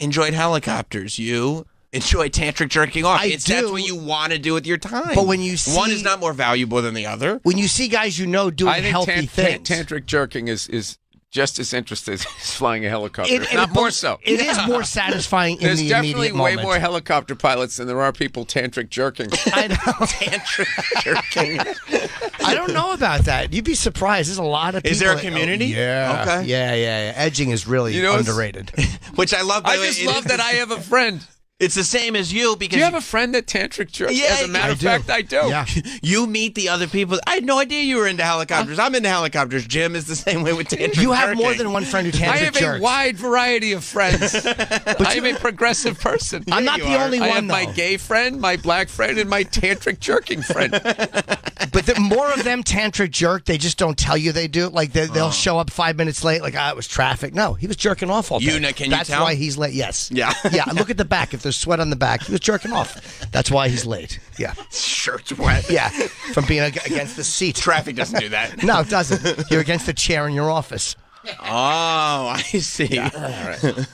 Speaker 2: enjoyed helicopters. You enjoy tantric jerking off.
Speaker 1: I
Speaker 2: it's that's
Speaker 1: do.
Speaker 2: what you want to do with your time.
Speaker 1: But when you
Speaker 2: one
Speaker 1: see-
Speaker 2: is not more valuable than the other.
Speaker 1: When you see guys you know doing
Speaker 15: I think
Speaker 1: healthy
Speaker 15: tan- tan-
Speaker 1: things,
Speaker 15: tantric jerking is, is just as interesting as <laughs> flying a helicopter,
Speaker 1: It-
Speaker 15: if
Speaker 1: it-
Speaker 15: not more so.
Speaker 1: it is more satisfying in
Speaker 15: There's
Speaker 1: the
Speaker 15: definitely
Speaker 1: immediate
Speaker 15: way
Speaker 1: moment.
Speaker 15: more helicopter pilots than there are people tantric jerking.
Speaker 1: I know.
Speaker 15: <laughs>
Speaker 2: tantric jerking.
Speaker 1: I don't know about that. You'd be surprised. There's a lot of people.
Speaker 2: Is there a
Speaker 1: that- oh,
Speaker 2: community?
Speaker 1: yeah.
Speaker 2: Okay.
Speaker 1: Yeah, yeah, yeah. Edging is really
Speaker 15: You know, it's-
Speaker 1: underrated.
Speaker 2: Which I love. by
Speaker 15: <laughs> I
Speaker 2: the way,
Speaker 15: just
Speaker 2: it-
Speaker 15: love that I have a friend.
Speaker 2: It's the same as you
Speaker 15: Do
Speaker 2: because
Speaker 15: you have a friend that tantric jerks?
Speaker 2: Yeah,
Speaker 15: As a matter
Speaker 2: I
Speaker 15: of
Speaker 2: do.
Speaker 15: fact, I do.
Speaker 1: Yeah.
Speaker 2: you meet the other people. I had no idea you were into helicopters. I'm into helicopters. Jim is the same way with tantric
Speaker 1: You have more
Speaker 2: jerking.
Speaker 1: than one friend who
Speaker 15: I
Speaker 1: tantric
Speaker 15: have
Speaker 1: jerks.
Speaker 15: a wide variety of <laughs> friends. I am a progressive person.
Speaker 1: I'm not
Speaker 15: you
Speaker 1: the only
Speaker 15: I have
Speaker 1: one,
Speaker 15: my
Speaker 1: though.
Speaker 15: gay friend, my black friend, and my tantric jerking <laughs> friend.
Speaker 1: But the, more of them tantric jerk. They just don't tell you they do. Like they, they'll show up five minutes late. Like ah, it was traffic. No, he was jerking off all day.
Speaker 2: You know- can you
Speaker 1: That's
Speaker 2: tell?
Speaker 1: why he's late. Yes.
Speaker 2: Yeah.
Speaker 1: <laughs> yeah. Look at the back. If there's sweat on the back, he was jerking off. That's why he's late. Yeah.
Speaker 2: shirts wet.
Speaker 1: Yeah. From being ag- against the seat.
Speaker 2: Traffic doesn't do that.
Speaker 1: <laughs> No, it doesn't. You're against the chair in your office.
Speaker 2: Oh, I see.
Speaker 15: It's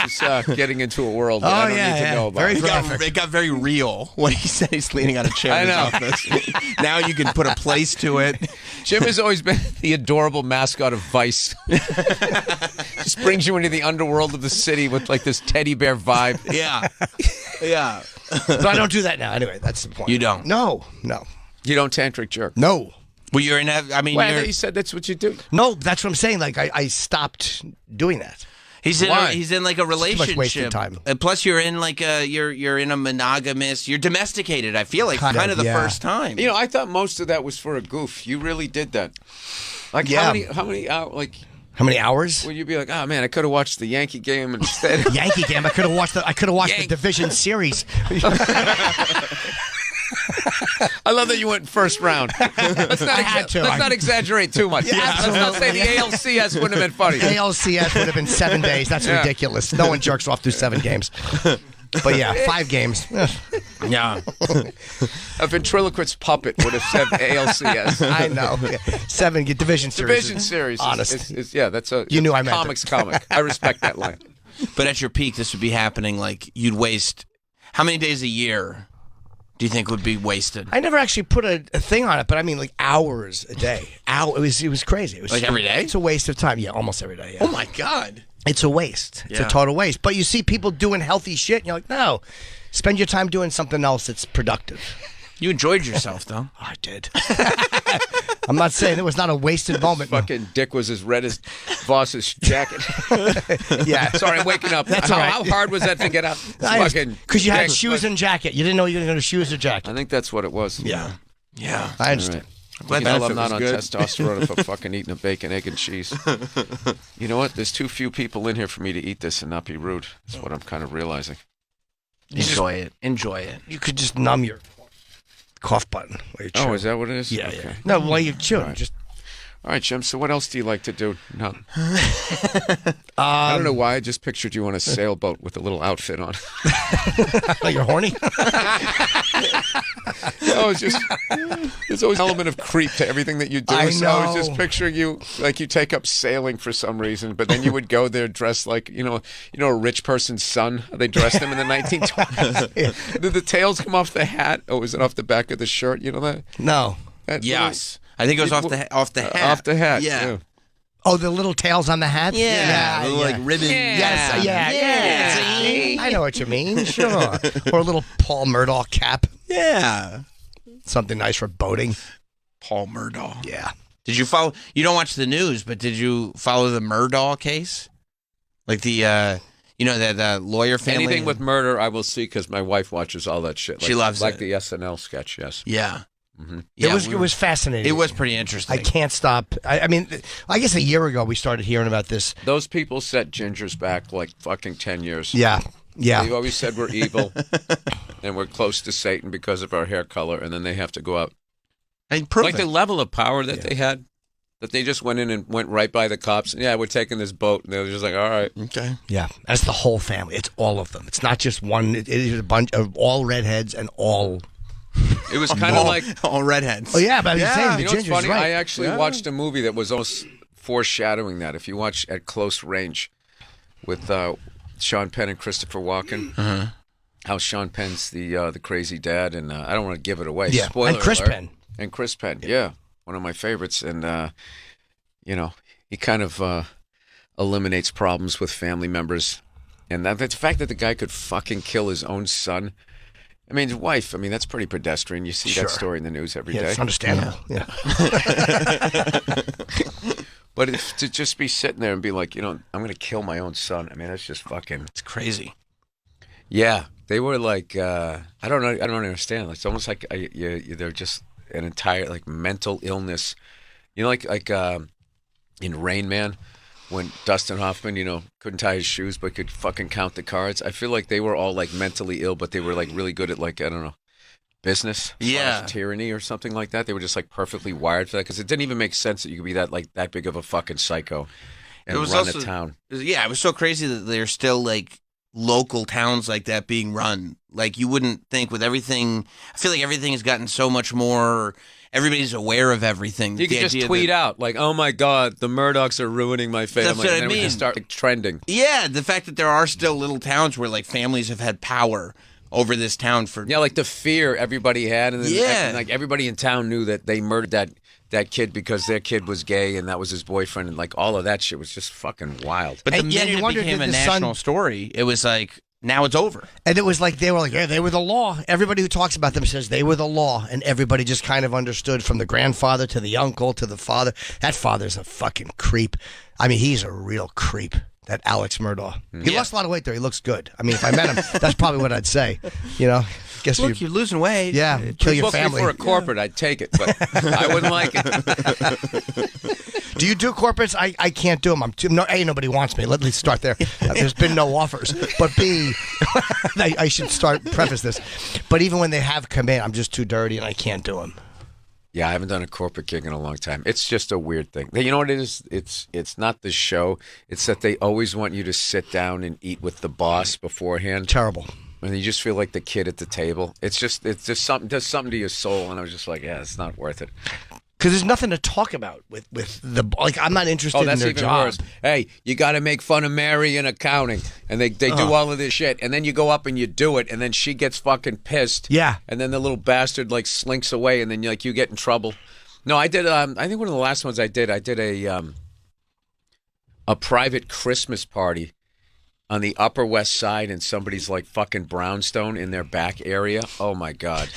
Speaker 15: just, uh, getting into a world that
Speaker 1: Oh,
Speaker 15: I don't
Speaker 1: yeah,
Speaker 15: need to
Speaker 1: yeah.
Speaker 15: know about.
Speaker 1: Very
Speaker 2: It
Speaker 15: <laughs>
Speaker 2: got,
Speaker 1: graphic.
Speaker 2: it got very real when he said he's leaning on a chair in his
Speaker 15: I
Speaker 2: office. now you can put a place to it.
Speaker 15: Jim has always been <laughs> the adorable mascot of <laughs> Vice. Just brings you into the underworld of the city with like this teddy bear vibe.
Speaker 2: Yeah. Yeah.
Speaker 1: But I don't do that now. Anyway, that's the point.
Speaker 2: You don't.
Speaker 1: No. No.
Speaker 15: You don't tantric jerk.
Speaker 1: No.
Speaker 2: Well, you're in. I mean,
Speaker 15: Wait, I
Speaker 2: you're,
Speaker 15: thought you said that's what you do.
Speaker 1: No. That's what I'm saying. Like I, I stopped doing that.
Speaker 2: he's in. A,
Speaker 15: Why?
Speaker 2: he's in like a
Speaker 1: much wasted
Speaker 2: relationship.
Speaker 1: time.
Speaker 2: And plus, you're in like a. You're you're in a monogamous. You're domesticated. I feel like
Speaker 1: Kind
Speaker 2: kind,
Speaker 1: of,
Speaker 2: of the
Speaker 1: yeah.
Speaker 2: first time.
Speaker 15: You know, I thought most of that was for a goof. You really did that. Like
Speaker 1: Yeah.
Speaker 15: how many? How many? Uh, like
Speaker 1: How many hours?
Speaker 15: Would you be like, oh man, I could have watched the Yankee game
Speaker 1: <laughs>
Speaker 15: instead?
Speaker 1: Yankee game. I could have watched. The, I could have watched
Speaker 15: <laughs>
Speaker 1: the division series.
Speaker 15: I love that you went first
Speaker 1: <laughs>
Speaker 15: round. Let's not,
Speaker 1: I had
Speaker 15: exa-
Speaker 1: to.
Speaker 15: let's
Speaker 1: I-
Speaker 15: not exaggerate too much.
Speaker 1: <laughs> Yeah,
Speaker 15: let's not
Speaker 1: absolutely.
Speaker 15: say the ALCS wouldn't have been
Speaker 1: <laughs>
Speaker 15: funny.
Speaker 1: ALCS would have been seven days. That's
Speaker 15: Yeah.
Speaker 1: ridiculous. No one jerks off through seven games.
Speaker 15: <laughs>
Speaker 1: But yeah, five games. <laughs>
Speaker 2: yeah.
Speaker 15: A ventriloquist puppet would have said ALCS.
Speaker 1: <laughs> I know. Seven get division series.
Speaker 15: Division series. is-
Speaker 1: Honest.
Speaker 15: is- is- yeah, that's a.
Speaker 1: You knew I meant it.
Speaker 15: comics comic. I respect that
Speaker 1: <laughs>
Speaker 15: line.
Speaker 2: But at your peak, this would be happening. Like you'd waste how many days a year do you think would be wasted?
Speaker 1: I never actually put a, a thing on it, but I mean like hours a day. Ow, it was it was crazy. It was
Speaker 2: Like every day?
Speaker 1: It's a waste of time. Yeah, almost every day. Yeah.
Speaker 15: Oh
Speaker 2: my God.
Speaker 1: It's a waste. It's
Speaker 2: Yeah.
Speaker 1: a total waste. But you see people doing healthy shit, and you're like, no, spend your time doing something else that's productive.
Speaker 2: You enjoyed
Speaker 1: <laughs>
Speaker 2: yourself though.
Speaker 1: I did. I'm not saying it was not
Speaker 15: <laughs>
Speaker 1: a wasted moment.
Speaker 15: Fucking dick was as red as Voss's jacket.
Speaker 1: <laughs> Yeah.
Speaker 15: <laughs> Sorry, I'm waking up.
Speaker 1: That's
Speaker 15: how,
Speaker 1: all right.
Speaker 15: how hard was that to get
Speaker 1: <laughs>
Speaker 15: up? Fucking
Speaker 1: Because you had
Speaker 15: dick.
Speaker 1: shoes and jacket. You didn't know you were going to shoes or jacket.
Speaker 15: I think that's what it was.
Speaker 1: Yeah.
Speaker 2: Yeah.
Speaker 1: I understand.
Speaker 15: All
Speaker 1: Glad
Speaker 15: right. You
Speaker 1: the
Speaker 15: know, I'm
Speaker 1: benefit
Speaker 15: not
Speaker 1: was
Speaker 15: on
Speaker 1: good.
Speaker 15: testosterone
Speaker 1: <laughs>
Speaker 15: if I'm fucking eating a bacon, egg, and cheese. You know what? There's too few people in here for me to eat this and not be rude. That's what I'm kind of realizing.
Speaker 2: Enjoy it. Enjoy it.
Speaker 1: You could just numb your cough button. While you're
Speaker 15: Oh, is that what it is? Yeah, yeah.
Speaker 1: No, while you're chewing,
Speaker 15: just. All right, Jim. So, what else do you like to do? No. I
Speaker 1: Um,
Speaker 15: don't know why. I just pictured you on a sailboat with a little outfit on.
Speaker 1: <laughs> you're horny. <laughs>
Speaker 15: <laughs> no, Oh, it's just there's always an element of creep to everything that you do.
Speaker 1: I
Speaker 15: so I was
Speaker 1: know.
Speaker 15: just picturing you like you take up sailing for some reason, but then you would go there dressed like you know you know a rich person's son. They dressed <laughs> him in the 1920s. Did the tails come off the hat, or was it off the back of the shirt? You know that?
Speaker 1: No.
Speaker 15: That
Speaker 2: Yes. I think it was off the ha- off the
Speaker 15: Uh,
Speaker 2: hat.
Speaker 15: off the hat.
Speaker 2: Yeah.
Speaker 15: yeah.
Speaker 1: Oh, the little tails on the hat?
Speaker 2: Yeah, the little, like, ribbon.
Speaker 1: Yes, yeah,
Speaker 2: Yeah.
Speaker 1: yeah. I know what you mean, sure. <laughs> or a little Paul Murdoch cap.
Speaker 2: Yeah.
Speaker 1: Something nice for boating.
Speaker 2: Paul Murdahl.
Speaker 1: Yeah.
Speaker 2: Did you follow? You don't watch the news, but did you follow the Murdahl case? Like the, uh, you know, that uh, lawyer family.
Speaker 15: Anything with murder, I will see because my wife watches all that shit.
Speaker 2: She loves
Speaker 15: like
Speaker 2: it.
Speaker 15: the SNL sketch. Yes.
Speaker 2: Mm-hmm. Yeah.
Speaker 15: Mhm.
Speaker 1: it was it was fascinating.
Speaker 2: It was pretty interesting.
Speaker 1: I can't stop. I, I mean, th- I guess a year ago we started hearing about this.
Speaker 15: Those people set gingers back like fucking ten years.
Speaker 1: Yeah, yeah.
Speaker 15: They always said we're evil <laughs> and we're close to Satan because of our hair color, and then they have to go out.
Speaker 2: And prove
Speaker 15: like
Speaker 2: it.
Speaker 15: the level of power that they had, that they just went in and went right by the cops. Yeah, we're taking this boat, and they were just like, all right,
Speaker 2: okay.
Speaker 1: Yeah, that's the whole family. It's all of them. It's not just one. It, it is a bunch of all redheads and all.
Speaker 15: It was kind of like
Speaker 2: all redheads.
Speaker 1: Oh yeah, but I'm
Speaker 15: yeah.
Speaker 1: saying the
Speaker 15: you know what's
Speaker 1: ginger's
Speaker 15: funny?
Speaker 1: right.
Speaker 15: I actually
Speaker 1: Yeah.
Speaker 15: watched a movie that was almost foreshadowing that. If you watch at close range, with uh, Sean Penn and Christopher Walken.
Speaker 2: Uh-huh.
Speaker 15: How Sean Penn's the uh, the crazy dad, and uh, I don't want to give it away.
Speaker 1: Yeah,
Speaker 15: Spoiler
Speaker 1: and Chris
Speaker 15: alert.
Speaker 1: Penn.
Speaker 15: and Chris Penn, yeah, one of my favorites, and uh, you know he kind of uh, eliminates problems with family members, and that, that the fact that the guy could fucking kill his own son, I mean his wife, I mean that's pretty pedestrian. You see
Speaker 1: Sure.
Speaker 15: that story in the news every day.
Speaker 1: Yeah, it's understandable. Yeah.
Speaker 15: But it's, to just be sitting there and be like, you know, I'm gonna kill my own son. I mean, that's just fucking.
Speaker 2: It's crazy.
Speaker 15: Yeah, they were like, uh, I don't know, I don't understand. It's almost like I, you, you, they're just an entire like mental illness. You know, like like um, in Rain Man, when Dustin Hoffman, you know, couldn't tie his shoes but could fucking count the cards. I feel like they were all like mentally ill, but they were like really good at like I don't know, business, slash
Speaker 2: Yeah.
Speaker 15: tyranny or something like that. They were just like perfectly wired for that because it didn't even make sense that you could be that like that big of a fucking psycho and run a town.
Speaker 2: it was- Yeah, it was so crazy that there's still like local towns like that being run. Like you wouldn't think with everything. I feel like everything has gotten so much more. Everybody's aware of everything.
Speaker 15: You
Speaker 2: The
Speaker 15: could just
Speaker 2: idea
Speaker 15: tweet
Speaker 2: that-
Speaker 15: out like, "Oh my God, the Murdochs are ruining my family."
Speaker 2: That's what
Speaker 15: and
Speaker 2: I
Speaker 15: then we
Speaker 2: mean.
Speaker 15: just start like, trending.
Speaker 2: Yeah, the fact that there are still little towns where like families have had power over this town for
Speaker 15: Yeah, like the fear everybody had, and then
Speaker 2: Yeah.
Speaker 15: and, like everybody in town knew that they murdered that that kid because their kid was gay and that was his boyfriend, and like all of that shit was just fucking wild.
Speaker 2: But the
Speaker 1: And- yeah,
Speaker 2: minute
Speaker 1: you
Speaker 2: it
Speaker 1: wonder,
Speaker 2: became a
Speaker 1: did the sun-
Speaker 2: national story, it was like now it's over.
Speaker 1: And it was like they were like, yeah, they were the law. Everybody who talks about them says they were the law, and everybody just kind of understood from the grandfather to the uncle to the father. That father's a fucking creep. I mean, he's a real creep. that Alex Murdaugh. He
Speaker 2: Yeah.
Speaker 1: lost a lot of weight there. He looks good. I mean, if I met him, that's probably what I'd say. You know, guess
Speaker 2: Look, you're losing
Speaker 3: <laughs>
Speaker 2: weight.
Speaker 1: Yeah,
Speaker 2: If
Speaker 1: kill
Speaker 2: you
Speaker 1: your
Speaker 2: book me
Speaker 1: family.
Speaker 2: for a corporate,
Speaker 15: I'd take it, but I
Speaker 2: <laughs>
Speaker 15: wouldn't like it.
Speaker 1: do you do corporates? I, I can't do them. I'm too, no, A, nobody wants me. Let, let's start there. Uh, There's been no offers. But B, <laughs> I, I should start preface this. But even when they have come in, I'm just too dirty and I can't do them.
Speaker 15: Yeah, I haven't done a corporate gig in a long time. It's just a weird thing. You know what it is? It's it's not the show. It's that they always want you to sit down and eat with the boss beforehand.
Speaker 1: Terrible.
Speaker 15: And you just feel like the kid at the table. It's just it's just something does something to your soul. And I was just like, yeah, it's not worth it.
Speaker 1: Because there's nothing to talk about with, with the like. I'm not interested
Speaker 15: oh, that's
Speaker 1: in their
Speaker 15: even
Speaker 1: job.
Speaker 15: worse. Hey, you got to make fun of Mary in accounting, and they they
Speaker 1: Ugh.
Speaker 15: do all of this shit, and then you go up and you do it, and then she gets fucking pissed.
Speaker 1: Yeah.
Speaker 15: and then the little bastard like slinks away, and then like you get in trouble. No, I did. Um, I think one of the last ones I did, I did a um, a private Christmas party on the Upper West Side in somebody's like fucking brownstone in their back area. Oh my
Speaker 1: <laughs>
Speaker 15: god.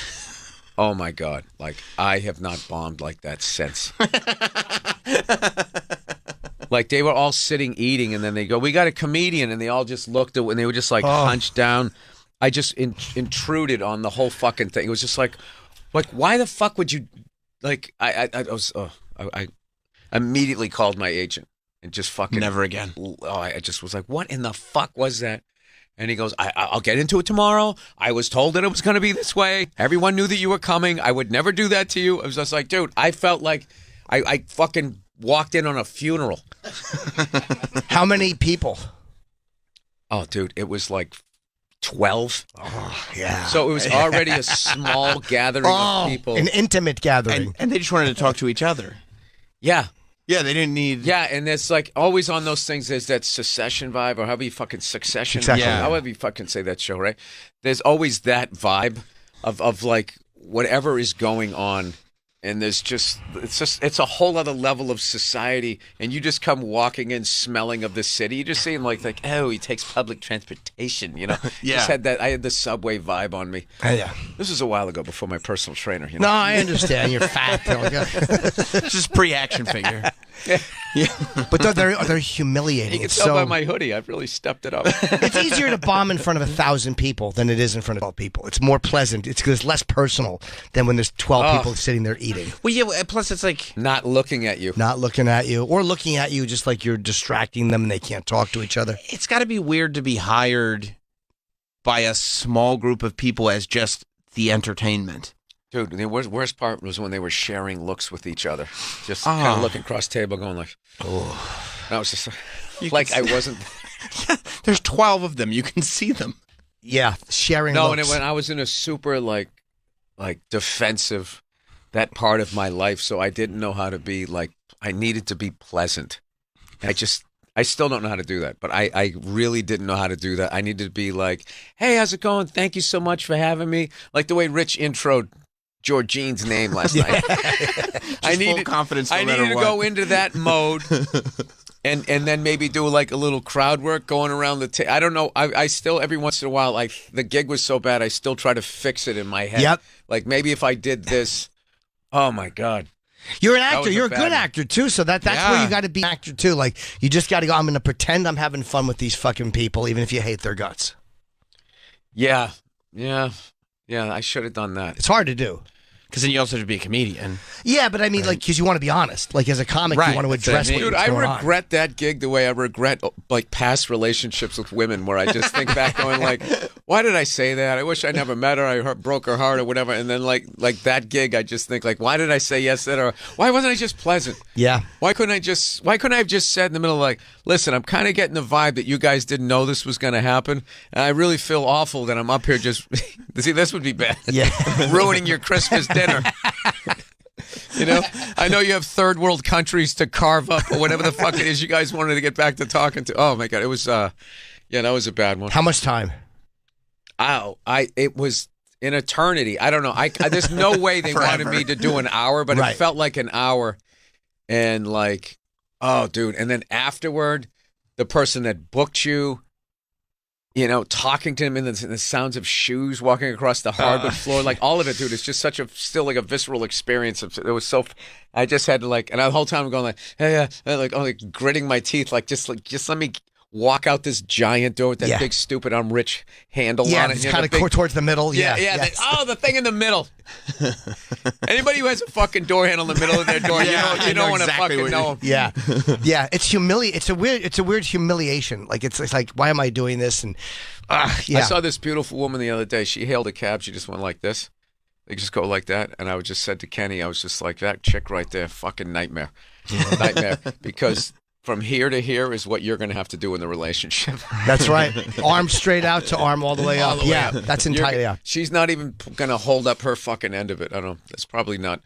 Speaker 15: Oh my god. Like I have not bombed like that since. like they were all sitting eating and then they go, "We got a comedian." And they all just looked at and they were just like
Speaker 16: Oh.
Speaker 15: hunched down. I just in- intruded on the whole fucking thing. It was just like like why the fuck would you like I I, I was oh, I, I immediately called my agent and just fucking
Speaker 2: Never again.
Speaker 15: Oh, I I just was like, "What in the fuck was that?" And he goes, I, I- "I'll get into it tomorrow. I was told that it was going to be this way. Everyone knew that you were coming. I would never do that to you." I was just like, "Dude, I felt like I, I fucking walked in on a funeral."
Speaker 1: <laughs> How many people?
Speaker 15: Oh, dude, it was like 12.
Speaker 1: Oh, yeah.
Speaker 15: So it was already a
Speaker 1: <laughs>
Speaker 15: small gathering
Speaker 1: Oh,
Speaker 15: of people.
Speaker 1: an intimate gathering.
Speaker 15: And, they just wanted to talk to each other. Yeah. Yeah, they didn't need.
Speaker 2: <laughs>
Speaker 15: Yeah, and it's like always on those things. There's that secession vibe, or however you fucking succession,
Speaker 1: Exactly.
Speaker 15: yeah. however you fucking say that show, right? There's always that vibe of of like whatever is going on, and there's just it's just it's a whole other level of society, and you just come walking in smelling of the city. You just seem like like oh, he takes public transportation, you know?
Speaker 1: <laughs> Yeah.
Speaker 15: just had that. I had the subway vibe on me.
Speaker 1: Oh, yeah.
Speaker 15: this was a while ago before my personal trainer. You know?
Speaker 1: No, I understand. You're
Speaker 15: <laughs>
Speaker 1: fat. They're like, uh,
Speaker 15: just pre-action figure.
Speaker 1: But they're they're, they're humiliating.
Speaker 15: You can
Speaker 1: It's
Speaker 15: tell
Speaker 1: so
Speaker 15: by my hoodie, I've really stepped
Speaker 1: <laughs>
Speaker 15: it up.
Speaker 1: it's easier to bomb in front of a thousand people than it is in front of twelve people. It's more pleasant. It's, it's less personal than when there's twelve
Speaker 15: Oh.
Speaker 1: people sitting there eating,
Speaker 2: <laughs> Well, yeah. well, Plus, it's like
Speaker 15: not looking at you,
Speaker 1: not looking at you, or looking at you just like you're distracting them and they can't talk to each other.
Speaker 2: it's got to be weird to be hired by a small group of people as just the entertainment.
Speaker 15: Dude, the worst, worst part was when they were sharing looks with each other, just kind
Speaker 2: Ah.
Speaker 15: of looking across table, going like, "Oh," and I was just like, I
Speaker 1: <laughs>
Speaker 15: wasn't.
Speaker 2: There's 12 of them. You can see them.
Speaker 1: Yeah, sharing.
Speaker 15: No,
Speaker 1: looks.
Speaker 15: and it, when I was in a super like, like defensive, that part of my life, so I didn't know how to be like. I needed to be pleasant. I just, I still don't know how to do that, but I, I really didn't know how to do that. I needed to be like, hey, how's it going? Thank you so much for having me. Like the way Rich introed Georgine's name last night. <laughs> I
Speaker 2: full
Speaker 15: needed
Speaker 2: confidence no
Speaker 15: I
Speaker 2: matter
Speaker 15: needed to
Speaker 2: what.
Speaker 15: go into that
Speaker 2: <laughs>
Speaker 15: mode, and and then maybe do like a little crowd work going around the. Ta- I don't know. I, I still every once in a while, like the gig was so bad, I still try to fix it in my head.
Speaker 1: Yep.
Speaker 15: Like maybe if I did this, oh my god.
Speaker 1: You're an
Speaker 15: That was
Speaker 1: actor. You're a
Speaker 15: bad
Speaker 1: good
Speaker 15: one.
Speaker 1: actor too. So that that's where
Speaker 15: Yeah.
Speaker 1: you got to be an actor too. Like you just got to go. I'm going to pretend I'm having fun with these fucking people, even if you hate their guts.
Speaker 15: Yeah, yeah, yeah. I should have done that.
Speaker 1: It's hard to do.
Speaker 2: Because then you also have to be a comedian.
Speaker 1: Yeah, but I mean, like, because you want to be honest. Like as a comic, you want to address what
Speaker 15: Dude,
Speaker 1: what's
Speaker 15: I
Speaker 1: going on.
Speaker 15: regret that gig the way I regret oh, like past relationships with women, where I just think back, going
Speaker 1: <laughs>
Speaker 15: like, "Why did I say that? I wish I never met her. I hurt, broke her heart or whatever." And then like like that gig, I just think like, "Why did I say yes to that? Or why wasn't I just pleasant?
Speaker 1: Yeah.
Speaker 15: Why couldn't I just? Why couldn't I have just said in the middle like, "Listen, I'm kind of getting the vibe that you guys didn't know this was going to happen, and I really feel awful that I'm up here just <laughs> see this would be bad,
Speaker 1: yeah,
Speaker 15: <laughs> ruining your Christmas dinner." You know, I know you have third world countries to carve up or whatever the fuck it is you guys wanted to get back to talking to. Oh my god, it was uh yeah, that was a bad one.
Speaker 1: How much time?
Speaker 15: Ow, I it was an eternity. I don't know. I, I- there's no way they wanted me to do an hour, but
Speaker 1: Right.
Speaker 15: it felt like an hour and like oh dude, and then afterward the person that booked you you know, talking to him in the, in the sounds of shoes walking across the
Speaker 1: Ah.
Speaker 15: hardwood
Speaker 2: Uh.
Speaker 15: floor, like all of it, dude. It's just such a still like a visceral experience. Of, it was so. I just had to like, and the whole time I'm going like, hey, yeah, and, like, oh, like gritting my teeth, like just like just let me. walk out this giant door with that
Speaker 1: Yeah.
Speaker 15: big stupid I'm rich handle
Speaker 1: yeah,
Speaker 15: on it.
Speaker 1: it's
Speaker 15: you know, the
Speaker 1: kind of
Speaker 15: big-
Speaker 1: towards the middle. Yeah,
Speaker 15: yeah, yeah. the- oh, the thing in the
Speaker 1: <laughs>
Speaker 15: middle. Anybody who has a fucking door handle in the middle of their door, you don't, you don't want to fucking know. 'em. <laughs>
Speaker 1: Yeah, yeah. It's humili. It's a weird. It's a weird humiliation. Like it's, it's like why am I doing this? And ah,
Speaker 15: I
Speaker 1: yeah.
Speaker 15: saw this beautiful woman the other day. She hailed a cab. She just went like this. They just go like that. And I was just said to Kenny, I was just like, that chick right there, fucking
Speaker 1: <laughs>
Speaker 15: nightmare. nightmare. Because from here to here is what you're going to have to do in the relationship. <laughs>
Speaker 1: that's right. arm straight out to arm all the way
Speaker 15: All
Speaker 1: up.
Speaker 15: the way
Speaker 1: yeah,
Speaker 15: up.
Speaker 1: that's
Speaker 15: You're-
Speaker 1: entirely. Yeah.
Speaker 15: She's not even going to hold up her fucking end of it. I don't know. That's probably not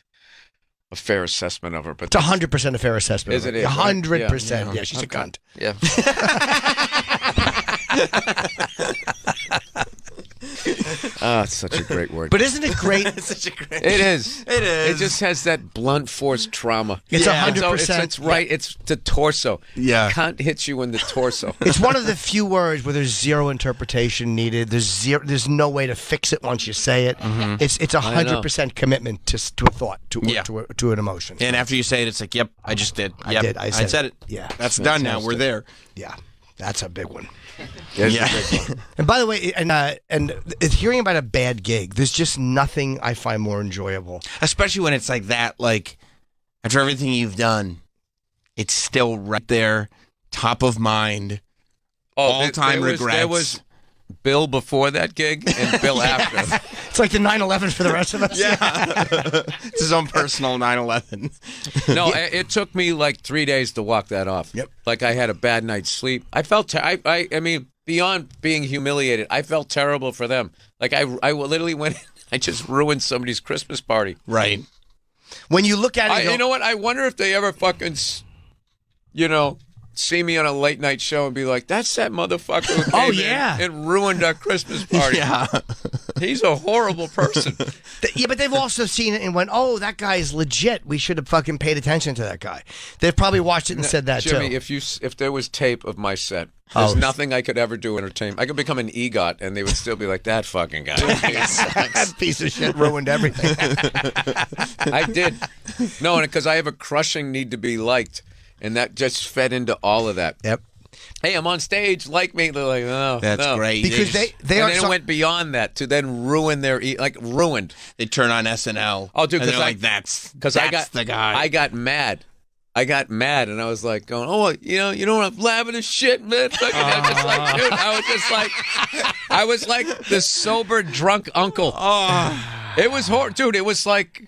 Speaker 15: a fair assessment of her. But
Speaker 1: It's hundred percent a fair assessment.
Speaker 15: Is
Speaker 1: of
Speaker 15: it? is, right?
Speaker 1: hundred percent? Yeah, she's
Speaker 15: Okay.
Speaker 1: a cunt.
Speaker 15: Yeah. Ah, it's such a great word.
Speaker 1: But isn't it great?
Speaker 2: such a great.
Speaker 15: <laughs> It is.
Speaker 2: It is.
Speaker 15: It just has that blunt force trauma.
Speaker 1: It's
Speaker 15: Yeah.
Speaker 1: 100%.
Speaker 15: It's, it's right. It's the torso.
Speaker 1: Yeah.
Speaker 15: Cunt hits you in the
Speaker 1: <laughs>
Speaker 15: torso.
Speaker 1: <laughs> It's one of the few words where there's zero interpretation needed. There's zero. There's no way to fix it once you say it.
Speaker 15: Mm-hmm.
Speaker 1: It's it's a
Speaker 2: I know.
Speaker 1: hundred percent commitment to s- to a thought to
Speaker 2: Yeah.
Speaker 1: to, a, to an emotion.
Speaker 2: And after you say it, it's like, yep, I just did.
Speaker 1: I
Speaker 2: Yep,
Speaker 1: did. I said it. Yeah.
Speaker 2: That's done now.
Speaker 1: Fantastic.
Speaker 2: We're there.
Speaker 1: Yeah. That's a big one.
Speaker 2: There's the big
Speaker 1: and by the way, and uh, and it's hearing about a bad gig, there's just nothing I find more enjoyable.
Speaker 2: Especially when it's like that, like after everything you've done, it's still right there, top of mind.
Speaker 15: Oh, there-
Speaker 2: all time
Speaker 15: there was-
Speaker 2: regrets.
Speaker 15: there was Bill before that gig and Bill after.
Speaker 1: It's like the 9/11 for the rest of
Speaker 15: <laughs>
Speaker 1: us.
Speaker 2: yeah. it's his own personal 9/11.
Speaker 15: No, I- it took me like three days to walk that off. Yep. Like I had a bad night's sleep. I felt. Ter- I, I. I mean, beyond being humiliated, I felt terrible for them. Like I. I literally went. <laughs> I just ruined somebody's Christmas party.
Speaker 2: Right.
Speaker 1: When you look at it,
Speaker 15: I,
Speaker 1: you
Speaker 15: you know what? I wonder if they ever fucking, s- you know, see me on a late night show and be like, "That's that motherfucker." Who came
Speaker 1: Oh,
Speaker 15: in
Speaker 1: yeah.
Speaker 15: and ruined our Christmas party.
Speaker 1: Yeah.
Speaker 15: he's a horrible person.
Speaker 1: Th- yeah, but they've also seen it and went, "Oh, that guy is legit. We should have fucking paid attention to that guy." They've probably watched it and said that
Speaker 15: Jimmy,
Speaker 1: too. <laughs>
Speaker 15: if you s- if there was tape of my set, there's
Speaker 1: Oh.
Speaker 15: nothing I could ever do entertainment. I could become an EGOT, and they would still be like, "That fucking guy."
Speaker 1: that piece of shit ruined everything.
Speaker 15: <laughs> I did. No, and because I have a crushing need to be liked, and that just fed into all of that.
Speaker 1: Yep.
Speaker 15: Hey, I'm on stage. Like me. They're like, no,
Speaker 2: That's
Speaker 15: no.
Speaker 2: great. Because They just-
Speaker 15: they
Speaker 2: they
Speaker 15: and
Speaker 2: are
Speaker 15: then it
Speaker 2: so-
Speaker 15: went beyond that to then ruin their e- like ruined.
Speaker 2: They turn on SNL.
Speaker 15: Oh, dude,
Speaker 2: and
Speaker 15: because
Speaker 2: they're
Speaker 15: I
Speaker 2: like that's
Speaker 15: because I got
Speaker 2: the guy.
Speaker 15: I got mad. I got mad and I was like going, oh, you know, you know what I'm laughing and shit, man. <laughs> Fucking, I was just like, dude, I was just like, I was like the sober drunk
Speaker 2: <sighs>
Speaker 15: uncle. Oh. It was hor dude. It was like,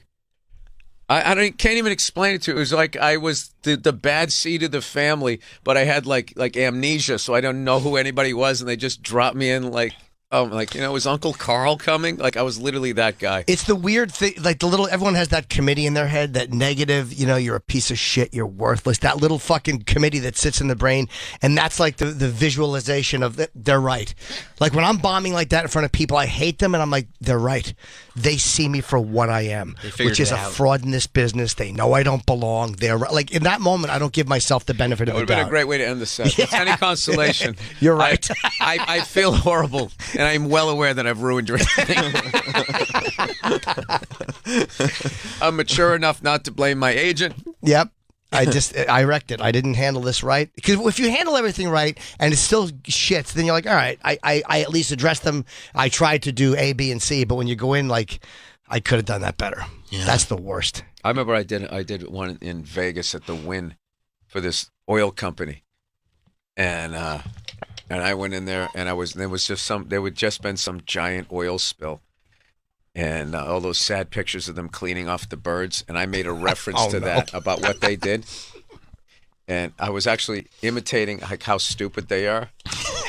Speaker 15: I, I don't, can't even explain it to you. It was like I was the, the bad seed of the family, but I had like like amnesia, so I don't know who anybody was, and they just dropped me in like, oh, like you know, was Uncle Carl coming? Like I was literally that guy.
Speaker 1: It's the weird thing, like the little everyone has that committee in their head, that negative, you know, you're a piece of shit, you're worthless. That little fucking committee that sits in the brain, and that's like the, the visualization of that they're right. Like when I'm bombing like that in front of people, I hate them, and I'm like, they're right. They see me for what I am,
Speaker 2: They figured
Speaker 1: which is
Speaker 2: it
Speaker 1: a
Speaker 2: out.
Speaker 1: fraud in this business. They know I don't belong. They're right. like in that moment, I don't give myself the benefit
Speaker 15: That
Speaker 1: of
Speaker 15: would
Speaker 1: the
Speaker 15: have been
Speaker 1: doubt.
Speaker 15: a great way to end the set. If It's any consolation.
Speaker 1: You're right.
Speaker 15: <laughs> I, I feel horrible, and I'm well aware that I've ruined your thing. I'm mature enough not to blame my agent.
Speaker 1: Yep.
Speaker 15: <laughs>
Speaker 1: I just I wrecked it. I didn't handle this right because if you handle everything right and it's still shits, then you're like, all right, I, I I at least addressed them. I tried to do A, B, and C, but when you go in, like, I could have done that better. That's the worst.
Speaker 15: I remember I did I did one in Vegas at the Win for this oil company, and uh, and I went in there and I was there was just some there would just been some giant oil spill, and uh, all those sad pictures of them cleaning off the birds, and I made a reference
Speaker 16: Oh,
Speaker 15: to
Speaker 16: no.
Speaker 15: that about what they did, and I was actually imitating like how stupid they are.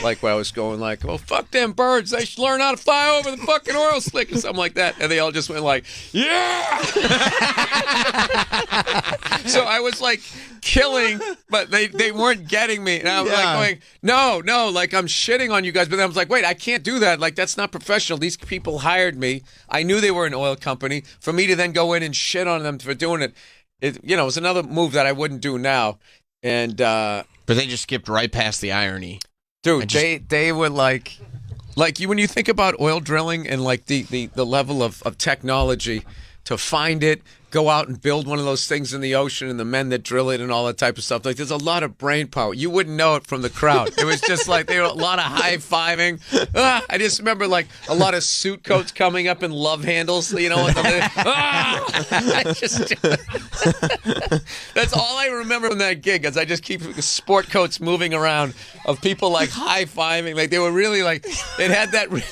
Speaker 15: Like where I was going, like, well, fuck them birds. They should learn how to fly over the fucking oil slick or something like that. And they all just went like, yeah. <laughs> so I was like killing, but they, they weren't getting me. And I was
Speaker 16: Yeah.
Speaker 15: like going, no, no, like I'm shitting on you guys. But then I was like, wait, I can't do that. Like that's not professional. These people hired me. I knew they were an oil company. For me to then go in and shit on them for doing it, it you know, it was another move that I wouldn't do now. And uh
Speaker 2: But they just skipped right past the irony.
Speaker 15: dude they they were like like you when you think about oil drilling and like the the, the level of, of technology to find it, go out and build one of those things in the ocean, and the men that drill it and all that type of stuff. Like, there's a lot of brain power. You wouldn't know it from the crowd. It was just like they were a lot of high fiving. Ah, I just remember like a lot of suit coats coming up in love handles. You know, with the, ah! <laughs> I just, that's all I remember from that gig. Is I just keep sport coats moving around of people like high fiving. Like they were really like it had that <laughs> real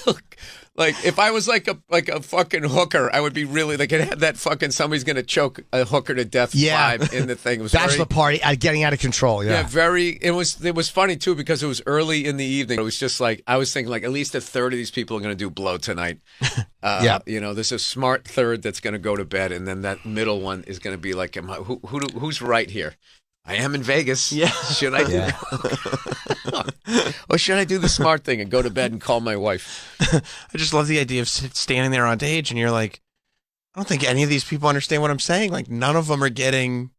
Speaker 15: like if I was like a like a fucking hooker, I would be really like it had that fucking somebody's gonna choke a hooker to death
Speaker 1: Yeah.
Speaker 15: vibe in the thing. It was
Speaker 1: Bachelor
Speaker 15: very,
Speaker 1: party, uh, getting out of control.
Speaker 15: yeah.
Speaker 1: Yeah.
Speaker 15: very. It was it was funny too because it was early in the evening. It was just like I was thinking like at least a third of these people are gonna do blow <laughs> tonight. Uh,
Speaker 1: Yeah.
Speaker 15: you know, there's a smart third that's gonna go to bed, and then that middle one is gonna be like, am I, who, who do, who's right here? I am in Vegas. <laughs> Yeah, should I? do- or should I do the smart thing and go to bed and call my wife?
Speaker 2: I just love the idea of s- standing there on stage and you're like, I don't think any of these people understand what I'm saying. Like, none of them are getting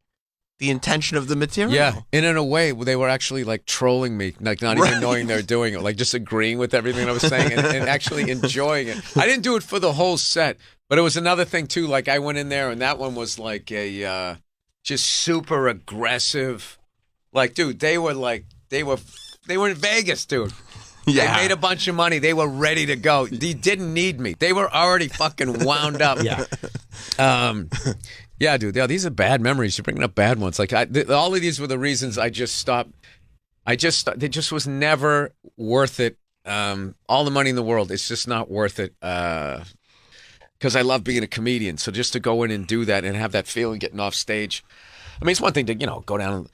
Speaker 2: the intention of the material.
Speaker 15: Yeah, and in a way, they were actually like trolling me, like not
Speaker 2: Right.
Speaker 15: even knowing they're doing it, like just agreeing with everything I was saying and, and actually enjoying it. I didn't do it for the whole set, but it was another thing too. Like I went in there, and that one was like a uh, just super aggressive. Like, dude, they were like they were they were in Vegas, dude.
Speaker 2: Yeah.
Speaker 15: They made a bunch of money. They were ready to go. They didn't need me. They were already fucking wound up.
Speaker 1: Yeah.
Speaker 15: Um, yeah, dude. Yeah, these are bad memories. You're bringing up bad ones. Like I, th- all of these were the reasons I just stopped. I just sto- it just was never worth it. Um, all the money in the world, it's just not worth it. Uh, Because I love being a comedian, so just to go in and do that and have that feeling getting off stage. I mean, it's one thing to you know go down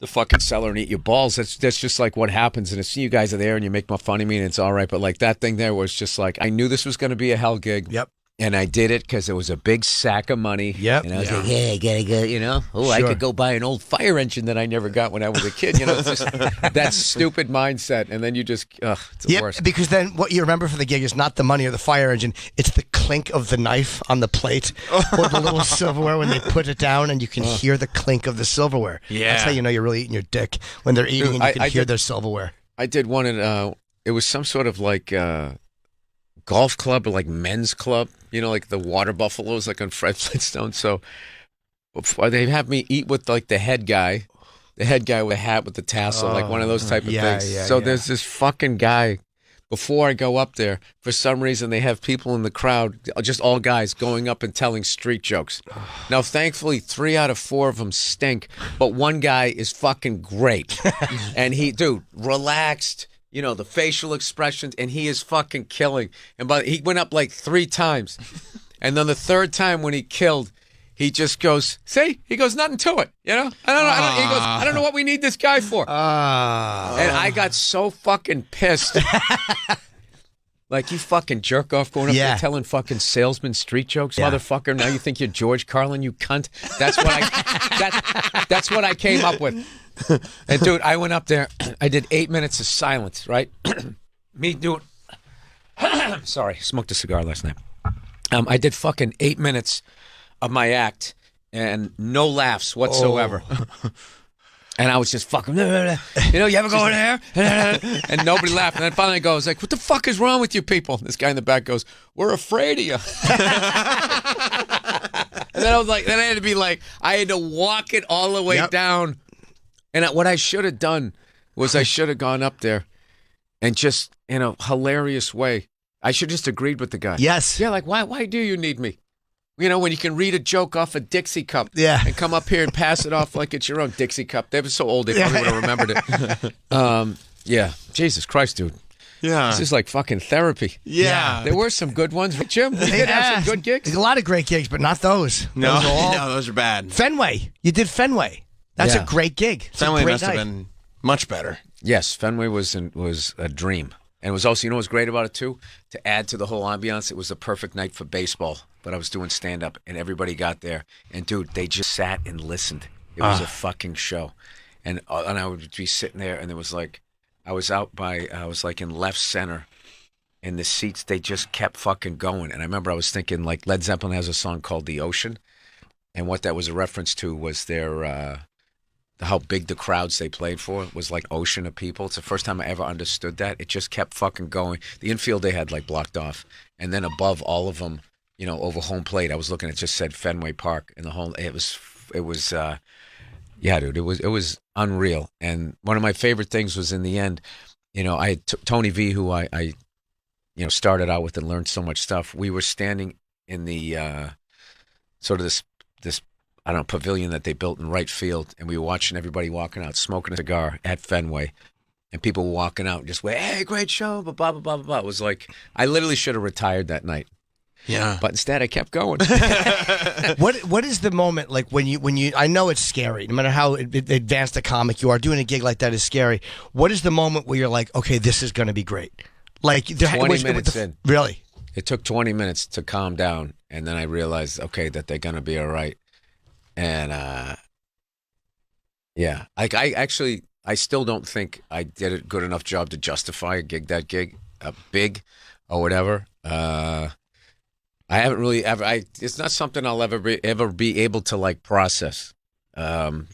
Speaker 15: the fucking cellar and eat your balls. That's that's just like what happens. And it's you guys are there and you make my fun of me and it's all right. But like that thing there was just like I knew this was going to be a hell gig. Yep. And I did it because it was a big sack of money. Yep. And I was
Speaker 16: Yeah.
Speaker 15: like, yeah, I gotta go. You know, oh, I
Speaker 16: Sure.
Speaker 15: could go buy an old fire engine that I never got when I was a kid. You know, <laughs> it's just that stupid mindset. And then you just, ugh, it's the
Speaker 1: Yep,
Speaker 15: worst.
Speaker 1: because then what you remember from the gig is not the money or the fire engine; it's the clink of the knife on the plate or
Speaker 15: <laughs>
Speaker 1: the little silverware when they put it down, and you can
Speaker 15: Ugh.
Speaker 1: hear the clink of the silverware.
Speaker 15: Yeah.
Speaker 1: that's how you know you're really eating your dick when they're eating and you
Speaker 15: I-
Speaker 1: can
Speaker 15: I
Speaker 1: hear
Speaker 15: did-
Speaker 1: their silverware.
Speaker 15: I did one in uh it was some sort of like uh golf club or like men's club, you know, like the water buffaloes like on <laughs> Fred Flintstone. So before they have me eat with like the head guy. The head guy with a hat with the tassel, like one of those type of
Speaker 1: Yeah,
Speaker 15: things.
Speaker 1: yeah,
Speaker 15: so
Speaker 1: yeah.
Speaker 15: there's this fucking guy before I go up there, for some reason they have people in the crowd, just all guys, going up and telling street
Speaker 1: <sighs>
Speaker 15: jokes. Now, thankfully, three out of four of them stink, but one guy is fucking
Speaker 1: <laughs>
Speaker 15: great. and he, dude, relaxed, you know, the facial expressions, and he is fucking killing. And but he went up like three times. And then the third time when he killed, he just goes, see, he goes nothing to it, you know. I don't know. I don't, he goes, I don't know what we need this guy for. and I got so fucking pissed. Like you fucking jerk off going up
Speaker 1: Yeah.
Speaker 15: there telling fucking salesman street jokes, motherfucker. Now you think you're George Carlin, you cunt. That's what I that, that's what I came up with. And dude, I went up there, <clears throat> I did eight minutes of silence, right? <clears throat> Me doing <coughs> sorry, smoked a cigar last night. Um, I did fucking eight minutes of my act and no laughs whatsoever. <laughs> And I was just fucking, <laughs> you know, you ever go in there? <laughs> and nobody laughed. And then finally I goes like, what the fuck is wrong with you people? This guy in the back goes, we're afraid of you. <laughs> and then I was like, then I had to be like, I had to walk it all the way down. And I- what I should have done was I should have gone up there and just in a hilarious way, I should just agreed with the guy.
Speaker 1: Yes.
Speaker 15: Yeah, like why why do you need me? You know, when you can read a joke off a Dixie cup
Speaker 1: Yeah.
Speaker 15: and come up here and pass it off like it's your own Dixie cup. They were so old they probably
Speaker 1: Yeah.
Speaker 15: would have remembered
Speaker 1: <laughs>
Speaker 15: it. Um, yeah. Jesus Christ, dude.
Speaker 2: Yeah.
Speaker 15: This is like fucking therapy.
Speaker 1: Uh. Yeah.
Speaker 15: There were some good ones, right, Jim? We did have some good gigs.
Speaker 1: A lot of great gigs, but not those.
Speaker 2: No, <laughs>
Speaker 1: those are all-
Speaker 2: no, those are bad.
Speaker 1: Fenway. You did Fenway. That's
Speaker 15: Yeah.
Speaker 1: a great gig. It's a
Speaker 15: Fenway
Speaker 1: great
Speaker 15: must have
Speaker 1: night.
Speaker 15: been-
Speaker 2: Much better.
Speaker 15: Yes, Fenway was an, was a dream, and it was also you know what's great about it too. To add to the whole ambiance, it was the perfect night for baseball. But I was doing stand up, and everybody got there, and dude, they just sat and listened. It was
Speaker 16: Ah.
Speaker 15: a fucking show, and uh, and I would be sitting there, and there was like, I was out by, I was like in left center, and the seats they just kept fucking going. And I remember I was thinking like Led Zeppelin has a song called "The Ocean," and what that was a reference to was their. uh how big the crowds they played for was like ocean of people. It's the first time I ever understood that. It just kept fucking going. The infield they had like blocked off, and then above all of them, you know, over home plate. I was looking. It just said Fenway Park in the home. It was it was uh, yeah, dude. It was it was unreal. And one of my favorite things was in the end. You know, I had t- Tony V, who I, I you know started out with and learned so much stuff. We were standing in the uh, sort of this this I don't know pavilion that they built in right field, and we were watching everybody walking out, smoking a cigar at Fenway, and people were walking out and just went, "Hey, great show!" Blah blah blah blah blah. It was like I literally should have retired that night.
Speaker 2: Yeah,
Speaker 15: but instead I kept going. <laughs>
Speaker 2: <laughs>
Speaker 1: what What is the moment like when you when you? I know it's scary. No matter how ad- ad- advanced a comic you are, doing a gig like that is scary. What is the moment where you're like, okay, this is going to be great? Like there,
Speaker 15: twenty
Speaker 1: was-
Speaker 15: minutes
Speaker 1: the-
Speaker 15: in.
Speaker 1: Really?
Speaker 15: It took twenty minutes to calm down, and then I realized, okay, that they're gonna be all right. And uh yeah, like I actually, I still don't think I did a good enough job to justify a gig that gig, a big, or whatever. Uh I haven't really ever. I it's not something I'll ever be, ever be able to like process. Um,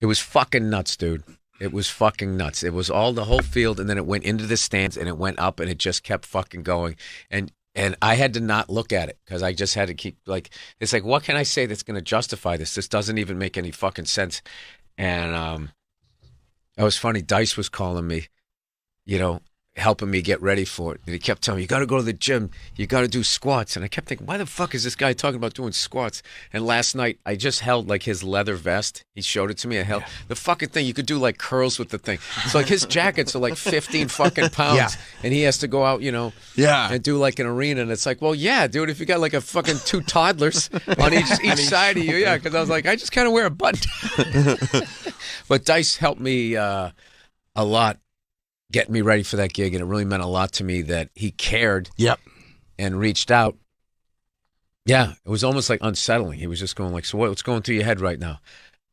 Speaker 15: it was fucking nuts, dude. It was fucking nuts. It was all the whole field, and then it went into the stands, and it went up, and it just kept fucking going. And and I had to not look at it because I just had to keep like it's like what can I say that's going to justify this? This doesn't even make any fucking sense. And um, it was funny. Dice was calling me, you know, helping me get ready for it. And he kept telling me, you got to go to the gym. You got to do squats. And I kept thinking, why the fuck is this guy talking about doing squats? And last night, I just held like his leather vest. He showed it to me. I held the fucking thing. You could do like curls with the thing. So like his jackets are like 15 fucking pounds.
Speaker 2: Yeah.
Speaker 15: And he has to go out, you know, yeah, and do like an arena. And it's like, well, yeah, dude, if you got like a fucking two <laughs> toddlers on each, each side of you, yeah. Because I was like, I just kind of wear a button. <laughs> but Dice helped me uh, a lot getting me ready for that gig, and it really meant a lot to me that he cared.
Speaker 1: Yep.
Speaker 15: And reached out. Yeah, it was almost like unsettling. He was just going like, "So what, what's going through your head right now?"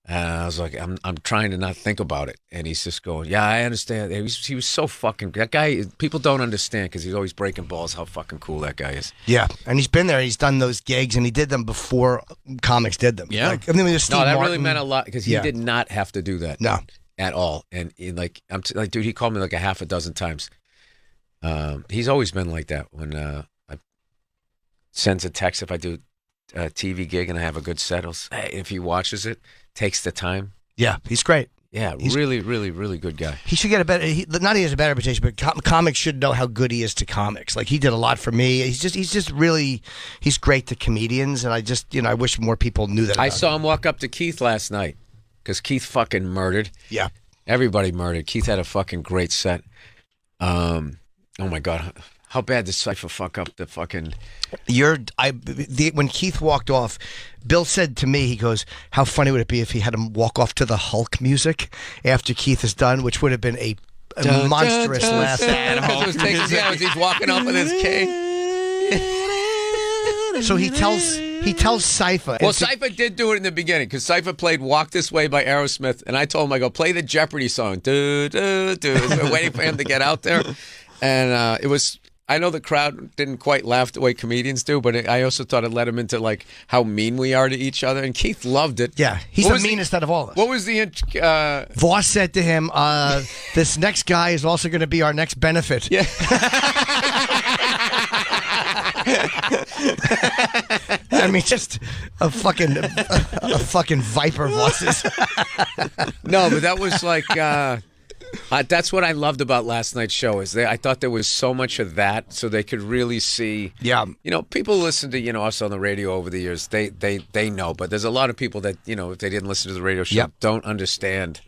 Speaker 15: And I was like, "I'm I'm trying to not think about it." And he's just going, "Yeah, I understand." He was, he was so fucking that guy. is- People don't understand because he's always breaking balls. How fucking cool that guy is.
Speaker 1: Yeah, and he's been there. He's done those gigs, and he did them before comics did them.
Speaker 15: Yeah.
Speaker 1: Like, I mean, there's Steve
Speaker 15: no, that
Speaker 1: Martin.
Speaker 15: really meant a lot because he
Speaker 1: Yeah.
Speaker 15: did not have to do that.
Speaker 1: No.
Speaker 15: At all. And, and, like, I'm t- like, dude, he called me like a half a dozen times. Um, he's always been like that when uh, I sends a text if I do a TV gig and I have a good set. he'll say- If he watches it, takes the time.
Speaker 1: Yeah, he's great.
Speaker 15: Yeah,
Speaker 1: He's-
Speaker 15: really, really, really good guy.
Speaker 1: He should get a better. He, not he has a better reputation, but com- comics should know how good he is to comics. Like he did a lot for me. He's just he's just really he's great to comedians, and I just you know I wish more people knew that.
Speaker 15: I
Speaker 1: about
Speaker 15: saw him walk up to Keith last night because Keith fucking murdered.
Speaker 1: Yeah.
Speaker 15: Everybody murdered. Keith had a fucking great set. Um, oh my God. How bad did Cypher fuck up the fucking.
Speaker 1: You're I the, when Keith walked off, Bill said to me, he goes, "How funny would it be if he had him walk off to the Hulk music after Keith is done, which would have been a, a monstrous laugh."
Speaker 15: Because it was taking- yeah, it was- he's walking off with
Speaker 1: <laughs>
Speaker 15: his cane.
Speaker 1: So he tells he tells Cypher.
Speaker 15: Well,
Speaker 1: and to-
Speaker 15: Cypher did do it in the beginning because Cypher played Walk This Way by Aerosmith. And I told him, I go, play the Jeopardy song. Do, do, do. We're waiting for him to get out there. And uh, it was, I know the crowd didn't quite laugh the way comedians do, but it, I also thought it led him into like how mean we are to each other. And Keith loved it.
Speaker 1: Yeah, he's
Speaker 15: What
Speaker 1: the
Speaker 15: was
Speaker 1: meanest out of all of us.
Speaker 15: What was the uh,
Speaker 1: Voss said to him, uh, "This next guy is also going to be our next benefit."
Speaker 15: Yeah.
Speaker 1: <laughs> I mean, just a fucking a, fucking viper, Voss is.
Speaker 15: no, but that was like uh, uh, that's what I loved about last night's show is they, I thought there was so much of that, so they could really see.
Speaker 1: Yeah,
Speaker 15: you know, people listen to you know us on the radio over the years. They they they know, but there's a lot of people that you know if they didn't listen to the radio show,
Speaker 1: Yep.
Speaker 15: don't understand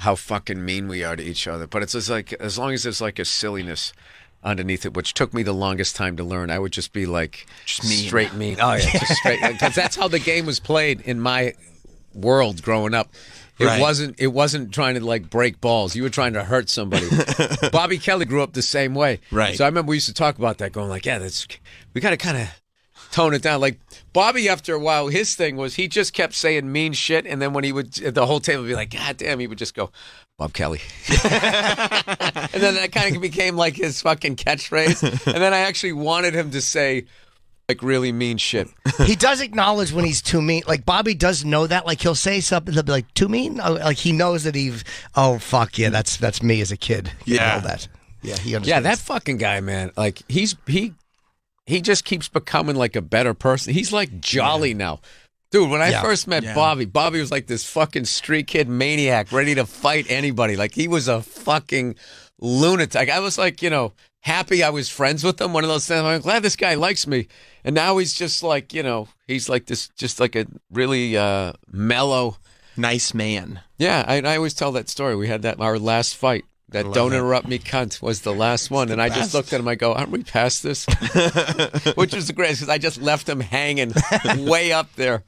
Speaker 15: how fucking mean we are to each other. But it's just like as long as there's like a silliness underneath it, which took me the longest time to learn. I would just be like
Speaker 2: mean.
Speaker 15: straight mean. Oh yeah, just straight because that's how the game was played in my world growing up. It
Speaker 2: Right.
Speaker 15: wasn't it wasn't trying to like break balls. You were trying to hurt
Speaker 2: <laughs>
Speaker 15: somebody. Bobby Kelly grew up the same way.
Speaker 2: Right.
Speaker 15: So I remember we used to talk about that going like, yeah, that's we got to kind of tone it down. Like Bobby after a while his thing was he just kept saying mean shit and then when he would the whole table would be like, god damn, he would just go Bob
Speaker 2: <laughs>
Speaker 15: Kelly. and then that kind of became like his fucking catchphrase. And then I actually wanted him to say like really mean shit.
Speaker 1: he does acknowledge when he's too mean. Like Bobby does know that. Like he'll say something, they'll be like, "Too mean." Oh, Like he knows that he's. Oh fuck yeah, that's that's me as a kid. He
Speaker 15: Yeah.
Speaker 1: know that. Yeah, he
Speaker 15: Yeah,
Speaker 1: understands.
Speaker 15: that fucking guy, man. Like he's he he just keeps becoming like a better person. He's like jolly now. Dude, when I
Speaker 12: Yeah.
Speaker 15: first met
Speaker 12: Yeah.
Speaker 15: Bobby, Bobby was like this fucking street kid maniac ready to fight anybody. Like he was a fucking lunatic. I was like, you know, happy I was friends with him. One of those things. I'm glad this guy likes me. And now he's just like, you know, he's like this, just like a really uh, mellow,
Speaker 2: nice man. <laughs>
Speaker 15: Yeah, I, I always tell that story. We had that our last fight. That
Speaker 2: love
Speaker 15: don't
Speaker 2: that.
Speaker 15: interrupt me, cunt, was the last one, and I just
Speaker 2: best.
Speaker 15: looked at him. I go, "Aren't we past this?" <laughs> Which was the greatest because I just left him
Speaker 2: <laughs>
Speaker 15: hanging way up there.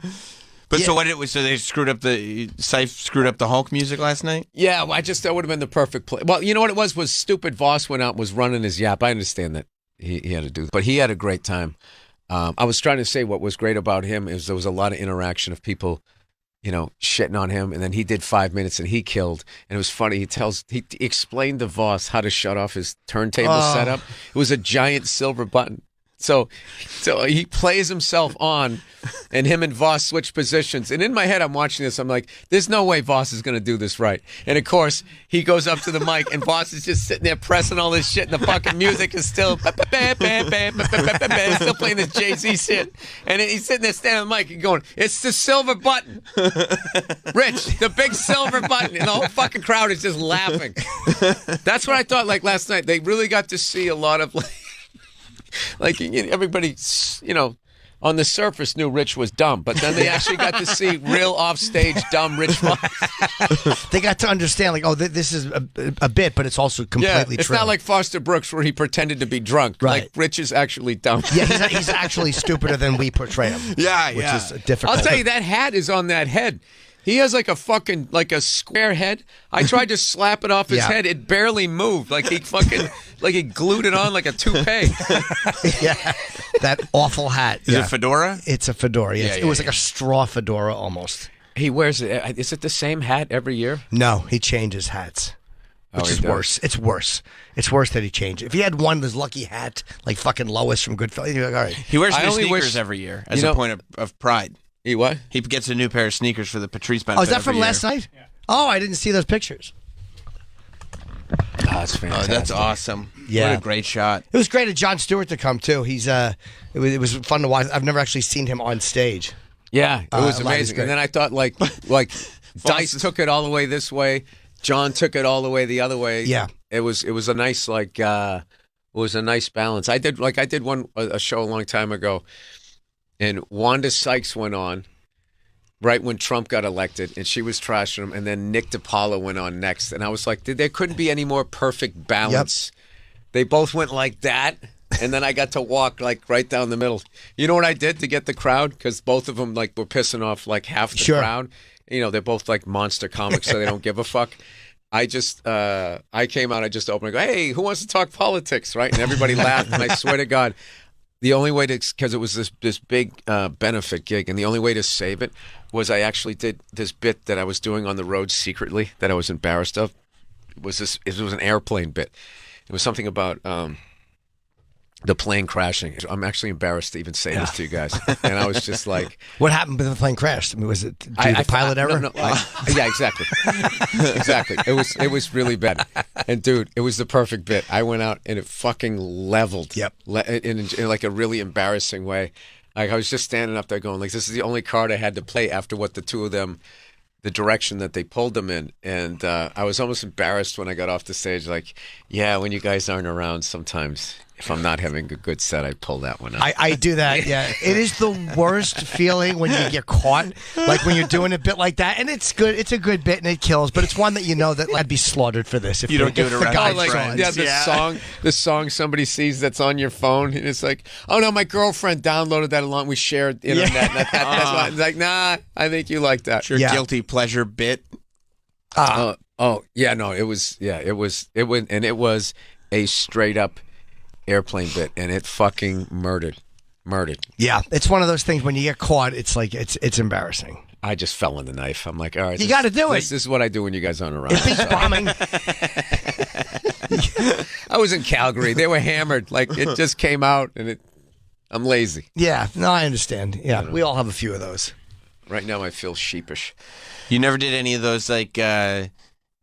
Speaker 2: But so what it was? So they screwed up the Syfe screwed up the Hulk music last night.
Speaker 15: Yeah, well, I just that would have been the perfect play. Well, you know what it was was stupid. Voss went out and was running his yap. I understand that he, he had to do, but he had a great time. Um, I was trying to say what was great about him is there was a lot of interaction of people, you know, shitting on him, and then he did five minutes and he killed. And it was funny. He tells he t- explained to Voss how to shut off his turntable
Speaker 12: Oh.
Speaker 15: setup. It was a giant silver button. So, so he plays himself on, and him and Voss switch positions. And in my head, I'm watching this. I'm like, "There's no way Voss is going to do this right." And of course, he goes up to the mic, and Voss is just sitting there pressing all this shit, and the fucking music is still still playing this Jay Z shit. And he's sitting there standing on the mic and going, "It's the silver button, Rich, the big silver button," and the whole fucking crowd is just laughing. That's what I thought. Like last night, they really got to see a lot of like like you know, everybody, s- you know, on the surface knew Rich was dumb, but then they actually got to see real offstage dumb
Speaker 1: <laughs>
Speaker 15: Rich. Voss.
Speaker 1: they got to understand, like, oh, th- this is a, a bit, but it's also
Speaker 15: Yeah,
Speaker 1: completely
Speaker 15: it's
Speaker 1: true.
Speaker 15: not like Foster Brooks where he pretended to be drunk.
Speaker 1: Right.
Speaker 15: Like Rich is actually dumb.
Speaker 1: yeah, he's, he's actually stupider than we portray him.
Speaker 15: Yeah,
Speaker 1: which
Speaker 15: yeah.
Speaker 1: is difficult.
Speaker 15: I'll tell you
Speaker 1: <laughs>
Speaker 15: that hat is on that head. He has like a fucking like a square head. I tried to slap it off his
Speaker 1: Yeah.
Speaker 15: head; it barely moved. Like he fucking like he glued it on like a toupee.
Speaker 1: that awful hat.
Speaker 15: Is it fedora?
Speaker 1: It's a fedora. Yes.
Speaker 15: Yeah,
Speaker 1: it
Speaker 15: yeah,
Speaker 1: was like a straw fedora almost.
Speaker 15: <laughs> He wears it. Is it the same hat every year?
Speaker 1: No, he changes hats,
Speaker 15: Oh,
Speaker 1: which
Speaker 15: he
Speaker 1: is
Speaker 15: does.
Speaker 1: worse. It's worse. It's worse that he changed. If he had one, his lucky hat, like fucking Lois from Goodfellas, you're like, all right.
Speaker 2: He wears new sneakers every year as
Speaker 1: You know-
Speaker 2: a point of, of pride.
Speaker 15: He what?
Speaker 2: He gets a new pair of sneakers for the Patrice benefit.
Speaker 1: Oh, is that
Speaker 2: every
Speaker 1: from
Speaker 2: year.
Speaker 1: last night? Oh, I didn't see those pictures.
Speaker 15: that's
Speaker 2: Oh, that's awesome.
Speaker 1: Yeah.
Speaker 2: What a great shot.
Speaker 1: It was great of John Stewart to come too. He's uh, it was, it was fun to watch. I've never actually seen him on stage.
Speaker 15: Yeah, it
Speaker 1: Uh,
Speaker 15: was
Speaker 1: Aladdin's
Speaker 15: amazing.
Speaker 1: great.
Speaker 15: And then I thought
Speaker 1: <laughs>
Speaker 15: like like Dice took it all the way this way, John took it all the way the other way.
Speaker 1: Yeah.
Speaker 15: It was it was a nice like uh it was a nice balance. I did like I did one a a show a long time ago and Wanda Sykes went on right when Trump got elected and she was trashing him and then Nick DiPaolo went on next and I was like there couldn't be any more perfect balance. They both went like that, and then I got to walk like right down the middle. You know what I did to get the crowd? Because both of them like were pissing off like half the
Speaker 1: Sure.
Speaker 15: crowd. You know, they're both like monster comics, so they don't give a fuck. I just uh I came out, I just opened and go, Hey, who wants to talk politics? Right? And everybody laughed, and I swear to God, the only way to because it was this this big uh, benefit gig, and the only way to save it was I actually did this bit that I was doing on the road secretly that I was embarrassed of. Was this? It was an airplane bit. It was something about um, the plane crashing. I'm actually embarrassed to even say this to you guys, and I was just like,
Speaker 1: What happened when the plane crashed? I mean, was it due
Speaker 15: I-
Speaker 1: to
Speaker 15: I-
Speaker 1: pilot
Speaker 15: I- no,
Speaker 1: error?
Speaker 15: no, I- <laughs> yeah,
Speaker 1: <laughs>
Speaker 15: exactly, exactly. It was it was really bad, and dude, it was the perfect bit. I went out and it fucking leveled. Yep, Le- in, in, in like a really embarrassing way. Like I was just standing up there going, like this is the only card I had to play after what the two of them, the direction that they pulled them in, and uh, I was almost embarrassed when I got off the stage. Like, yeah, when you guys aren't around, sometimes if I'm not having a good set, I pull that one out.
Speaker 1: I, I do
Speaker 15: <laughs>
Speaker 1: that. Yeah, it is the worst feeling when you get caught, like when you're doing a bit like that, and it's good. It's a good bit and it kills, but it's one that you know that I'd be slaughtered for this if
Speaker 15: You don't
Speaker 1: do
Speaker 15: do it
Speaker 1: the
Speaker 15: around
Speaker 1: guy
Speaker 15: your
Speaker 1: saw it.
Speaker 15: friends. Oh, Yeah, the song- the song somebody sees that's on your phone, and it's like, oh no, my girlfriend downloaded that along. We shared the internet. and I thought, that's why. It's like, nah, I think you like that.
Speaker 2: Your guilty pleasure bit.
Speaker 15: Uh, oh yeah, no, it was yeah, it was it went and it was a straight up airplane bit, and it fucking murdered, murdered.
Speaker 1: Yeah, it's one of those things when you get caught, it's like it's it's embarrassing.
Speaker 15: I just fell on the knife. I'm like, all right,
Speaker 1: You
Speaker 15: this-
Speaker 1: gotta do
Speaker 15: This,
Speaker 1: it.
Speaker 15: this is what I do when you guys aren't around. So- I was in Calgary. They were hammered. Like
Speaker 1: <laughs>
Speaker 15: it just came out, and it. I'm lazy.
Speaker 1: Yeah, no, I understand. Yeah, we all have a few of those.
Speaker 15: Right now, I feel sheepish.
Speaker 2: You never did any of those like uh,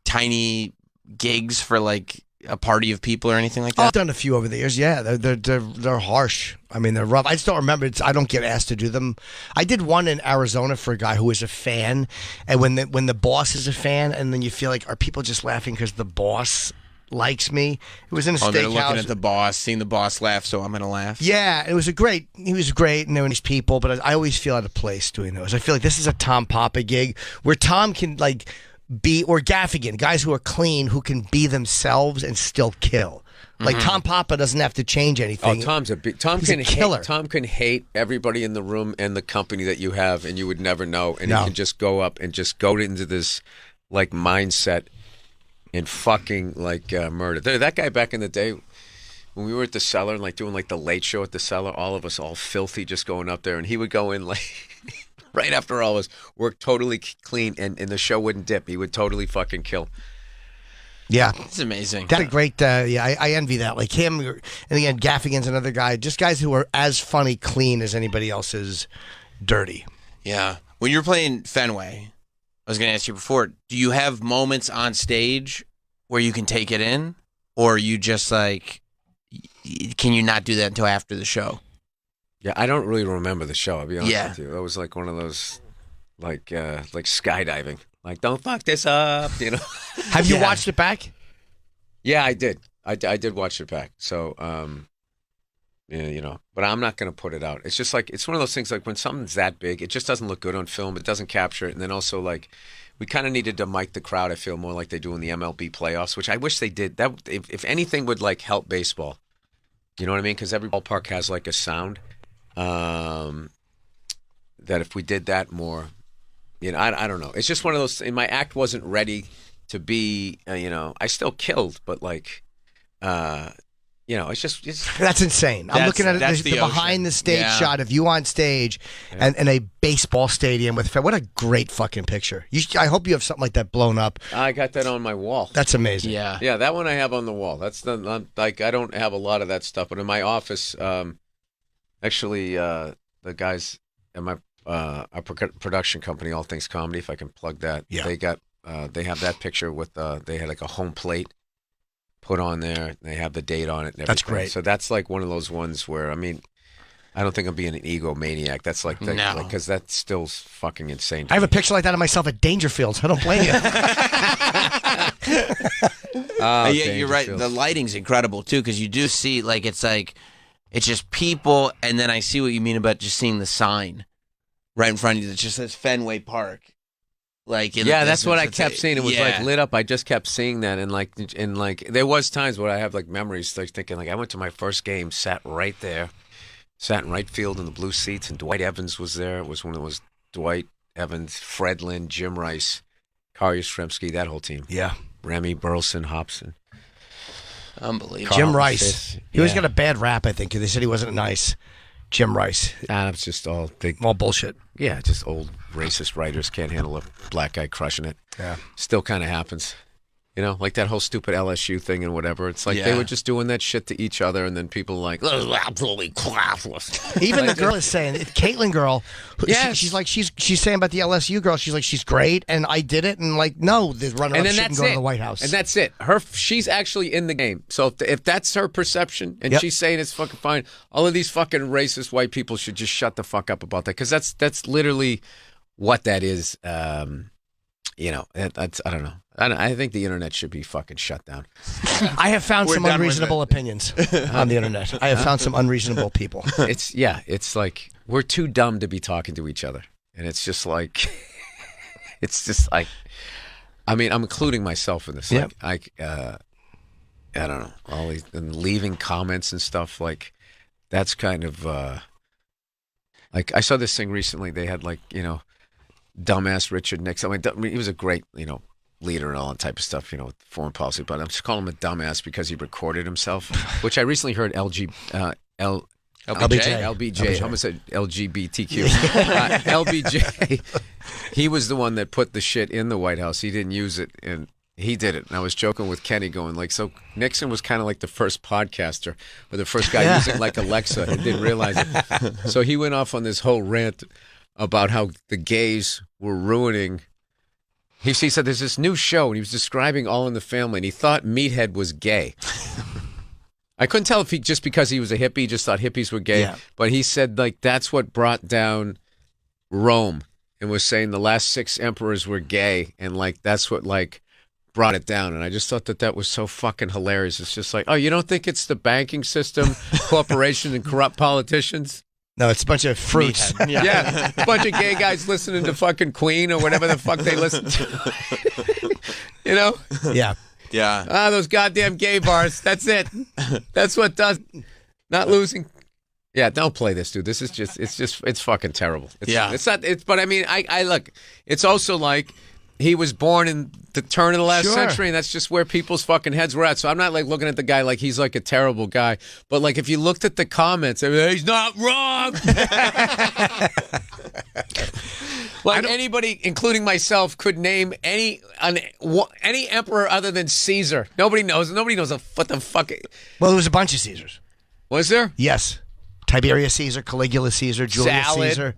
Speaker 2: tiny gigs for like a party of people or anything like that?
Speaker 1: I've done a few over the years. Yeah, they're they're they're, they're harsh. I mean, they're rough. I just don't remember. It's, I don't get asked to do them. I did one in Arizona for a guy who is a fan, and when the when the boss is a fan, and then you feel like are people just laughing because the boss likes me? It was in a
Speaker 2: oh, they're looking
Speaker 1: steakhouse.
Speaker 2: at the boss, seeing the boss laugh, so I'm gonna laugh.
Speaker 1: yeah, it was a great. He was great, and there were these people, but I, I always feel out of place doing those. I feel like this is a Tom Papa gig where Tom can like be or Gaffigan, guys who are clean who can be themselves and still kill. Like
Speaker 15: Mhm.
Speaker 1: Tom Papa doesn't have to change
Speaker 15: Oh,
Speaker 1: anything.
Speaker 15: Tom's a big, Tom
Speaker 1: He's
Speaker 15: can
Speaker 1: a killer.
Speaker 15: Hate, Tom can hate everybody in the room and the company that you have, and you would never know. And
Speaker 1: No.
Speaker 15: he can just go up and just go into this like mindset and fucking like uh, murder. There, that guy back in the day when we were at the cellar and like doing like the late show at the cellar, all of us all filthy, just going up there, and he would go in like. <laughs> Right after all of us work totally c- clean and, and the show wouldn't dip. He would totally fucking kill.
Speaker 1: Yeah,
Speaker 15: It's amazing.
Speaker 1: That's a great. Uh, yeah, I, I envy that. Like him, and again, Gaffigan's another guy. Just guys who are as funny clean as anybody else is dirty.
Speaker 2: Yeah. When you're playing Fenway, I was going to ask you before, do you have moments on stage where you can take it in or are you just like y- y- can you not do that until after the show?
Speaker 15: Yeah, I don't really remember the show. I'll be honest
Speaker 2: Yeah.
Speaker 15: with you. That was like one of those, like uh, like skydiving. Like, don't fuck this up. You know.
Speaker 1: Have you watched it back?
Speaker 15: Yeah, I did. I, d- I did watch it back. So, um, yeah, you know, but I'm not gonna put it out. It's just like it's one of those things. Like when something's that big, it just doesn't look good on film. It doesn't capture it. And then also like, we kind of needed to mic the crowd. I feel more like they do in the MLB playoffs, which I wish they did. That if, if anything would like help baseball. You know what I mean? Because every ballpark has like a sound. Um, that if we did that more, you know, I, I don't know. It's just one of those. And my act wasn't ready to be. Uh, you know, I still killed, but like, uh, you know, it's just it's,
Speaker 1: That's insane. I'm
Speaker 15: That's-
Speaker 1: looking at it,
Speaker 15: that's
Speaker 1: the,
Speaker 15: the
Speaker 1: the behind the stage
Speaker 15: ocean. Yeah.
Speaker 1: shot of you on stage and, and a baseball stadium with what a great fucking picture. You, sh- I hope you have something like that blown up.
Speaker 15: I got that on my wall.
Speaker 1: That's amazing.
Speaker 15: Yeah, that one I have on the wall. That's the not, like I don't have a lot of that stuff, but in my office, um, actually, uh, the guys at my uh, our proc- production company, All Things Comedy, if I can plug that, yeah. they got uh, they have that picture with uh, they had like a home plate put on there. And they have the date on it. And everything.
Speaker 1: That's great.
Speaker 15: So that's like one of those ones where I mean. I don't think I'm being an egomaniac. That's like, because
Speaker 1: No.
Speaker 15: that's still fucking insane.
Speaker 1: I have a picture like that of myself at Dangerfield. So I don't
Speaker 15: <laughs>
Speaker 1: blame you.
Speaker 15: Oh,
Speaker 2: Uh, yeah, you're right. The lighting's incredible too cuz you do see like it's like it's just people and then I see what you mean about just seeing the sign right in front of you that just says Fenway Park. Like in the
Speaker 15: yeah, that's what I
Speaker 2: distance. It's
Speaker 15: kept seeing. It was
Speaker 2: yeah.
Speaker 15: like lit up. I just kept seeing that, and like, and like, there was times where I have like memories, like thinking, like, I went to my first game, sat right there, sat in right field in the blue seats, and Dwight Evans was there. It was when it was Dwight Evans, Fred Lynn, Jim Rice, Kari Yastrzemski, that whole team.
Speaker 1: Yeah.
Speaker 15: Remy Burleson Hobson.
Speaker 2: Unbelievable.
Speaker 1: Jim Rice. He always
Speaker 15: Yeah.
Speaker 1: got a bad rap, I think, 'cause they said he wasn't nice. Jim Rice.
Speaker 15: That's just all big,
Speaker 1: all bullshit.
Speaker 15: Yeah, just old racist writers can't handle a black guy crushing it.
Speaker 1: Yeah.
Speaker 15: Still kind of happens. You know, like that whole stupid LSU thing and whatever. It's like they
Speaker 1: Yeah.
Speaker 15: were just doing that shit to each other, and then people like, absolutely classless.
Speaker 1: Even the
Speaker 15: Like,
Speaker 1: girl
Speaker 15: <laughs>
Speaker 1: is saying, Caitlin girl, who- she-
Speaker 15: Yes.
Speaker 1: she's like, she's she's saying about the LSU girl, she's like, she's great, and I did it, and like, <laughs> no, the runner up
Speaker 15: and then
Speaker 1: shouldn't
Speaker 15: that's
Speaker 1: go
Speaker 15: it.
Speaker 1: to the White House.
Speaker 15: And that's it. Her, she's actually in the game. So if, if that's her perception, and
Speaker 1: Yep.
Speaker 15: she's saying it's fucking fine, all of these fucking racist white people should just shut the fuck up about that because that's that's literally what that is. Um, you know, that- that's I don't know. I, don't, I think the internet should be fucking shut down.
Speaker 1: I have found
Speaker 15: We're
Speaker 1: some
Speaker 15: done with
Speaker 1: unreasonable opinions on the internet. I have found some unreasonable people.
Speaker 15: It's yeah, it's like we're too dumb to be talking to each other, and it's just like, it's just like, I mean, I'm including myself in this.
Speaker 1: Yep.
Speaker 15: Like, I, uh, I don't know, all these and leaving comments and stuff like, that's kind of uh, like I saw this thing recently. They had like you know, dumbass Richard Nixon. I mean, dumb- he was a great you know leader and all that type of stuff. You know, with foreign policy. But I'm just calling him a dumbass because he recorded himself, which I recently heard LG uh, L.
Speaker 2: LBJ.
Speaker 15: LBJ.
Speaker 2: LBJ.
Speaker 15: I almost said LGBTQ. uh, LBJ. He was the one that put the shit in the White House. He didn't use it, and he did it. And I was joking with Kenny, going like, "So Nixon was kind of like the first podcaster, or the first guy
Speaker 5: Yeah.
Speaker 15: using like Alexa, and didn't realize it." So he went off on this whole rant about how the gays were ruining He, he said there's this new show, and he was describing All in the Family, and he thought Meathead was gay. I couldn't tell if he just because he was a hippie, he just thought hippies were gay.
Speaker 16: Yeah.
Speaker 15: But he said like that's what brought down Rome, and was saying the last six emperors were gay, and like that's what like brought it down. And I just thought that that was so fucking hilarious. It's just like, oh, you don't think it's the banking system, corporations, and corrupt politicians?
Speaker 1: No, it's a bunch of fruits.
Speaker 15: <laughs> Yeah. a bunch of gay guys listening to fucking Queen or whatever the fuck they listen to. you know?
Speaker 1: <laughs> Yeah.
Speaker 2: Yeah.
Speaker 15: Ah, those goddamn gay bars. That's it. That's what does. Not losing. Yeah, don't play this, dude. This is just. It's just. It's fucking terrible. It's,
Speaker 2: Yeah.
Speaker 15: It's not. It's. But I mean, I. I look. It's also like. He was born in the turn of the last
Speaker 2: Sure.
Speaker 15: century, and that's just where people's fucking heads were at. So I'm not like looking at the guy like he's like a terrible guy, but like if you looked at the comments, I mean, he's not
Speaker 2: <laughs>
Speaker 15: wrong. <laughs> like anybody, including myself, could name any an, wa- any emperor other than Caesar. Nobody knows. Nobody knows a, what the fuck.
Speaker 1: Well, there was a bunch of Caesars.
Speaker 15: Was there?
Speaker 1: Yes. Tiberius Caesar, Caligula Caesar, Julius
Speaker 15: Salad.
Speaker 1: Caesar,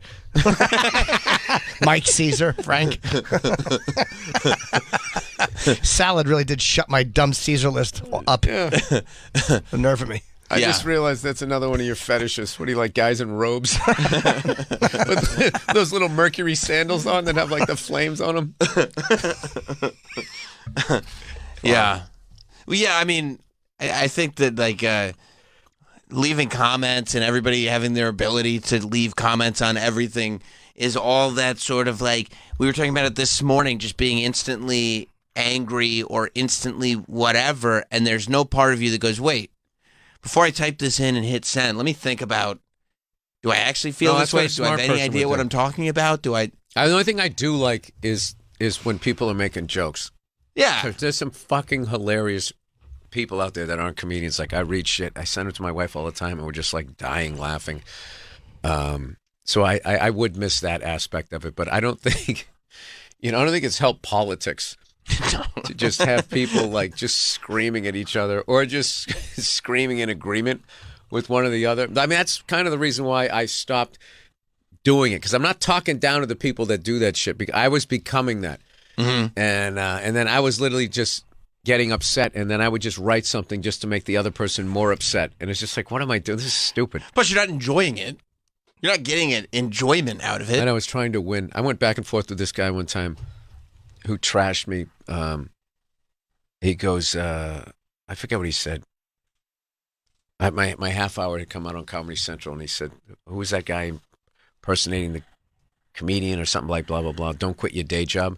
Speaker 1: <laughs> Mike Caesar, <laughs> Frank. Salad really did shut my dumb Caesar list <laughs> up. the nerve of me.
Speaker 15: I just realized that's another one of your fetishes. What do you like, guys in <laughs> robes? With those little mercury sandals on that have like the flames on them.
Speaker 2: Yeah. Well, yeah, I mean, I, I think that like uh, leaving comments and everybody having their ability to leave comments on everything is all that sort of like we were talking about it this morning, just being instantly angry or instantly whatever, and there's no part of you that goes, wait, before I type this in and hit send, let me think about. Do I actually feel
Speaker 15: No,
Speaker 2: this
Speaker 15: that's what a
Speaker 2: way? Do I
Speaker 15: smart
Speaker 2: have any
Speaker 15: person
Speaker 2: idea
Speaker 15: would
Speaker 2: what
Speaker 15: do.
Speaker 2: I'm talking about? Do I?
Speaker 15: Uh, the only thing I do like is is when people are making jokes.
Speaker 2: Yeah.
Speaker 15: There- there's some fucking hilarious people out there that aren't comedians. Like I read shit, I send it to my wife all the time, and we're just like dying laughing. Um, so I, I I would miss that aspect of it, but I don't <laughs> think, you know, I don't think it's helped politics. to just have people like just screaming at each other or just <laughs> screaming in agreement with one or the other. I mean, that's kind of the reason why I stopped doing it because I'm not talking down to the people that do that shit. Because I was becoming that,
Speaker 2: Mm-hmm.
Speaker 15: and uh, and then I was literally just getting upset, and then I would just write something just to make the other person more upset, and it's just like, what am I doing? This is stupid.
Speaker 2: But you're not enjoying it. You're not getting an enjoyment out of it.
Speaker 15: And I was trying to win. I went back and forth with this guy one time who trashed me. Um, he goes, uh, I forget what he said. I, my my half hour had come out on Comedy Central, and he said, "Who was that guy impersonating the comedian or something like blah blah blah? Don't quit your day job."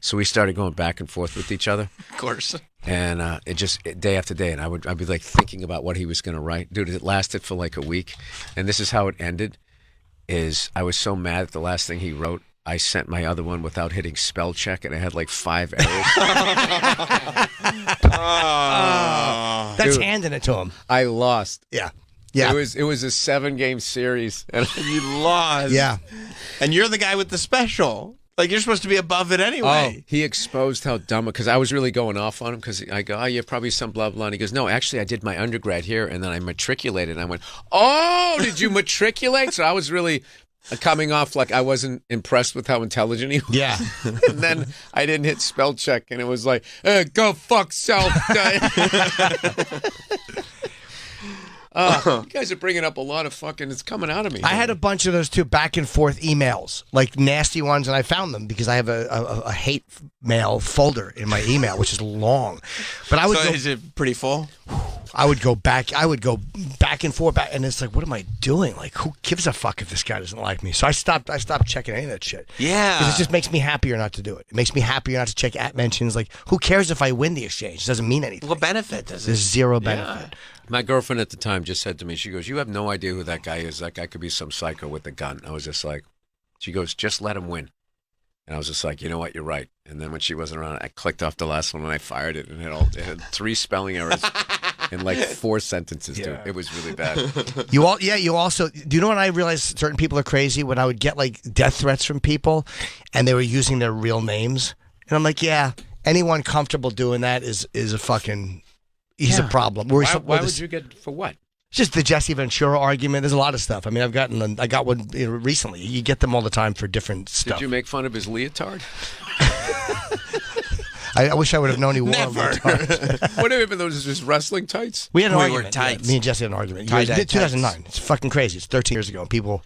Speaker 15: So we started going back and forth with each other.
Speaker 2: Of course. <laughs>
Speaker 15: and uh, it just it- day after day, and I would I'd be like thinking about what he was going to write, dude. It lasted for like a week, and this is how it ended: is I was so mad at the last thing he wrote, I sent my other one without hitting spell check, and I had like five errors.
Speaker 1: That's
Speaker 15: Dude.
Speaker 1: handing it to him.
Speaker 15: I lost.
Speaker 1: Yeah, yeah.
Speaker 15: It was it was a seven game series, and
Speaker 2: you lost.
Speaker 1: Yeah.
Speaker 2: And you're the guy with the special. Like you're supposed to be above it <laughs> anyway.
Speaker 15: Oh, he exposed how dumb because I was really going off on him because I go, oh, you're probably some blah blah. And he goes, no, actually, I did my undergrad here and then I matriculated. And I went, oh, did you matriculate? so I was really uh, coming off like I wasn't impressed with how intelligent he was.
Speaker 1: Yeah.
Speaker 15: <laughs> and then I didn't hit spell check and it was like, eh, go fuck
Speaker 1: <laughs>
Speaker 15: self. <laughs> Uh, you guys are bringing up a lot of fucking. It's coming out of me.
Speaker 1: I had a bunch of those too, back and forth emails, like nasty ones, and I found them because I have a, a, a hate mail folder in my email, which is long. But I would
Speaker 2: So
Speaker 1: go,
Speaker 2: is it pretty full?
Speaker 1: I would go back, I would go back and forth, back, and it's like, what am I doing? Like, who gives a fuck if this guy doesn't like me? So I stopped, I stopped checking any of that shit.
Speaker 2: Yeah.
Speaker 1: 'Cause it just makes me happier not to do it. It makes me happier not to check at mentions. Like, who cares if I win the exchange? It doesn't mean anything.
Speaker 2: What benefit does it?
Speaker 1: There's zero benefit.
Speaker 15: My girlfriend at the time just said to me, she goes, You have no idea who that guy is. That guy could be some psycho with a gun. I was just like, She goes, Just let him win. And I was just like, You know what? You're right. And then when she wasn't around, I clicked off the last one and I fired it and it, all, it had three spelling errors in
Speaker 1: <laughs>
Speaker 15: like four sentences, dude. It was really bad.
Speaker 1: You all, yeah. You also, do you know when I realized certain people are crazy when I would get like death threats from people, and they were using their real names, and I'm like, yeah, anyone comfortable doing that is is a fucking, he's a problem. We're
Speaker 15: Why,
Speaker 1: so-
Speaker 15: why
Speaker 1: we're
Speaker 15: would
Speaker 1: the-
Speaker 15: you get for what?
Speaker 1: Just the Jesse Ventura argument. There's a lot of stuff. I mean, I've gotten, I got one you know, recently. You get them all the time for different
Speaker 15: Did
Speaker 1: stuff.
Speaker 15: you make fun of his leotard?
Speaker 1: I, I wish I would have known he wore them.
Speaker 15: <laughs> what do you mean? Those are just wrestling tights?
Speaker 1: We had an
Speaker 15: We
Speaker 1: argument.
Speaker 15: were tights.
Speaker 1: Yeah, me and Jesse had an argument.
Speaker 2: Tie-dye
Speaker 1: Years-
Speaker 2: tights.
Speaker 1: 2009. It's fucking crazy. It's 13 years ago, and people.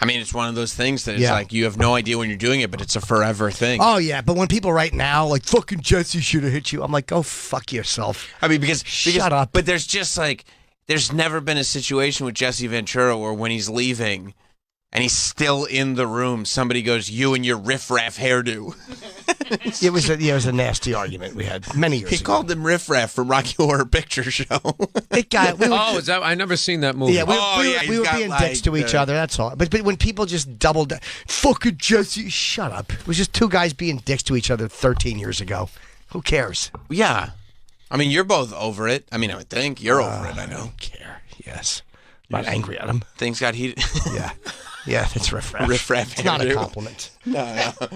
Speaker 2: I mean, it's one of those things that it's
Speaker 1: Yeah.
Speaker 2: like you have no idea when you're doing it, but it's a forever thing.
Speaker 1: Oh yeah, but when people right now like fucking Jesse should have hit you, I'm like, go fuck yourself.
Speaker 2: I mean, because, because
Speaker 1: Shut up.
Speaker 2: But there's just like there's never been a situation with Jesse Ventura where when he's leaving and he's still in the room, somebody goes, "You and your riffraff hairdo." <laughs>
Speaker 1: it was a, yeah, it was a nasty argument we had many years
Speaker 2: He
Speaker 1: ago.
Speaker 2: called them riffraff from Rocky Horror Picture Show. <laughs>
Speaker 1: it got <laughs> we were,
Speaker 15: oh, is that? I never seen that movie.
Speaker 1: Yeah, we,
Speaker 15: oh,
Speaker 1: we,
Speaker 15: yeah, he's
Speaker 1: we were
Speaker 15: got,
Speaker 1: being
Speaker 15: like,
Speaker 1: dicks to each
Speaker 15: the-
Speaker 1: other. That's all. But but when people just doubled, fucking Jesse, shut up. It was just two guys being dicks to each other 13 years ago. Who cares?
Speaker 2: Yeah, I mean, you're both over it. I mean, I would think you're over it. I
Speaker 15: Uh.
Speaker 2: know.
Speaker 1: Uh, care. Yes. I'm not angry at him.
Speaker 2: Things got heated. <laughs>
Speaker 1: yeah. Yeah, that's riffraff.
Speaker 2: Riffraff.
Speaker 1: It's not a
Speaker 2: hairdo.
Speaker 1: compliment.
Speaker 2: No, no,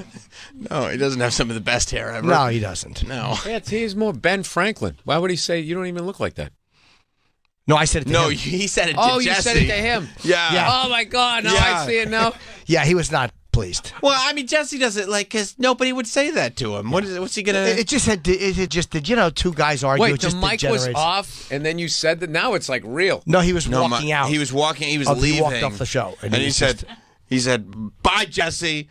Speaker 2: no. He doesn't have some of the best hair ever.
Speaker 1: No, he doesn't.
Speaker 2: No.
Speaker 15: Yeah, it's- he's more Ben Franklin. Why would he say you don't even look like that?
Speaker 1: No, I said it to
Speaker 2: <laughs> No,
Speaker 1: him.
Speaker 2: he said it.
Speaker 15: <laughs> Oh,
Speaker 2: to
Speaker 15: you
Speaker 2: Jesse.
Speaker 15: said it to
Speaker 1: <laughs>
Speaker 15: him.
Speaker 2: Yeah.
Speaker 15: Oh my God! Now
Speaker 2: Yeah.
Speaker 15: I see it now.
Speaker 1: Yeah, he was not pleased.
Speaker 2: Well, I mean, Jesse does it like because nobody would say that to him. What is it? What's he gonna?
Speaker 1: It, it just had. It, it just did. You know, two guys argue.
Speaker 15: Uh, Wait,
Speaker 1: it
Speaker 15: the
Speaker 1: just
Speaker 15: mic was
Speaker 1: degenerates.
Speaker 15: off, and then you said that. Now it's like real.
Speaker 1: No, he was
Speaker 2: No, my-
Speaker 1: walking out.
Speaker 2: He was walking. He was
Speaker 1: Oh,
Speaker 2: leaving.
Speaker 1: He walked off the show,
Speaker 2: and, he,
Speaker 1: was
Speaker 2: said,
Speaker 1: just-
Speaker 2: "He said bye, Jesse."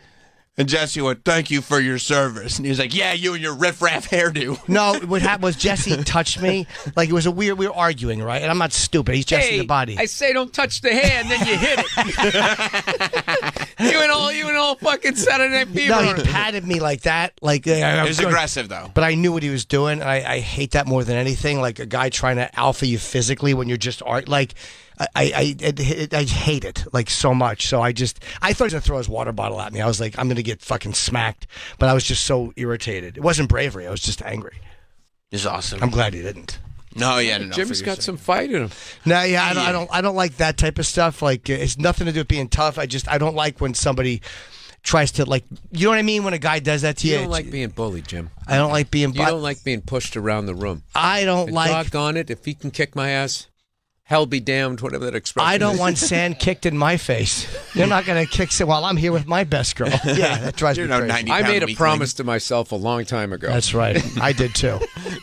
Speaker 2: And Jesse went, "Thank you for your service." And he was like, "Yeah, you and your riffraff hairdo."
Speaker 1: No, what happened
Speaker 15: <laughs>
Speaker 1: was Jesse touched me. Like it was a weird. We were arguing, right? And I'm not stupid. He's Jesse
Speaker 15: hey,
Speaker 1: the body.
Speaker 15: I say don't touch the hair, and then you
Speaker 1: <laughs>
Speaker 15: hit it. you and all, you and all, fucking Saturday Night Fever.
Speaker 1: no, he patted me like that. Like uh,
Speaker 2: It
Speaker 1: I'm
Speaker 2: was
Speaker 1: good.
Speaker 2: aggressive though.
Speaker 1: But I knew what he was doing. And I, I hate that more than anything. Like a guy trying to alpha you physically when you're just art. Like I, I, I, it- I hate it like so much. So I just, I thought he was gonna throw his water bottle at me. I was like, I'm gonna get fucking smacked. But I was just so irritated. It wasn't bravery. I was just angry.
Speaker 2: It's awesome.
Speaker 1: I'm glad he didn't.
Speaker 2: No, yeah, no, no,
Speaker 15: Jim's
Speaker 2: for
Speaker 15: got
Speaker 2: yourself.
Speaker 15: some fight in him.
Speaker 1: No, yeah, I don't, I don't, I don't like that type of stuff. Like, uh, it's nothing to do with being tough. I just, I don't like when somebody tries to like, you know what I mean? When a guy does that to you,
Speaker 15: You don't
Speaker 1: it's-
Speaker 15: like being bullied, Jim.
Speaker 1: I don't like being.
Speaker 15: You
Speaker 1: bu-
Speaker 15: don't like being pushed around the room.
Speaker 1: I don't
Speaker 15: And
Speaker 1: like.
Speaker 15: Doggone it! If he can kick my ass, hell be damned. Whatever that expression. <laughs>
Speaker 1: I don't
Speaker 15: is.
Speaker 1: want sand kicked in my face. You're not gonna kick sand while I'm here with my best girl. Yeah, that drives me crazy.
Speaker 15: I made a promise to myself a long time ago.
Speaker 1: That's right. I did too,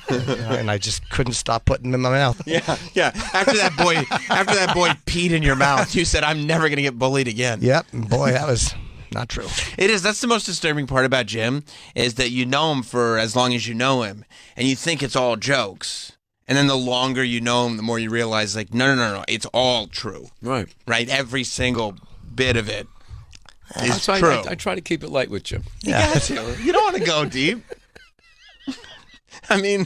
Speaker 1: and I just couldn't stop putting them in my mouth.
Speaker 2: Yeah, yeah. After that boy, after that boy peed in your mouth, you said, "I'm never gonna get bullied again."
Speaker 1: Yep, and boy, that was not true.
Speaker 2: It is. That's the most disturbing part about Jim is that you know him for as long as you know him, and you think it's all jokes. And then the longer you know him, the more you realize, like, no, no, no, no, it's all true.
Speaker 15: Right.
Speaker 2: Right. Every single bit of it is
Speaker 15: That's why
Speaker 2: true.
Speaker 15: I, I try to keep it light with Jim.
Speaker 2: you got to. You don't want to go deep. <laughs> I mean,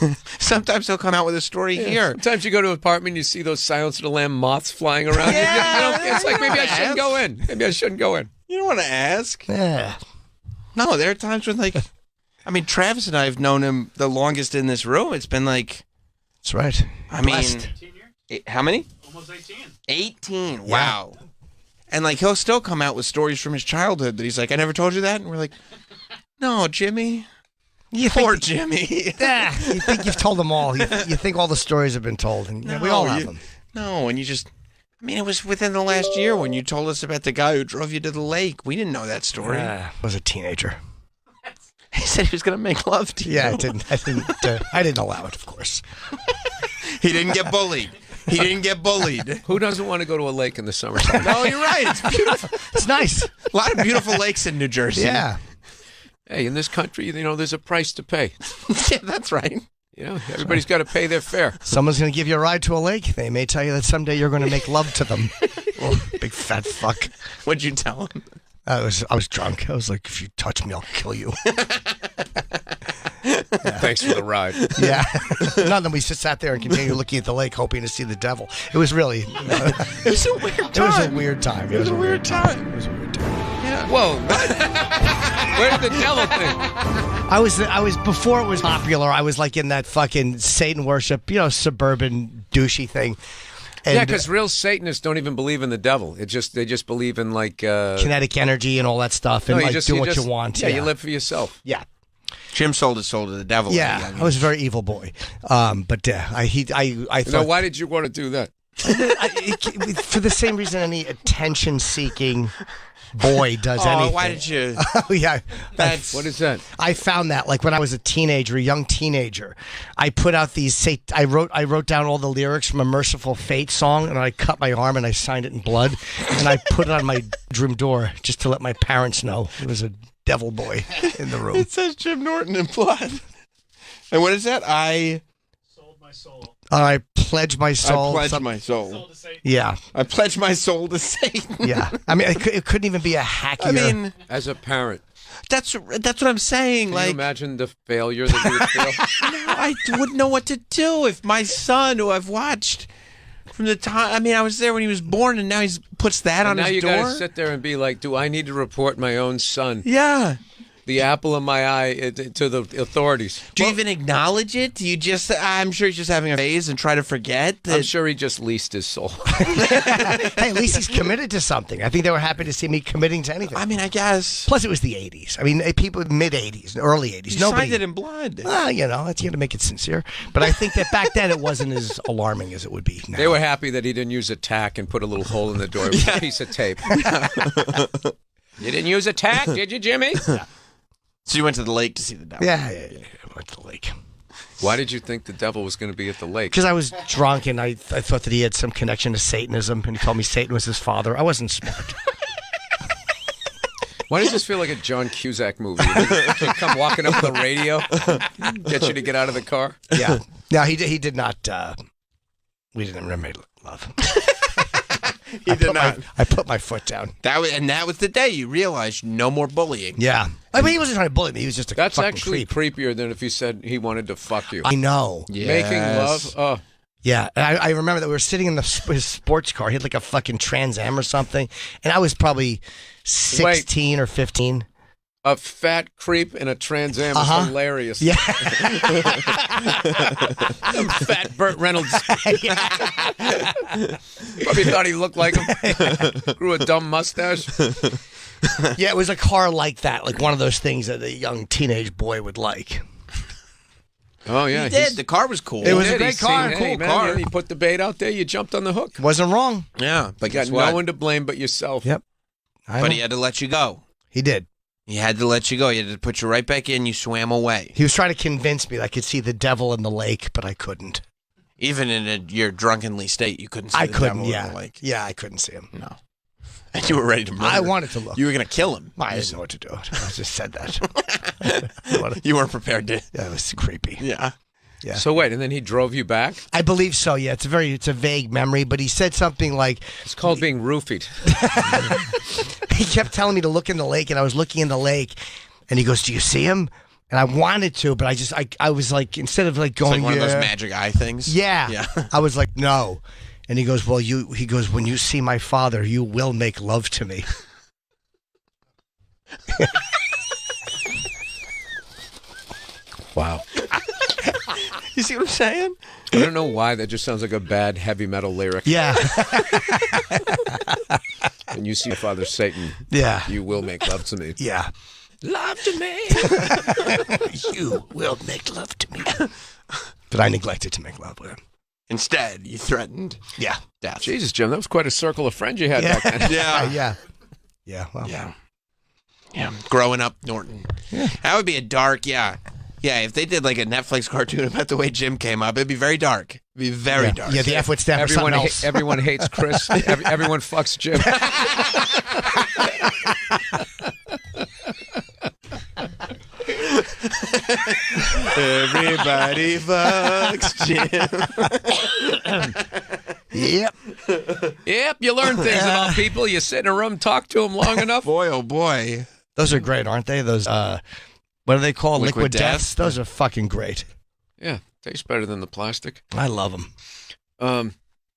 Speaker 2: <laughs> sometimes he'll come out with a story here.
Speaker 15: Sometimes you go to an apartment, you see those Silence of the Lamb moths flying around. You don't- you don't- it's like maybe I shouldn't go in. Maybe I shouldn't go in.
Speaker 2: You don't want to ask.
Speaker 1: <laughs> Yeah.
Speaker 2: No, there are times when like, I mean, Travis and I have known him the longest in this room. It's been like,
Speaker 1: That's right.
Speaker 2: I mean,
Speaker 1: Blessed.
Speaker 2: eight- how many?
Speaker 8: Almost 18.
Speaker 2: 18. Wow. And like he'll still come out with stories from his childhood that he's like, I never told you that, and we're like, No, Jimmy.
Speaker 1: You
Speaker 2: Poor
Speaker 1: think- <laughs>
Speaker 2: Jimmy. <laughs>
Speaker 1: Yeah, you think you've told them all. You, you think all the stories have been told, and yeah, we all have
Speaker 2: you-
Speaker 1: them.
Speaker 2: No, and you just. I mean, it was within the last year when you told us about the guy who drove you to the lake. We didn't know that story.
Speaker 1: Ah, was a teenager.
Speaker 2: <laughs> He said he was going to make love to you.
Speaker 1: Yeah, I didn't. I didn't. Uh, I didn't allow it, of course.
Speaker 2: <laughs> He didn't get bullied. He didn't
Speaker 1: <laughs>
Speaker 2: get bullied.
Speaker 15: Who doesn't want to go to a lake in the summertime?
Speaker 2: No, you're right.
Speaker 15: <laughs>
Speaker 2: It's beautiful.
Speaker 1: It's nice.
Speaker 2: A lot of beautiful lakes in New
Speaker 1: <laughs>
Speaker 2: Jersey.
Speaker 1: Yeah,
Speaker 15: hey, in this country, you know, there's a price to pay.
Speaker 2: <laughs> yeah that's right.
Speaker 15: You know, everybody's got to pay their
Speaker 1: <laughs>
Speaker 15: fare.
Speaker 1: someone's going to give you a ride to a lake. They may tell you that someday you're going to make love to
Speaker 2: <laughs>
Speaker 1: them. Oh, big fat fuck.
Speaker 2: What'd you tell him?
Speaker 1: I was. I was drunk. I was like, if you touch me, I'll kill you. <laughs>
Speaker 15: Thanks for the ride.
Speaker 1: Yeah. <laughs> None of them. We just sat there and continued looking at the lake, hoping to see the devil. It was really. <laughs>
Speaker 2: It was a weird
Speaker 1: It was a
Speaker 2: time.
Speaker 1: weird time.
Speaker 2: It was a weird time.
Speaker 1: It was a weird
Speaker 15: <laughs>
Speaker 1: time.
Speaker 15: Whoa. <laughs> What? Where did the devil thing?
Speaker 1: I was I was before it was popular. I was like in that fucking Satan worship, you know, suburban douchey thing. And
Speaker 15: yeah, because real Satanists don't even believe in the devil. It just they just believe in like uh,
Speaker 1: kinetic energy and all that stuff, and
Speaker 15: no, you
Speaker 1: like
Speaker 15: just-
Speaker 1: do
Speaker 15: you
Speaker 1: what
Speaker 15: just-
Speaker 1: you want.
Speaker 15: Yeah, you live for yourself.
Speaker 1: Yeah,
Speaker 2: Jim sold his soul to the devil.
Speaker 1: yeah.
Speaker 2: <laughs> I mean,
Speaker 1: I was a very evil boy, um, but uh, I he I I
Speaker 15: Now,
Speaker 1: thought
Speaker 15: why did you want to do that?
Speaker 1: I- it- for the same reason any attention seeking boy does
Speaker 2: Oh,
Speaker 1: anything.
Speaker 2: why did <laughs> you-
Speaker 1: <laughs> oh, yeah.
Speaker 2: That's-
Speaker 1: I-
Speaker 2: What is that?
Speaker 1: I found that like when I was a teenager, a young teenager, I put out these say I wrote I wrote down all the lyrics from a Merciful Fate song and I cut my arm and I signed it in blood and I put it on my <laughs> bedroom door just to let my parents know it was a devil boy in the
Speaker 2: <laughs>
Speaker 1: room.
Speaker 2: It says Jim Norton in blood. And what is that? I
Speaker 1: And I pledge my soul.
Speaker 2: I pledge
Speaker 1: some-
Speaker 2: my soul.
Speaker 1: Yeah.
Speaker 2: I pledge my soul to <laughs> Satan.
Speaker 1: Yeah. I mean, it, cou- it couldn't even be a hackier.
Speaker 2: I mean,
Speaker 15: as a parent.
Speaker 2: That's that's what I'm saying.
Speaker 15: Can
Speaker 2: like,
Speaker 15: you imagine the failure that you would
Speaker 2: <laughs>
Speaker 15: feel?
Speaker 2: No, I wouldn't know what to do if my son, who I've watched from the time, I mean, I was there when he was born, and now he puts that
Speaker 15: And
Speaker 2: on
Speaker 15: now
Speaker 2: his
Speaker 15: you
Speaker 2: door.
Speaker 15: gotta sit there and be like, do I need to report my own son?
Speaker 2: Yeah.
Speaker 15: The apple in my eye uh, t- to the authorities.
Speaker 2: do you even acknowledge it? Do you just? I'm sure he's just having a phase and try to forget. That,
Speaker 15: I'm sure he just leased his
Speaker 2: <laughs>
Speaker 15: soul.
Speaker 1: <laughs> hey, at least he's committed to something. I think they were happy to see me committing to anything. I
Speaker 2: mean, I guess.
Speaker 1: Plus, it was the '80s. I mean, eh, people mid '80s, early '80s.
Speaker 2: You
Speaker 1: nobody
Speaker 2: signed it in blood.
Speaker 1: Well, you know, it's you got to make it sincere. But I think that back then it wasn't as alarming as it would be now.
Speaker 15: They were happy that he didn't use a tack and put a little hole in the door with a piece of
Speaker 2: <laughs>
Speaker 15: tape. you didn't use a tack, did you, Jimmy?
Speaker 2: So you went to the lake to see the devil.
Speaker 1: Yeah, yeah, yeah. I went to the lake
Speaker 15: Why did you think the devil was going to be at the lake?
Speaker 1: because I was drunk and I, I thought that he had some connection to Satanism and he told me Satan was his father. I wasn't smart.
Speaker 15: Why does this feel like a John Cusack movie? You come walking up the
Speaker 2: <laughs>
Speaker 15: radio, get you to get out of the car.
Speaker 1: Yeah. <laughs> No, he did, he did not. Uh, we didn't remember love. <laughs>
Speaker 2: he did not.
Speaker 1: I put my foot down.
Speaker 2: That was, and that was the day you realized no more bullying.
Speaker 1: Yeah. I mean, he wasn't trying to bully me. He was just a
Speaker 15: That's
Speaker 1: fucking
Speaker 15: actually creepier than if he said he wanted to fuck you.
Speaker 1: I know.
Speaker 15: Making love.
Speaker 1: Yes.
Speaker 15: Oh,
Speaker 1: Yeah, and I, I remember that we were sitting in the sp- his sports car. He had like a fucking Trans Am or something, and I was probably sixteen or fifteen. <laughs>
Speaker 15: a fat creep in a Trans Am
Speaker 1: Uh-huh.
Speaker 15: is hilarious.
Speaker 1: Yeah.
Speaker 15: Some <laughs> fat Burt Reynolds. Probably thought he looked
Speaker 1: <laughs>
Speaker 15: like him. Grew a dumb mustache.
Speaker 1: yeah, it was a car like that, like one of those things that a young teenage boy would like.
Speaker 15: Oh yeah,
Speaker 2: He
Speaker 15: he's-
Speaker 2: did. The car was cool.
Speaker 1: It was
Speaker 15: He
Speaker 1: a
Speaker 15: did. He
Speaker 1: great car,
Speaker 15: seen,
Speaker 1: cool
Speaker 15: hey, man,
Speaker 1: car.
Speaker 15: You, you put the bait out there. You jumped on the hook.
Speaker 1: Wasn't wrong.
Speaker 2: Yeah, but
Speaker 15: you got
Speaker 2: guess what?
Speaker 15: no one to blame but yourself.
Speaker 1: Yep.
Speaker 2: but he had to let you go.
Speaker 1: He did.
Speaker 2: He had to let you go. He had to put you right back in. You swam away,
Speaker 1: He was trying to convince me that I could see the devil in the lake, but I couldn't.
Speaker 2: even in a, your drunkenly state. You couldn't. See
Speaker 1: I
Speaker 2: the
Speaker 1: couldn't,
Speaker 2: devil in
Speaker 1: yeah.
Speaker 2: the lake.
Speaker 1: Yeah, I couldn't see him.
Speaker 2: No, <laughs> and you were ready to. Murder.
Speaker 1: I wanted to look.
Speaker 2: You were gonna kill him. <laughs>
Speaker 1: I didn't know what to do. I just said that. <laughs>
Speaker 2: you weren't prepared to.
Speaker 1: Yeah, it was creepy.
Speaker 2: Yeah.
Speaker 1: Yeah.
Speaker 15: So wait, and then he drove you back.
Speaker 1: I believe so. Yeah, it's a very it's a vague memory, but he said something like
Speaker 15: It's called being roofied.
Speaker 1: he kept telling me to look in the lake, and I was looking in the lake, and he goes, "Do you see him?" And I wanted to, but I just I, I was like instead of like
Speaker 2: It's
Speaker 1: going
Speaker 2: like one of
Speaker 1: "Yeah,"
Speaker 2: those magic eye things.
Speaker 1: Yeah.
Speaker 2: Yeah.
Speaker 1: I was like, no. And he goes, well, you. He goes, when you see my father, you will make love to me.
Speaker 15: Wow.
Speaker 2: you see what I'm saying?
Speaker 15: I don't know why that just sounds like a bad heavy metal lyric.
Speaker 1: Yeah.
Speaker 15: And you see Father Satan.
Speaker 1: Yeah.
Speaker 15: You will make love to me.
Speaker 1: <laughs> yeah.
Speaker 15: Love to <laughs> me.
Speaker 1: you will make love to me. But I neglected to make love with him.
Speaker 2: Instead, you threatened
Speaker 1: Yeah.
Speaker 2: death.
Speaker 15: Jesus, Jim, that was quite a circle of friends you had
Speaker 1: Yeah. <laughs>
Speaker 15: back then.
Speaker 2: Yeah.
Speaker 1: yeah. Yeah. Well.
Speaker 2: Yeah. Yeah. Growing up, Norton. That would be a dark, yeah. Yeah, if they did like a Netflix cartoon <laughs> about the way Jim came up, it'd be very dark. It'd be very
Speaker 1: yeah.
Speaker 2: dark.
Speaker 1: Yeah. The F word stamp or
Speaker 15: Everyone,
Speaker 1: something
Speaker 15: ha-
Speaker 1: else.
Speaker 15: everyone hates
Speaker 1: <laughs>
Speaker 15: Chris. Ev- everyone fucks Jim. <laughs>
Speaker 2: Everybody fucks
Speaker 1: yep.
Speaker 15: Yep, you learn things about people. You sit in a room, talk to them long enough.
Speaker 2: boy, oh boy.
Speaker 1: Those are great, aren't they? Those. uh What are they called?
Speaker 2: Liquid
Speaker 1: Liquid,
Speaker 2: death?
Speaker 1: deaths. Those are fucking great.
Speaker 15: Yeah, tastes better than the plastic.
Speaker 1: I love them.
Speaker 15: Um,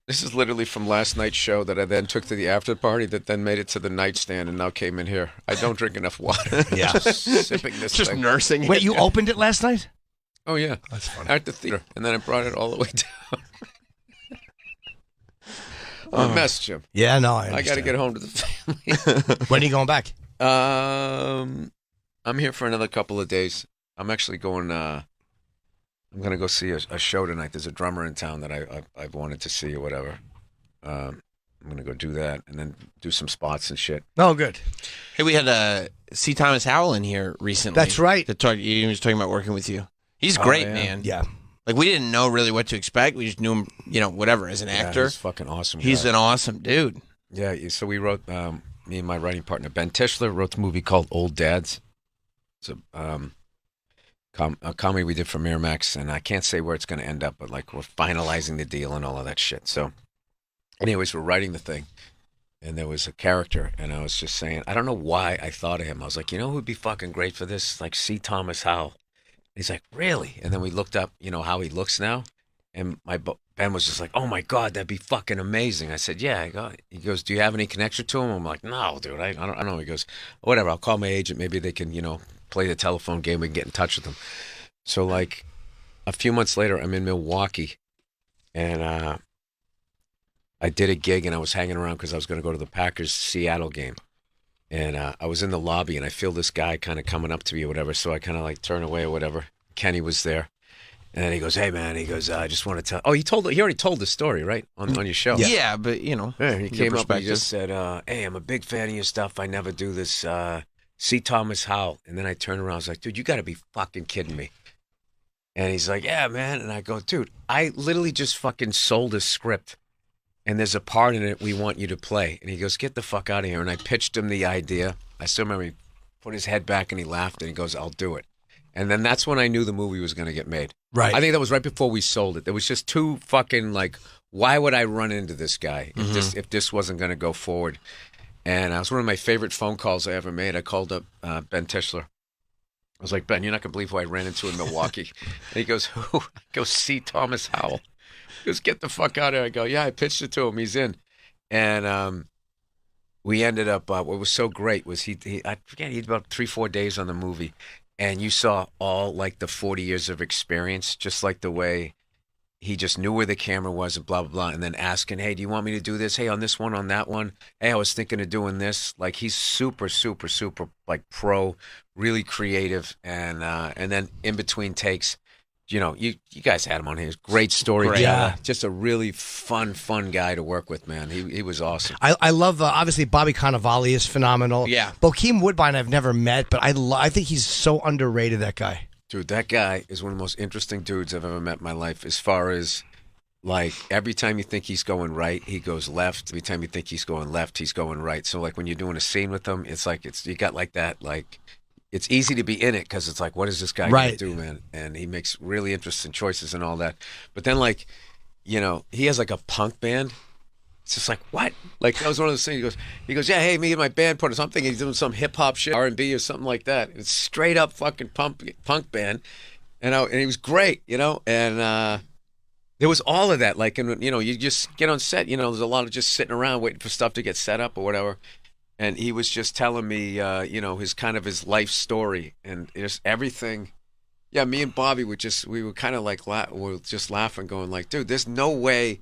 Speaker 15: this is literally from last night's show that I then took to the after party, that then made it to the nightstand, and now came in here. I don't drink enough water.
Speaker 1: <laughs> Yeah.
Speaker 15: Just sipping this
Speaker 2: Just
Speaker 15: thing.
Speaker 2: nursing it.
Speaker 1: Wait, you opened it last night?
Speaker 15: Oh yeah,
Speaker 1: That's funny.
Speaker 15: at the theater, and then I brought it all the way down. <laughs> What a mess, Jim.
Speaker 1: Yeah. No. I,
Speaker 15: I got to
Speaker 1: Oh. understand.
Speaker 15: get home to the family. <laughs>
Speaker 1: When are you going back?
Speaker 15: um, I'm here for another couple of days. I'm actually going. Uh, I'm gonna go see a, a show tonight. There's a drummer in town that I, I I've wanted to see or whatever. uh, I'm gonna go do that and then do some spots and shit.
Speaker 1: Oh, good.
Speaker 2: Hey, we had uh, C. Thomas Howell in here recently.
Speaker 15: That's right.
Speaker 2: That talk, he was talking about working with you. He's
Speaker 15: Oh,
Speaker 2: great,
Speaker 15: yeah.
Speaker 2: man.
Speaker 1: Yeah.
Speaker 2: Like we didn't know really what to expect. We just knew him, you know, whatever as an actor.
Speaker 15: he's fucking awesome.
Speaker 2: He's
Speaker 15: guy.
Speaker 2: an awesome dude.
Speaker 15: Yeah. yeah, So we wrote um, me and my writing partner Ben Tischler wrote the movie called Old Dads. It's a um, com- a comedy we did for Miramax, and I can't say where it's going to end up, but like we're finalizing the deal and all of that shit. So, anyways, we're writing the thing, and there was a character, and I was just saying, I don't know why I thought of him. I was like, you know who would be fucking great for this? Like C. Thomas Howell. He's like, really? And then we looked up, you know, how he looks now. And my bo- Ben was just like, "Oh my god, that'd be fucking amazing." I said, "Yeah." I got He goes, "Do you have any connection to him?" I'm like, "No, dude. I, I, don't, I don't know." He goes, "Whatever. I'll call my agent. Maybe they can, you know, play the telephone game and get in touch with him." So like, a few months later, I'm in Milwaukee, and uh, I did a gig, and I was hanging around because I was going to go to the Packers Seattle game. And uh, I was in the lobby, and I feel this guy kind of coming up to me or whatever. So I kind of like turn away or whatever. Kenny was there. And then he goes, "Hey man," he goes, "I just want to tell." Oh, he told he already told the story, right, on, on your show.
Speaker 2: Yeah. Yeah, but, you know,
Speaker 15: yeah, he
Speaker 2: your
Speaker 15: came up and he
Speaker 2: perspective.
Speaker 15: just said, uh, "Hey, I'm a big fan of your stuff. I never do this." Uh, see Thomas Howell, and then I turned around. I was like, "Dude, you got to be fucking kidding me!" And he's like, "Yeah, man," and I go, "Dude, I literally just fucking sold a script." and there's a part in it we want you to play. And he goes, Get the fuck out of here. And I pitched him the idea. I still remember he put his head back and he laughed and he goes, I'll do it. And then that's when I knew the movie was going to get made.
Speaker 1: Right.
Speaker 15: I think that was right before we sold it. There was just two fucking like, why would I run into this guy if this
Speaker 2: Mhm.
Speaker 15: if this wasn't going to go forward? And that was one of my favorite phone calls I ever made. I called up uh, Ben Tischler. I was like, Ben, you're not gonna believe who I ran into in Milwaukee. and he goes, Who? I go, see Thomas Howell. He goes, get the fuck out of here. I go, Yeah, I pitched it to him. He's in. And um, we ended up uh, what was so great was he, he I forget he had about three, four days on the movie and you saw all like the forty years of experience, just like the way he just knew where the camera was and blah blah blah and then asking hey do you want me to do this hey on this one on that one hey i was thinking of doing this like he's super super super like pro really creative and uh and then in between takes you know you you guys had him on here great story
Speaker 1: Great. Yeah.
Speaker 15: just a really fun fun guy to work with man he he was awesome
Speaker 1: I, I love uh, obviously Bobby Cannavale is phenomenal.
Speaker 15: Yeah.
Speaker 1: Bokeem Woodbine I've never met, but I lo- I think he's so underrated. That guy.
Speaker 15: Dude, that guy is one of the most interesting dudes I've ever met in my life. As far as like every time you think he's going right, he goes left. Every time you think he's going left, he's going right. So like when you're doing a scene with him, it's like it's you got like that like it's easy to be in it because it's like what is this guy
Speaker 1: Right.
Speaker 15: gonna do, man? And he makes really interesting choices and all that. But then like you know he has like a punk band. It's just like what? Like that was one of those things. He goes, he goes, yeah, hey, me and my band put on something. He's doing some hip hop shit, R and B or something like that. It's straight up fucking punk punk band, and I, and he was great, you know. And uh, there was all of that. Like, and you know, you just get on set. You know, there's a lot of just sitting around waiting for stuff to get set up or whatever. And he was just telling me, uh, you know, his kind of his life story and just everything. Yeah, me and Bobby would just we were kind of like la- we were just laughing, going like, dude, there's no way,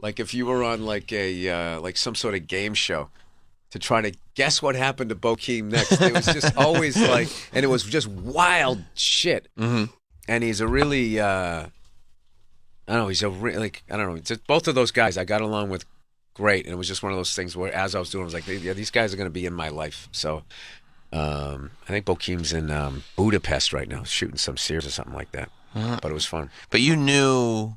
Speaker 15: like if you were on like a uh, like some sort of game show, to try to guess what happened to Bokeem next. It was just
Speaker 2: <laughs>
Speaker 15: always like, and it was just wild shit. Mm-hmm. And he's a really, uh, I don't know, he's a really, like, I don't know, just both of those guys I got along with great. And it was just one of those things where as I was doing, I was like, yeah, these guys are going to be in my life. So um, I think Bokeem's in um, Budapest right now, shooting some series or something like that.
Speaker 2: Uh-huh.
Speaker 15: But it was fun.
Speaker 2: But you knew,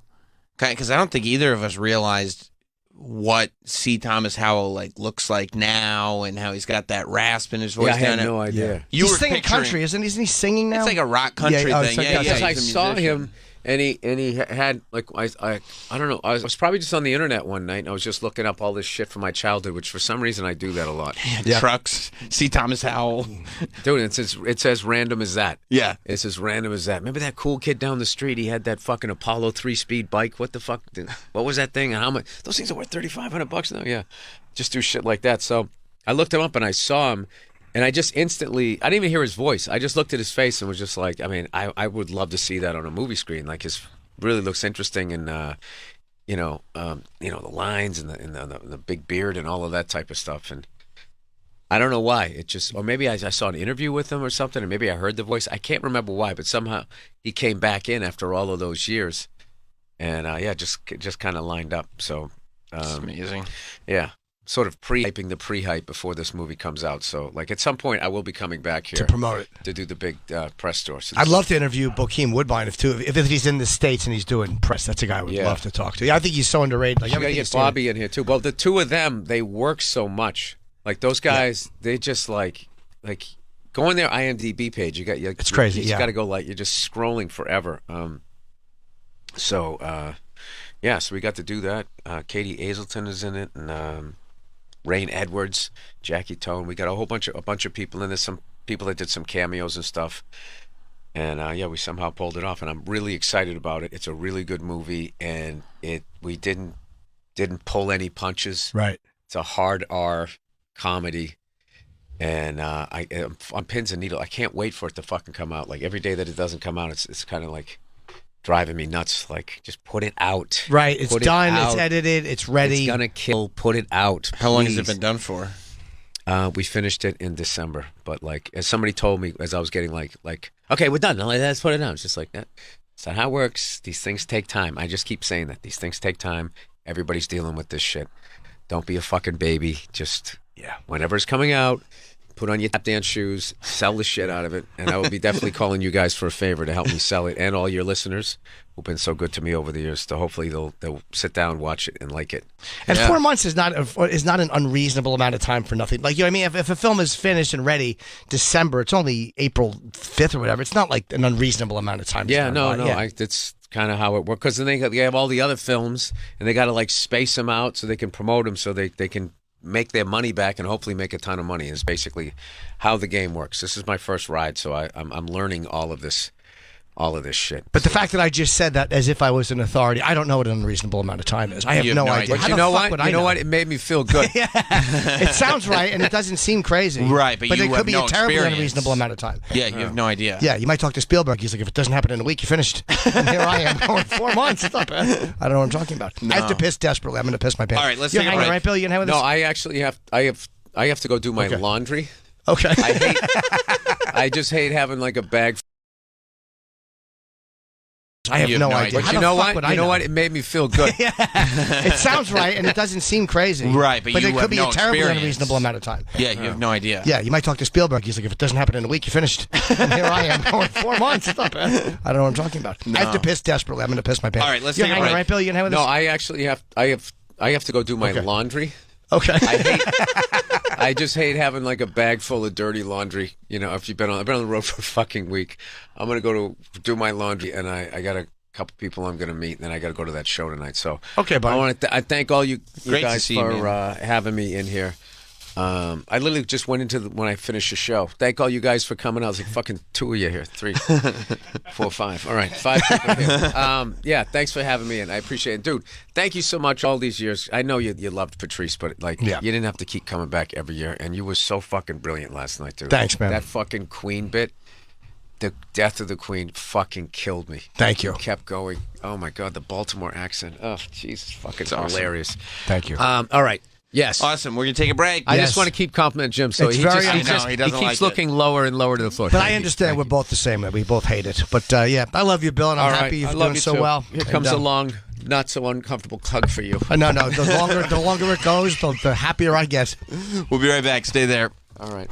Speaker 2: because I don't think either of us realized what C. Thomas Howell like looks like now, and how he's got that rasp in his voice.
Speaker 15: Yeah, I had
Speaker 2: down it.
Speaker 15: no idea.
Speaker 2: You
Speaker 1: he's
Speaker 2: were
Speaker 1: singing
Speaker 2: picturing-
Speaker 1: country, isn't he? Isn't he singing now?
Speaker 2: It's like a rock country
Speaker 1: oh,
Speaker 2: thing.
Speaker 1: so-
Speaker 2: Yeah,
Speaker 15: because
Speaker 2: yeah.
Speaker 15: I
Speaker 2: he's a
Speaker 15: saw
Speaker 2: musician.
Speaker 15: him and he and he ha- had like I, I I don't know I was, I was probably just on the internet one night and I was just looking up all this shit from my childhood, which for some reason I do that a lot.
Speaker 2: Yeah. Trucks, see Thomas Howell,
Speaker 15: dude. It's as it's as random as that.
Speaker 2: Yeah,
Speaker 15: it's as random as that. Remember that cool kid down the street? He had that fucking Apollo three speed bike. What the fuck? did- What was that thing? And how much? Those things are worth thirty five hundred bucks now. Yeah, just do shit like that. So I looked him up and I saw him. And I just instantly, I didn't even hear his voice. I just looked at his face and was just like, I mean, I, I would love to see that on a movie screen. Like, his really looks interesting and, uh, you know, um, you know, the lines and the, and the, the big beard and all of that type of stuff. And I don't know why. It just, or maybe I, I saw an interview with him or something, and maybe I heard the voice. I can't remember why, but somehow he came back in after all of those years, and uh, yeah, just just kind of lined up. So Um,
Speaker 2: amazing.
Speaker 15: Yeah. Sort of pre-hyping the pre-hype before this movie comes out. So, like, at some point, I will be coming back here
Speaker 1: To promote it.
Speaker 15: to do the big uh, press tour. So
Speaker 1: I'd
Speaker 15: this-
Speaker 1: love to interview Bokeem Woodbine if too if, if he's in the states and he's doing press. That's a guy I would
Speaker 15: Yeah.
Speaker 1: love to talk to. Yeah, I think he's so underrated. Like
Speaker 15: you gotta
Speaker 1: everything
Speaker 15: get
Speaker 1: he's doing.
Speaker 15: Bobby in here too. Well, the two of them, they work so much. Like those guys, they just like like go on their IMDb page. You got you, it's
Speaker 1: crazy,
Speaker 15: You just
Speaker 1: yeah.
Speaker 15: got to go like you're just scrolling forever. Um, so uh, yeah, so we got to do that. Uh, Katie Hazelton is in it, and um, Rain Edwards, Jackie Tone. We got a whole bunch of a bunch of people in this. Some people that did some cameos and stuff. And uh, yeah, we somehow pulled it off, and I'm really excited about it. It's a really good movie, and it we didn't didn't pull any punches.
Speaker 1: Right.
Speaker 15: It's a hard R comedy, and uh, I am on pins and needles. I can't wait for it to fucking come out. Like every day that it doesn't come out, it's it's kind of like driving me nuts. Like just put it out.
Speaker 1: Right, it's
Speaker 15: Put it
Speaker 1: done,
Speaker 15: out.
Speaker 1: it's edited, it's ready.
Speaker 15: It's gonna kill. Put it out.
Speaker 2: How long has it
Speaker 15: please.
Speaker 2: been done for?
Speaker 15: Uh, we finished it in December, but like as somebody told me as I was getting like like okay, we're done. Like, Let's put it down. It's just like that. It's not how it works. These things take time. I just keep saying that these things take time. Everybody's dealing with this shit. Don't be a fucking baby. Just yeah. Whenever it's coming out, put on your tap dance shoes, sell the shit out of it, and I will be definitely calling you guys for a favor to help me sell it and all your listeners who've been so good to me over the years. To hopefully they'll they'll sit down, watch it, and like it.
Speaker 1: And
Speaker 15: Yeah.
Speaker 1: four months is not a, is not an unreasonable amount of time for nothing. Like you, know what I mean, if, if a film is finished and ready December, it's only April fifth or whatever. It's not like an unreasonable amount of time. to
Speaker 15: Yeah,
Speaker 1: turn
Speaker 15: no,
Speaker 1: it on.
Speaker 15: no. I, that's kind of how it works. Because then they, they have all the other films, and they got to like space them out so they can promote them, so they they can make their money back and hopefully make a ton of money. Is basically how the game works. This is my first ride, so I, I'm I'm learning all of this, all of this shit.
Speaker 1: But the fact that I just said that as if I was an authority, I don't know what an unreasonable amount of time is. I have,
Speaker 15: You
Speaker 1: no, idea.
Speaker 15: But
Speaker 1: How
Speaker 15: you
Speaker 1: the
Speaker 15: know
Speaker 1: fuck
Speaker 15: what?
Speaker 1: would
Speaker 15: you
Speaker 1: I
Speaker 15: know what? It made me feel
Speaker 1: <laughs>
Speaker 15: good.
Speaker 1: it sounds right, and it doesn't seem crazy.
Speaker 2: Right, but you
Speaker 1: it could
Speaker 2: have
Speaker 1: be
Speaker 2: no
Speaker 1: a terribly
Speaker 2: experience.
Speaker 1: unreasonable amount of time.
Speaker 2: Yeah, you have no idea.
Speaker 1: Yeah, you might talk to Spielberg. He's like, if it doesn't happen in a week, you're finished.
Speaker 15: <laughs>
Speaker 1: And here I am <laughs> going four months. It's not bad. I don't know what I'm talking about. I have to
Speaker 15: No.
Speaker 1: piss desperately. I'm going to piss my pants.
Speaker 15: All right, let's
Speaker 1: You're
Speaker 15: take a
Speaker 1: hanging,
Speaker 15: break.
Speaker 1: right, Bill? You can hang with
Speaker 15: no,
Speaker 1: us?
Speaker 15: I actually have. I have. I have to go do my
Speaker 1: Okay. <laughs>
Speaker 15: laundry.
Speaker 1: Okay.
Speaker 15: I hate. I just hate having like a bag.
Speaker 1: I have You have no no idea. idea. How
Speaker 15: But you
Speaker 1: the
Speaker 15: know
Speaker 1: fuck
Speaker 15: what?
Speaker 1: would
Speaker 15: You
Speaker 1: I
Speaker 15: know,
Speaker 1: know?
Speaker 15: what? <laughs> It made me feel good.
Speaker 1: <laughs> it sounds right, and it doesn't seem crazy.
Speaker 2: Right, but you
Speaker 1: it
Speaker 2: have
Speaker 1: could be
Speaker 2: no
Speaker 1: a terribly
Speaker 2: experience.
Speaker 1: unreasonable amount of time.
Speaker 2: <laughs> Yeah, you have no idea.
Speaker 1: Yeah, you might talk to Spielberg. He's like, if it doesn't happen in a week,
Speaker 15: <laughs>
Speaker 1: you're finished. And here I am <laughs> going four months. It's not bad. I don't know what I'm talking about. I have to
Speaker 15: No.
Speaker 1: piss desperately. I'm going to piss my pants.
Speaker 15: All right, let's
Speaker 1: You're
Speaker 15: take a
Speaker 1: hanging,
Speaker 15: break.
Speaker 1: right, Bill? You can hang with
Speaker 15: no,
Speaker 1: us?
Speaker 15: I actually have. I have. I have to go do my
Speaker 1: Okay.
Speaker 15: laundry.
Speaker 1: Okay.
Speaker 15: I hate. I just hate having like a bag full of dirty laundry. You know, if you've been on, I've been on the road <laughs> for a fucking week. I'm gonna go to do my laundry, and I, I got a couple people I'm gonna meet, and then I got to go to that show tonight. So
Speaker 1: okay,
Speaker 15: I want to. Th- I thank all you, you
Speaker 2: Great to
Speaker 15: guys
Speaker 2: see you,
Speaker 15: for
Speaker 2: man.
Speaker 15: uh, having me in here. Um, I literally just went into the, when I finished the show. Thank all you guys for coming. I was like, fucking two of you here,
Speaker 1: <laughs>
Speaker 15: three, four, five. All right, five people here. Um, yeah, thanks for having me, and I appreciate it, dude. Thank you so much all these years. I know you you loved Patrice, but like,
Speaker 1: Yeah.
Speaker 15: you didn't have to keep coming back every year, and you were so fucking brilliant last night, dude.
Speaker 1: Thanks, man.
Speaker 15: That fucking Queen bit, the death of the Queen, fucking killed me.
Speaker 1: Thank you.
Speaker 15: Kept going. Oh my god, the Baltimore accent. Oh, Jesus, fucking
Speaker 2: It's awesome.
Speaker 15: hilarious.
Speaker 1: Thank you.
Speaker 15: Um, all right. Yes.
Speaker 2: Awesome. We're gonna take a break.
Speaker 15: I just want to keep complimenting Jim. So
Speaker 1: It's
Speaker 15: he
Speaker 1: very
Speaker 15: just, he,
Speaker 1: I know,
Speaker 15: just-
Speaker 1: he
Speaker 15: he
Speaker 1: doesn't
Speaker 15: keeps
Speaker 1: like it.
Speaker 15: looking lower and lower to the floor.
Speaker 1: But
Speaker 15: Thank
Speaker 1: I
Speaker 15: you.
Speaker 1: understand we're both the same. That we both hate it. But uh, yeah, I love you, Bill, and I'm
Speaker 15: All right.
Speaker 1: happy
Speaker 15: I
Speaker 1: you're
Speaker 15: love
Speaker 1: doing
Speaker 15: you
Speaker 1: so
Speaker 15: too.
Speaker 1: well.
Speaker 15: Here
Speaker 1: And,
Speaker 15: comes a
Speaker 1: uh,
Speaker 15: long, not so uncomfortable hug for you.
Speaker 1: uh, <laughs>
Speaker 15: <laughs>
Speaker 1: no, no. The longer, the longer it goes, the, the happier I get.
Speaker 2: We'll be right back. Stay there.
Speaker 15: All right.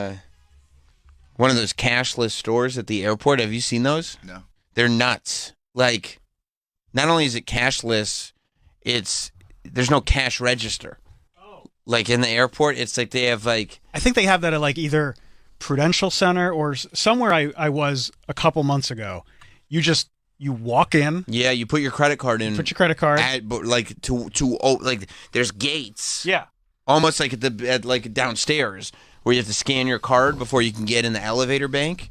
Speaker 2: uh, one of those cashless stores at the airport. Have you seen those?
Speaker 4: <laughs> No.
Speaker 2: They're nuts. Like, not only is it cashless, it's there's no cash register.
Speaker 3: Oh.
Speaker 2: Like in the airport, it's like they have like
Speaker 3: <laughs> I think they have that at like either Prudential Center or s- somewhere I, I was a couple months ago. You just you walk in,
Speaker 2: yeah, you put your credit card in.
Speaker 3: put your credit card.
Speaker 2: at, but like to to oh, like there's gates.
Speaker 3: Yeah.
Speaker 2: Almost like at the at like downstairs where you have to scan your card before you can get in the elevator bank.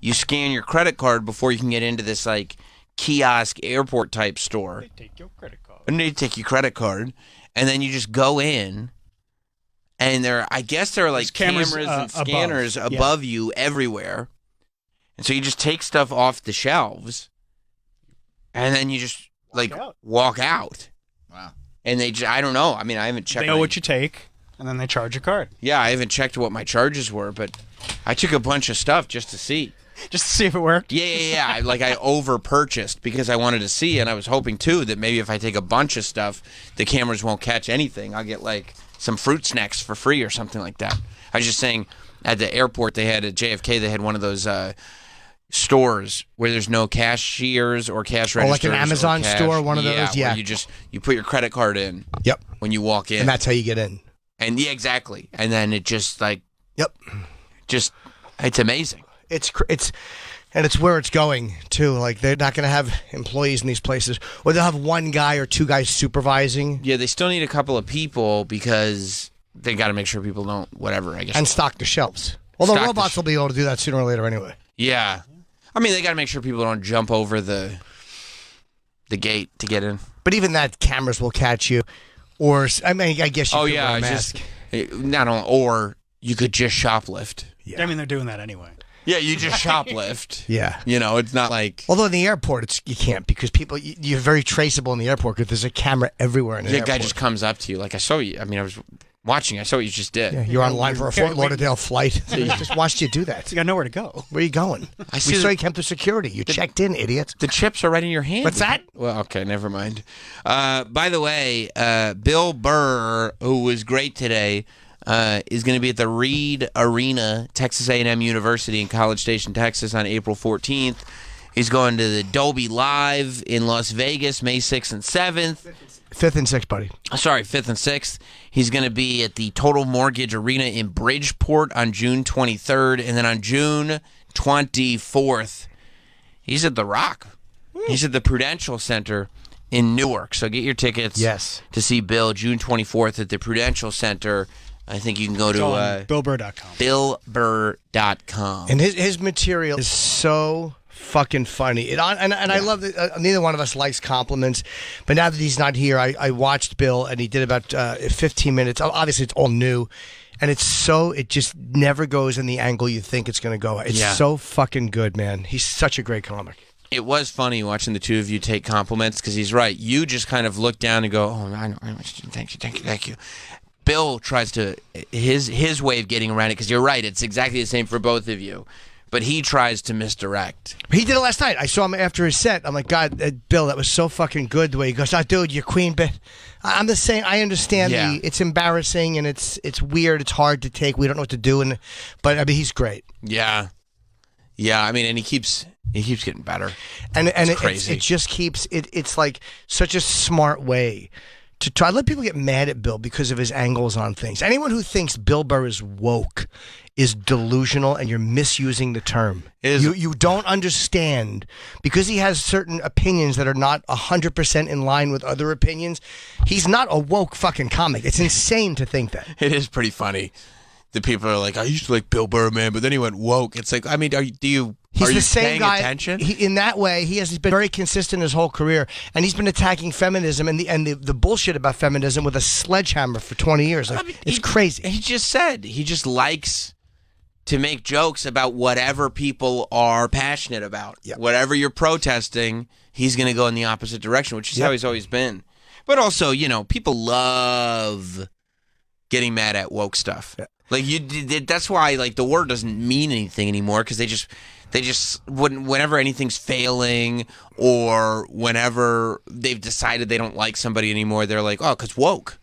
Speaker 2: You scan your credit card before you can get into this like kiosk airport type store. They take your credit card. And they take your credit card, and then you just go in. And there, I guess there are like
Speaker 3: cameras,
Speaker 2: cameras,
Speaker 3: uh,
Speaker 2: and
Speaker 3: above.
Speaker 2: scanners
Speaker 3: Yeah.
Speaker 2: above, you everywhere, and so you just take stuff off the shelves, and then you just like walk out.
Speaker 4: Wow.
Speaker 2: And they, j- I don't know. I mean, I haven't checked.
Speaker 3: They know
Speaker 2: my-
Speaker 3: what you take, and then they charge your card <laughs>
Speaker 2: yeah, I haven't checked what my charges were, but I took a bunch of stuff just to see.
Speaker 3: just to see if it worked.
Speaker 2: Yeah, yeah, yeah. I, like I over purchased because I wanted to see, and I was hoping too that maybe if I take a bunch of stuff, the cameras won't catch anything. I'll get like some fruit snacks for free or something like that. I was just saying at the airport they had at JFK they had one of those uh, stores where there's no cashiers or cash
Speaker 1: Oh,
Speaker 2: registers.
Speaker 1: like an Amazon
Speaker 2: cash.
Speaker 1: store, one of
Speaker 2: yeah,
Speaker 1: those? Yeah.
Speaker 2: Where you just you put your credit card in.
Speaker 1: Yep.
Speaker 2: When you walk in,
Speaker 1: And that's how you get in.
Speaker 2: and yeah, exactly. And then it just like
Speaker 1: Yep.
Speaker 2: Just it's amazing.
Speaker 1: It's cr- it's and it's where it's going too. Like they're not going to have employees in these places, or they'll have one guy or two guys supervising
Speaker 2: Yeah, they still need a couple of people because they got to make sure people don't whatever. I guess.
Speaker 1: and stock the shelves. Although
Speaker 2: Stock the
Speaker 1: robots will be able to do that sooner or later anyway.
Speaker 2: yeah, I mean they got to make sure people don't jump over the the gate to get in.
Speaker 1: But even that, cameras will catch you. Or s- I mean, I guess you
Speaker 2: oh
Speaker 1: could
Speaker 2: yeah,
Speaker 1: wear a
Speaker 2: it's
Speaker 1: mask.
Speaker 2: just eh, not on or you could just shoplift.
Speaker 3: I mean, they're doing that anyway.
Speaker 2: Yeah,
Speaker 1: <laughs>
Speaker 2: you just shoplift.
Speaker 1: Yeah.
Speaker 2: You know, it's not like
Speaker 1: Although in the airport, it's you can't because people you, you're very traceable in the airport because there's a camera everywhere in the
Speaker 2: the
Speaker 1: airport.
Speaker 2: guy just comes up to you like I saw you. I mean I was watching. I saw what you just did.
Speaker 1: Yeah, you're online
Speaker 2: <laughs>
Speaker 1: for a Fort Lauderdale flight. We just watched you do that. You
Speaker 3: got nowhere to
Speaker 2: <laughs>
Speaker 3: go.
Speaker 1: Where are you going?
Speaker 2: I
Speaker 1: we
Speaker 2: see
Speaker 1: saw
Speaker 2: that-
Speaker 1: you came through security. You checked in, idiot.
Speaker 2: The chips are right in your hand.
Speaker 1: What's that?
Speaker 2: <laughs> Well, okay, never mind. Uh, by the way, uh, Bill Burr, who was great today, uh, is going to be at the Reed Arena, Texas A&M University in College Station, Texas, on April 14th. He's going to the Dolby Live in Las Vegas, May 6th and 7th.
Speaker 1: Fifth and sixth, buddy.
Speaker 2: Sorry, 5th and 6th. He's going to be at the Total Mortgage Arena in Bridgeport on June 23rd. And then on June 24th, he's at The Rock. He's at the Prudential Center in Newark. So get your tickets
Speaker 1: Yes.
Speaker 2: to see Bill June 24th at the Prudential Center. I think you can go
Speaker 3: It's
Speaker 2: to
Speaker 3: all
Speaker 2: uh,
Speaker 3: on BillBurr.com.
Speaker 2: billburr.com.
Speaker 1: And his his material is so fucking funny. It on, and and I love that uh, neither one of us likes compliments, but now that he's not here, I, I watched Bill and he did about uh, 15 minutes. O- Obviously, it's all new, and it's so it just never goes in the angle you think it's going to go. It's
Speaker 2: Yeah.
Speaker 1: so fucking good, man. He's such a great comic.
Speaker 2: It was funny watching the two of you take compliments because he's right. You just kind of look down and go, "Oh, I know, I know. thank you, thank you, thank you." Bill tries to his his way of getting around it because you're right. It's exactly the same for both of you, but he tries to misdirect.
Speaker 1: He did it last night. I saw him after his set. I'm like, God, uh, Bill, that was so fucking good the way he goes. Oh, dude, you're queen, but I- I'm the same. I understand.
Speaker 2: Yeah.
Speaker 1: The, it's embarrassing and it's it's weird. It's hard to take. We don't know what to do. And but I mean, he's great.
Speaker 2: Yeah, yeah. I mean, and he keeps he keeps getting better.
Speaker 1: And and
Speaker 2: it's
Speaker 1: it, it's-
Speaker 2: crazy.
Speaker 1: it just keeps it. It's like such a smart way to try. I let people get mad at Bill because of his angles on things. Anyone who thinks Bill Burr is woke is delusional, and you're misusing the term. You you don't understand because he has certain opinions that are not hundred percent in line with other opinions. He's not a woke fucking comic. It's insane to think that.
Speaker 2: <laughs> it is pretty funny. The people are like, I used to like Bill Burr, man, but then he went woke. It's like, I mean, are you, do you
Speaker 1: He's
Speaker 2: are
Speaker 1: the
Speaker 2: you
Speaker 1: same
Speaker 2: paying
Speaker 1: guy.
Speaker 2: attention?
Speaker 1: He, in that way, he has been very consistent his whole career, and he's been attacking feminism and the and the, the bullshit about feminism with a sledgehammer for twenty years. Like, it's crazy.
Speaker 2: He just said he just likes to make jokes about whatever people are passionate about. Whatever you're protesting, he's going to go in the opposite direction, which is how he's always been. But also, you know, people love getting mad at woke stuff. Like you, d- d- that's why like the word doesn't mean anything anymore because they just they just when whenever anything's failing or whenever they've decided they don't like somebody anymore, they're like, oh, because woke.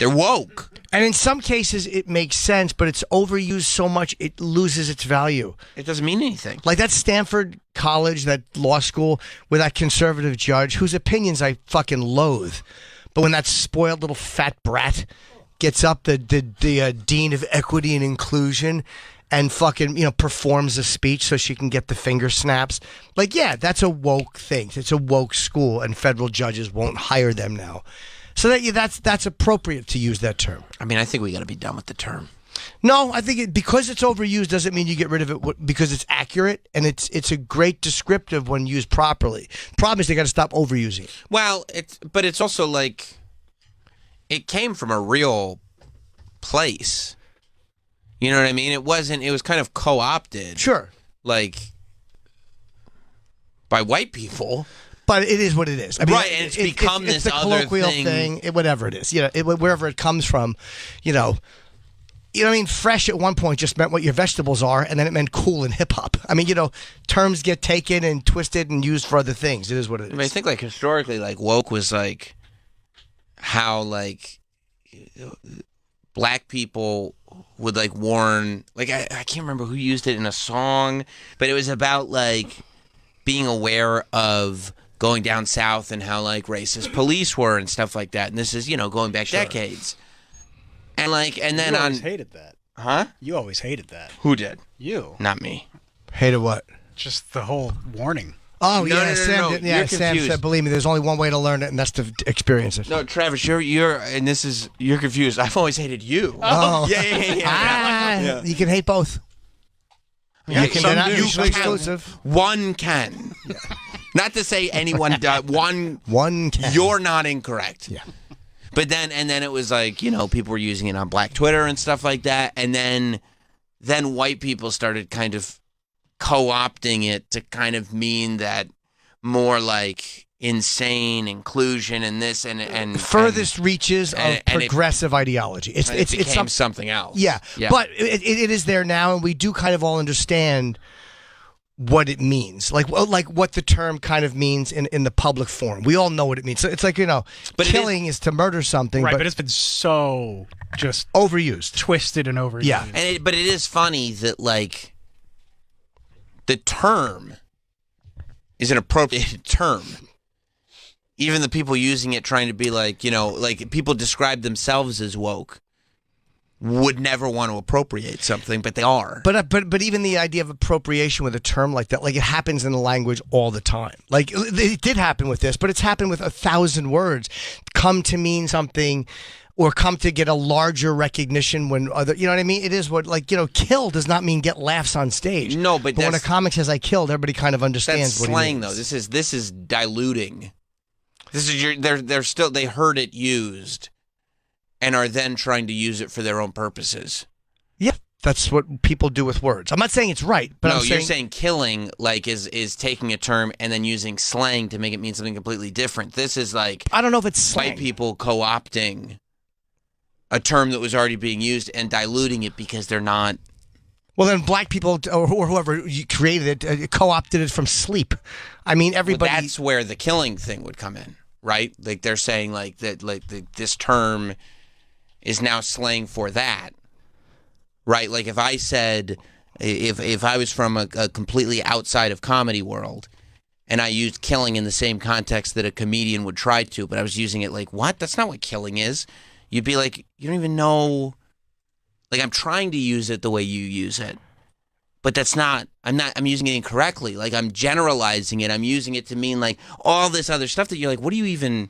Speaker 2: They're woke.
Speaker 1: And in some cases, it makes sense, but it's overused so much it loses its value.
Speaker 2: It doesn't mean anything.
Speaker 1: Like that Stanford college, that law school, with that conservative judge whose opinions I fucking loathe. But when that spoiled little fat brat gets up, the the, the uh, dean of equity and inclusion, and fucking you know performs a speech so she can get the finger snaps. Like, yeah, that's a woke thing. It's a woke school, and federal judges won't hire them now. So that yeah, that's that's appropriate to use that term.
Speaker 2: I mean, I think we got to be done with the term.
Speaker 1: No, I think it, because it's overused doesn't mean you get rid of it wh- because it's accurate and it's it's a great descriptive when used properly. Problem is they got to stop overusing it.
Speaker 2: Well, it's but it's also like it came from a real place. You know what I mean? It wasn't. It was kind of co-opted.
Speaker 1: Sure.
Speaker 2: Like by white people.
Speaker 1: But it is what it is. I mean,
Speaker 2: Right, and it's become
Speaker 1: it's, it's
Speaker 2: this
Speaker 1: the
Speaker 2: other
Speaker 1: colloquial
Speaker 2: thing.
Speaker 1: it- whatever it is, you know, it, wherever it comes from, you know. You know what I mean? Fresh at one point just meant what your vegetables are, and then it meant cool and hip hop. I mean, you know, terms get taken and twisted and used for other things. It is what it is.
Speaker 2: I mean, I think like historically, like woke was like how like black people would like warn. Like I, I can't remember who used it in a song, but it was about like being aware of going down south and how like racist police were and stuff like that. And this is you know going back decades. And like, and then
Speaker 3: you
Speaker 2: on
Speaker 3: always hated that.
Speaker 2: Huh?
Speaker 3: You always hated that.
Speaker 2: Who did?
Speaker 3: You.
Speaker 2: Not me.
Speaker 1: Hated what?
Speaker 3: Just the whole warning.
Speaker 1: Oh
Speaker 2: No,
Speaker 1: yeah,
Speaker 2: no, no,
Speaker 1: Sam.
Speaker 2: no,
Speaker 1: did- yeah,
Speaker 2: you're
Speaker 1: Sam
Speaker 2: confused.
Speaker 1: said, "Believe me, there's only one way to learn it, and that's to d- experience it."
Speaker 2: No, Travis, you're you're, and this is you're confused. I've always hated you.
Speaker 1: Oh.
Speaker 2: <laughs> yeah, yeah, yeah. yeah.
Speaker 1: Ah,
Speaker 2: Yeah.
Speaker 1: You can hate both. you can
Speaker 2: some
Speaker 1: they're not
Speaker 2: do,
Speaker 1: mutually
Speaker 2: some can.
Speaker 1: exclusive.
Speaker 2: One can. Not to say
Speaker 1: <laughs>
Speaker 2: anyone does. One.
Speaker 1: One can.
Speaker 2: You're not incorrect. Yeah. But then, and then it was like you know people were using it on Black Twitter and stuff like that, and then, then white people started kind of co-opting it to kind of mean that more like insane inclusion and this and and
Speaker 1: Furthest reaches
Speaker 2: and-
Speaker 1: of
Speaker 2: and it-
Speaker 1: progressive ideology. It's
Speaker 2: and
Speaker 1: it's
Speaker 2: it
Speaker 1: it's
Speaker 2: became
Speaker 1: some-
Speaker 2: something else.
Speaker 1: Yeah, but it, it, it is there now, and we do kind of all understand what it means, like well, like what the term kind of means in, in the public forum. We all know what it means. So it's like you know,
Speaker 3: But it is-
Speaker 1: killing is, to murder something,
Speaker 3: right,
Speaker 1: but,
Speaker 3: but, it's been so just
Speaker 1: overused,
Speaker 3: twisted, and overused.
Speaker 1: Yeah.
Speaker 2: And it, but it is funny that like the term is an appropriate <laughs> term. Even the people using it trying to be like, you know, like people describe themselves as woke would never want to appropriate something, but they are.
Speaker 1: But uh, but but even the idea of appropriation with a term like that, like it happens in the language all the time. Like it it did happen with this, but it's happened with a thousand words. Come to mean something. Or come to get a larger recognition when other, you know what I mean? It is what, like, you know, kill does not mean get laughs on stage.
Speaker 2: No, but
Speaker 1: but when a
Speaker 2: that's-
Speaker 1: comic says I killed, everybody kind of understands
Speaker 2: That's
Speaker 1: what he
Speaker 2: slang though.
Speaker 1: means.
Speaker 2: This is this is diluting. This is your they're they're still they heard it used and are then trying to use it for their own purposes.
Speaker 1: Yeah, that's what people do with words. I'm not saying it's right, but
Speaker 2: no,
Speaker 1: I'm
Speaker 2: you're saying killing like is is taking a term and then using slang to make it mean something completely different. This is like
Speaker 1: I don't know if it's slang.
Speaker 2: white people co-opting a term that was already being used and diluting it because they're not.
Speaker 1: Well, then black people or wh- or whoever you created it uh, co-opted it from sleep. I mean,
Speaker 2: Well,
Speaker 1: everybody.
Speaker 2: that's where the killing thing would come in, right? Like they're saying like that like the, this term is now slang for that, right? Like if I said if if I was from a, a completely outside of comedy world. And I used killing in the same context that a comedian would try to, but I was using it like, what? That's not what killing is. You'd be like, you don't even know. Like, I'm trying to use it the way you use it but that's not i'm not i'm using it incorrectly like i'm generalizing it i'm using it to mean like all this other stuff that you're like what are you even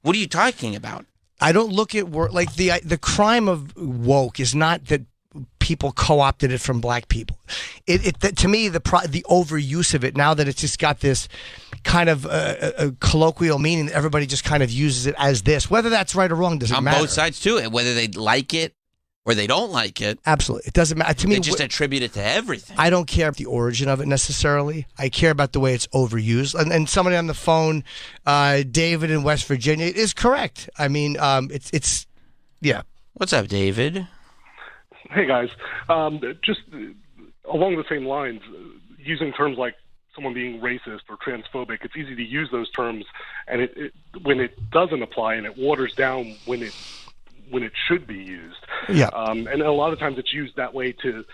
Speaker 2: what are you talking about
Speaker 1: I don't look at work like the the crime of woke is not that people co-opted it from black people. It, it that, to me the pro, the overuse of it now that it's just got this kind of uh, uh, uh, colloquial meaning that everybody just kind of uses it as this. Whether that's right or wrong doesn't
Speaker 2: on
Speaker 1: matter.
Speaker 2: both sides to it whether they like it or they don't like it
Speaker 1: Absolutely, it doesn't matter to me.
Speaker 2: they just
Speaker 1: wh-
Speaker 2: attribute it to everything
Speaker 1: I don't care about the origin of it necessarily. I care about the way it's overused. And, and somebody on the phone, uh, David in West Virginia, is correct. I mean, um, it's it's yeah.
Speaker 2: what's up david
Speaker 16: Hey guys, um, just uh, along the same lines, uh, using terms like someone being racist or transphobic, it's easy to use those terms, and it, it when it doesn't apply and it waters down when it when it should be used.
Speaker 1: Yeah.
Speaker 16: Um, and a lot of times it's used that way to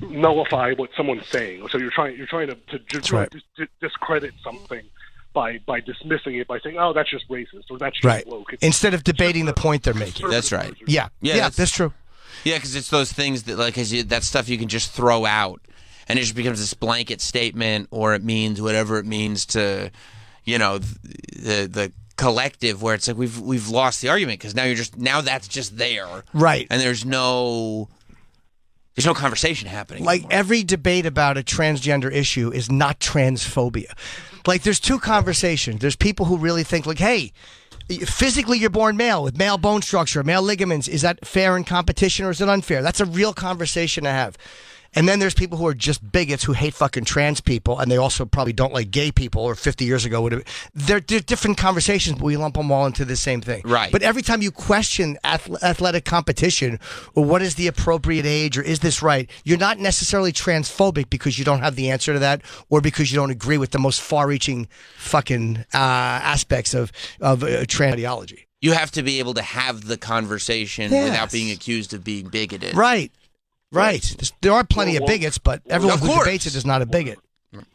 Speaker 16: nullify what someone's saying. So you're trying you're trying to, to,
Speaker 1: That's
Speaker 16: to
Speaker 1: right.
Speaker 16: dis- discredit something by by dismissing it by saying, "Oh, that's just racist" or "That's just
Speaker 1: Right.
Speaker 16: woke." It's-
Speaker 1: Instead of debating the point they're making.
Speaker 2: That's right.
Speaker 1: Yeah. Yeah,
Speaker 2: Yeah, that's-
Speaker 1: that's, true.
Speaker 2: Yeah, because it's those things that like 'cause you, that stuff you can just throw out, and it just becomes this blanket statement, or it means whatever it means to, you know, th- the the collective where it's like we've we've lost the argument because now you're just now that's just there,
Speaker 1: Right.
Speaker 2: And there's no there's no conversation happening.
Speaker 1: Like every debate about a transgender issue is not transphobia. Like there's two conversations. There's people who really think like, hey, physically you're born male with male bone structure, male ligaments. Is that fair in competition or is it unfair? That's a real conversation to have. And then there's people who are just bigots who hate fucking trans people, and they also probably don't like gay people. Or 50 years ago, would have they're, they're different conversations, but we lump them all into the same thing.
Speaker 2: Right.
Speaker 1: But every time you question ath- athletic competition or what is the appropriate age or is this right, you're not necessarily transphobic because you don't have the answer to that, or because you don't agree with the most far-reaching fucking uh, aspects of of uh, trans ideology.
Speaker 2: You have to be able to have the conversation
Speaker 1: Yes.
Speaker 2: without being accused of being bigoted.
Speaker 1: Right. Right. There's- There are plenty of
Speaker 2: Well, well,
Speaker 1: bigots, but everyone
Speaker 2: of
Speaker 1: who
Speaker 2: course.
Speaker 1: debates it is not a bigot.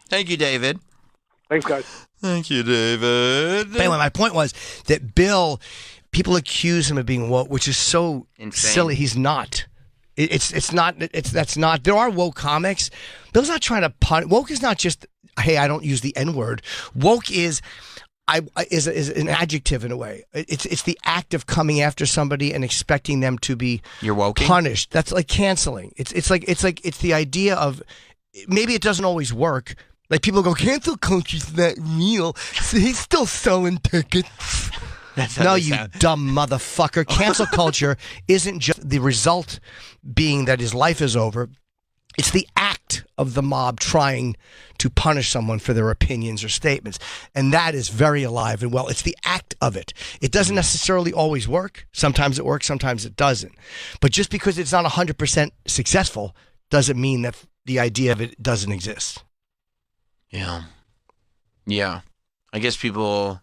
Speaker 2: Thank you, David.
Speaker 16: Thanks, guys.
Speaker 2: Thank you, David.
Speaker 1: But anyway, my point was that Bill, people accuse him of being woke, which is so
Speaker 2: Insane.
Speaker 1: silly. He's not. It- It's it's not it's that's not. There are woke comics. Bill's not trying to pun. Woke is not just hey, I don't use the n word. Woke is. I, I- is, is an adjective in a way. It's it's the act of coming after somebody and expecting them to be
Speaker 2: You're woking?
Speaker 1: punished. That's like canceling. It's it's like it's like it's the idea of maybe it doesn't always work. Like people go cancel culture's that real. So he's still selling tickets.
Speaker 2: That's how
Speaker 1: no,
Speaker 2: they
Speaker 1: you
Speaker 2: sound.
Speaker 1: dumb motherfucker.
Speaker 2: <laughs>
Speaker 1: Cancel culture isn't just the result being that his life is over. It's the act of the mob trying to punish someone for their opinions or statements. And that is very alive and well. It's the act of it. It doesn't necessarily always work. Sometimes it works, sometimes it doesn't. But just because it's not 100% successful doesn't mean that the idea of it doesn't exist.
Speaker 2: Yeah. Yeah. I guess people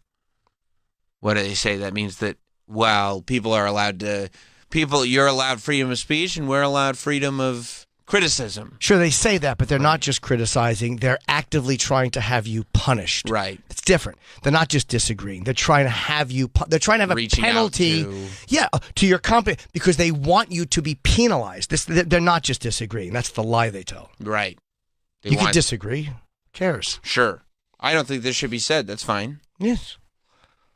Speaker 2: what do they say? That means that well, people are allowed to people you're allowed freedom of speech and we're allowed freedom of criticism.
Speaker 1: Sure, they say that, but they're not just criticizing. They're actively trying to have you punished.
Speaker 2: Right.
Speaker 1: It's different. They're not just disagreeing. They're trying to have you. Pu- they're trying to have a
Speaker 2: Reaching out
Speaker 1: penalty.
Speaker 2: to-
Speaker 1: Yeah, uh, to your company because they want you to be penalized. This, th- they're not just disagreeing. That's the lie they tell.
Speaker 2: Right. They
Speaker 1: you
Speaker 2: want-
Speaker 1: can disagree. Who cares?
Speaker 2: Sure. I don't think this should be said. That's fine.
Speaker 1: Yes.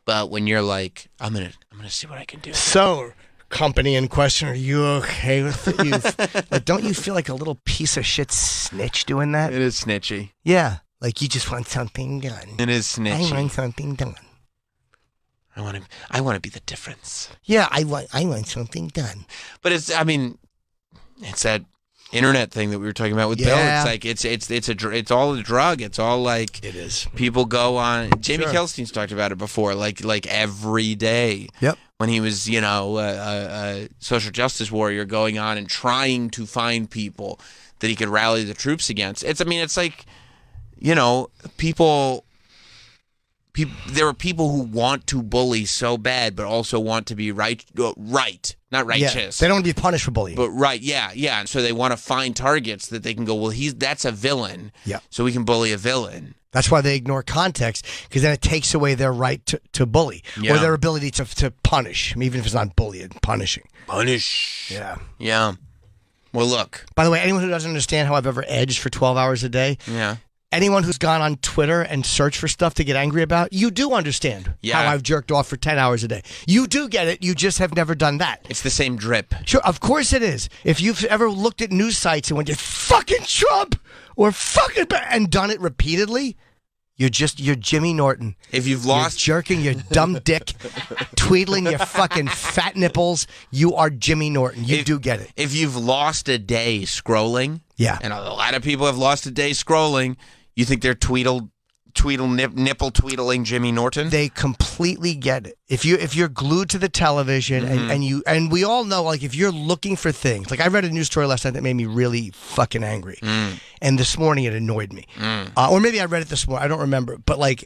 Speaker 2: But when you're like, I'm gonna I'm gonna see what I can do.
Speaker 1: So, company in question, are you okay with it? <laughs> You, like, don't you feel like a little piece of shit snitch doing that?
Speaker 2: It is snitchy.
Speaker 1: Yeah, like you just want something done.
Speaker 2: It is
Speaker 1: I want
Speaker 2: snitchy.
Speaker 1: something done.
Speaker 2: I wanna I wanna be the difference.
Speaker 1: Yeah, I want I want something done.
Speaker 2: But it's I mean it's that internet thing that we were talking about with Bill.
Speaker 1: Yeah.
Speaker 2: It's like it's it's it's a dr- it's all a drug. It's all like
Speaker 1: it is.
Speaker 2: People go on. Jamie
Speaker 1: Sure.
Speaker 2: Kelstein's talked about it before. Like like every day.
Speaker 1: Yep.
Speaker 2: When he was you know a, a, a social justice warrior going on and trying to find people that he could rally the troops against. It's I mean it's like you know people. People, there are people who want to bully so bad, but also want to be right, uh, right, not righteous.
Speaker 1: Yeah, they don't want to be punished for bullying.
Speaker 2: But right, yeah, yeah. And so they want to find targets that they can go, well, he's that's a villain.
Speaker 1: Yeah.
Speaker 2: So we can bully a villain.
Speaker 1: That's why they ignore context because then it takes away their right to, to bully
Speaker 2: Yeah.
Speaker 1: or their ability to, to punish, even if it's not bullying, punishing.
Speaker 2: Punish.
Speaker 1: Yeah.
Speaker 2: Yeah. Well, look.
Speaker 1: By the way, anyone who doesn't understand how I've ever edged for 12 hours a day,
Speaker 2: Yeah.
Speaker 1: anyone who's gone on Twitter and searched for stuff to get angry about, you do understand
Speaker 2: Yeah.
Speaker 1: how I've jerked off for 10 hours a day. You do get it. You just have never done that.
Speaker 2: It's the same drip.
Speaker 1: Sure, of course it is. If you've ever looked at news sites and went, fucking Trump or fucking, Ba-" and done it repeatedly, you're just, you're Jimmy Norton.
Speaker 2: If you've lost
Speaker 1: You're jerking your dumb
Speaker 2: <laughs>
Speaker 1: dick, tweedling your fucking fat nipples, you are Jimmy Norton. You do get it.
Speaker 2: if you've lost a day scrolling,
Speaker 1: Yeah.
Speaker 2: and a lot of people have lost a day scrolling, you think they're tweedle tweedle nip, nipple tweedling Jimmy Norton?
Speaker 1: They completely get it. If you if you're glued to the television and, and you and we all know like if you're looking for things like I read a news story last night that made me really fucking angry, and this morning it annoyed me, uh, or maybe I read it this morning I don't remember, but like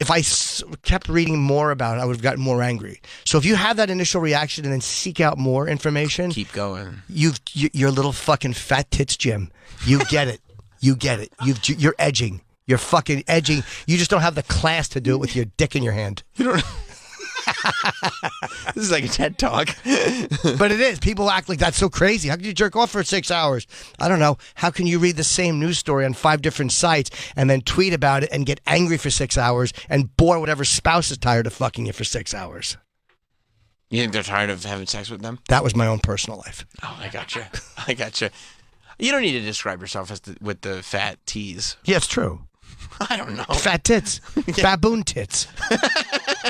Speaker 1: if I s- kept reading more about it, I would have gotten more angry. So if you have that initial reaction and then seek out more information,
Speaker 2: <laughs> keep going. <laughs>
Speaker 1: You've you, your little fucking fat tits, Jim. You get it. You get it. You've you're edging. You're fucking edging. You just don't have the class to do it with your dick in your hand. You don't.
Speaker 2: this is like a TED talk. <laughs>
Speaker 1: but it is. People act like that's so crazy. How can you jerk off for six hours? I don't know. How can you read the same news story on five different sites and then tweet about it and get angry for six hours and bore whatever spouse is tired of fucking you for six hours?
Speaker 2: You think they're tired of having sex with them?
Speaker 1: That was my own personal life.
Speaker 2: Oh, I gotcha. <laughs> I gotcha. You don't need to describe yourself as the, with the fat T's.
Speaker 1: Yeah, it's true.
Speaker 2: I don't know.
Speaker 1: Fat tits. Baboon tits.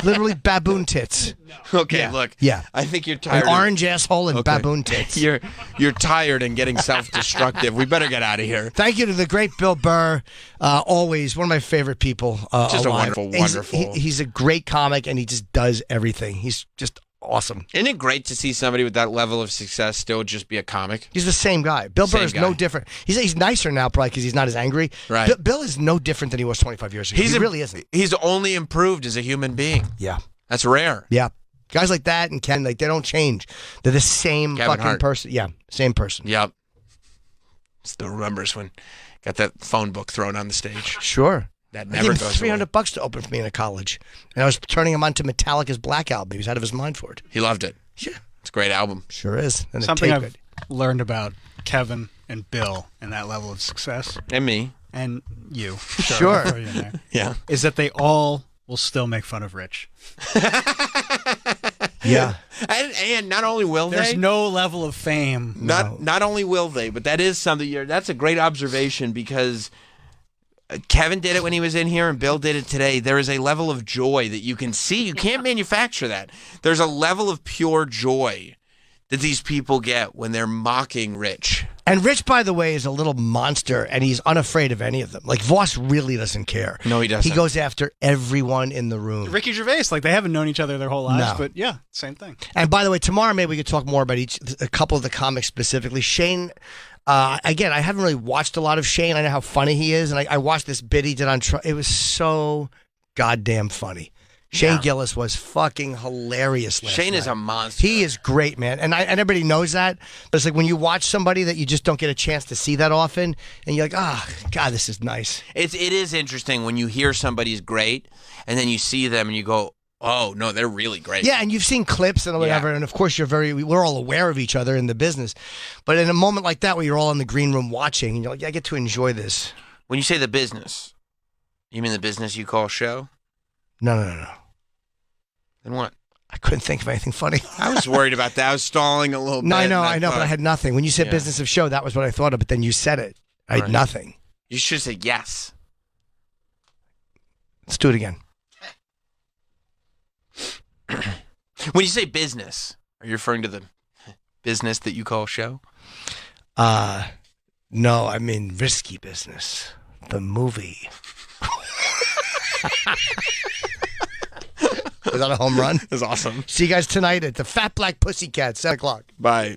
Speaker 1: Literally baboon tits.
Speaker 2: Okay,
Speaker 1: Yeah.
Speaker 2: look.
Speaker 1: Yeah.
Speaker 2: I think you're tired.
Speaker 1: An
Speaker 2: of-
Speaker 1: orange asshole and baboon tits.
Speaker 2: you're you're tired and getting self-destructive. we better get out of here.
Speaker 1: Thank you to the great Bill Burr, uh, always one of my favorite people. Uh,
Speaker 2: Just a
Speaker 1: alive.
Speaker 2: wonderful,
Speaker 1: He's-
Speaker 2: wonderful-
Speaker 1: he- he's a great comic, and he just does everything. He's just awesome.
Speaker 2: Isn't it great to see somebody with that level of success still just be a comic?
Speaker 1: He's the same guy. Bill
Speaker 2: Same
Speaker 1: Burr is
Speaker 2: guy.
Speaker 1: no different. He's he's nicer now, probably because he's not as angry.
Speaker 2: Right.
Speaker 1: Bill, Bill is no different than he was 25 years ago.
Speaker 2: He's
Speaker 1: he
Speaker 2: im-
Speaker 1: really isn't.
Speaker 2: He's only improved as a human being.
Speaker 1: Yeah.
Speaker 2: That's rare.
Speaker 1: Yeah. Guys like that and Ken, like they don't change. They're the same
Speaker 2: Kevin
Speaker 1: fucking
Speaker 2: Hart.
Speaker 1: person. Yeah, same person.
Speaker 2: Yep. Still remembers when got that phone book thrown on the stage.
Speaker 1: Sure.
Speaker 2: That
Speaker 1: I
Speaker 2: never
Speaker 1: gave him
Speaker 2: goes
Speaker 1: 300
Speaker 2: away.
Speaker 1: bucks to open for me in a college, and I was turning him on to Metallica's Black Album. He was out of his mind for it.
Speaker 2: He loved it.
Speaker 1: Yeah.
Speaker 2: It's a great album.
Speaker 1: Sure is. And the
Speaker 3: Something
Speaker 1: tape
Speaker 3: I've
Speaker 1: it.
Speaker 3: learned about Kevin and Bill and that level of success.
Speaker 2: And me.
Speaker 3: And you.
Speaker 1: Sure.
Speaker 3: I'll throw you in there,
Speaker 2: Yeah.
Speaker 3: Is that they all will still make fun of Rich.
Speaker 1: yeah.
Speaker 2: And, and not only will
Speaker 3: There's
Speaker 2: they
Speaker 3: no level of fame.
Speaker 2: not not only will they, but that is something you're that's a great observation because uh, Kevin did it when he was in here and Bill did it today. There is a level of joy that you can see. You can't manufacture that. There's a level of pure joy that these people get when they're mocking Rich.
Speaker 1: And Rich, by the way, is a little monster, and he's unafraid of any of them. Like Voss really doesn't care.
Speaker 2: No, he doesn't.
Speaker 1: He goes after everyone in the room.
Speaker 3: Ricky Gervais, like they haven't known each other their whole lives,
Speaker 1: No.
Speaker 3: but yeah, same thing.
Speaker 1: And by the way, tomorrow maybe we could talk more about each a couple of the comics specifically. Shane, uh, again, I haven't really watched a lot of Shane. I know how funny he is, and I, I watched this bit he did on. Tr- it was so goddamn funny. Shane Gillis was fucking hilarious. Last
Speaker 2: Shane is
Speaker 1: night.
Speaker 2: a monster.
Speaker 1: He is great, man, and I, and everybody knows that. But it's like when you watch somebody that you just don't get a chance to see that often, and you're like, ah, God, this is nice.
Speaker 2: It's it is interesting when you hear somebody's great and then you see them and you go, "Oh, no, they're really great."
Speaker 1: Yeah, and you've seen clips and whatever, and of course you're very we're all aware of each other in the business. But in a moment like that where you're all in the green room watching and you're like, I get to enjoy this.
Speaker 2: When you say the business, you mean the business you call show?
Speaker 1: No, no, no, no.
Speaker 2: Then what?
Speaker 1: I couldn't think of anything funny.
Speaker 2: I was
Speaker 1: <laughs>
Speaker 2: worried about that. I was stalling a little bit.
Speaker 1: No, I know,
Speaker 2: and
Speaker 1: I know, but I
Speaker 2: thought,
Speaker 1: had nothing. When you said
Speaker 2: Yeah.
Speaker 1: business of show, that was what I thought of, but then you said it. I had
Speaker 2: Right.
Speaker 1: nothing.
Speaker 2: You should have said yes.
Speaker 1: Let's do it again.
Speaker 2: When you say business, are you referring to the business that you call show?
Speaker 1: Uh no, I mean risky business. The movie. <laughs> Was that a home run?
Speaker 2: That's awesome.
Speaker 1: See you guys tonight at the Fat Black Pussycat, seven o'clock.
Speaker 2: Bye.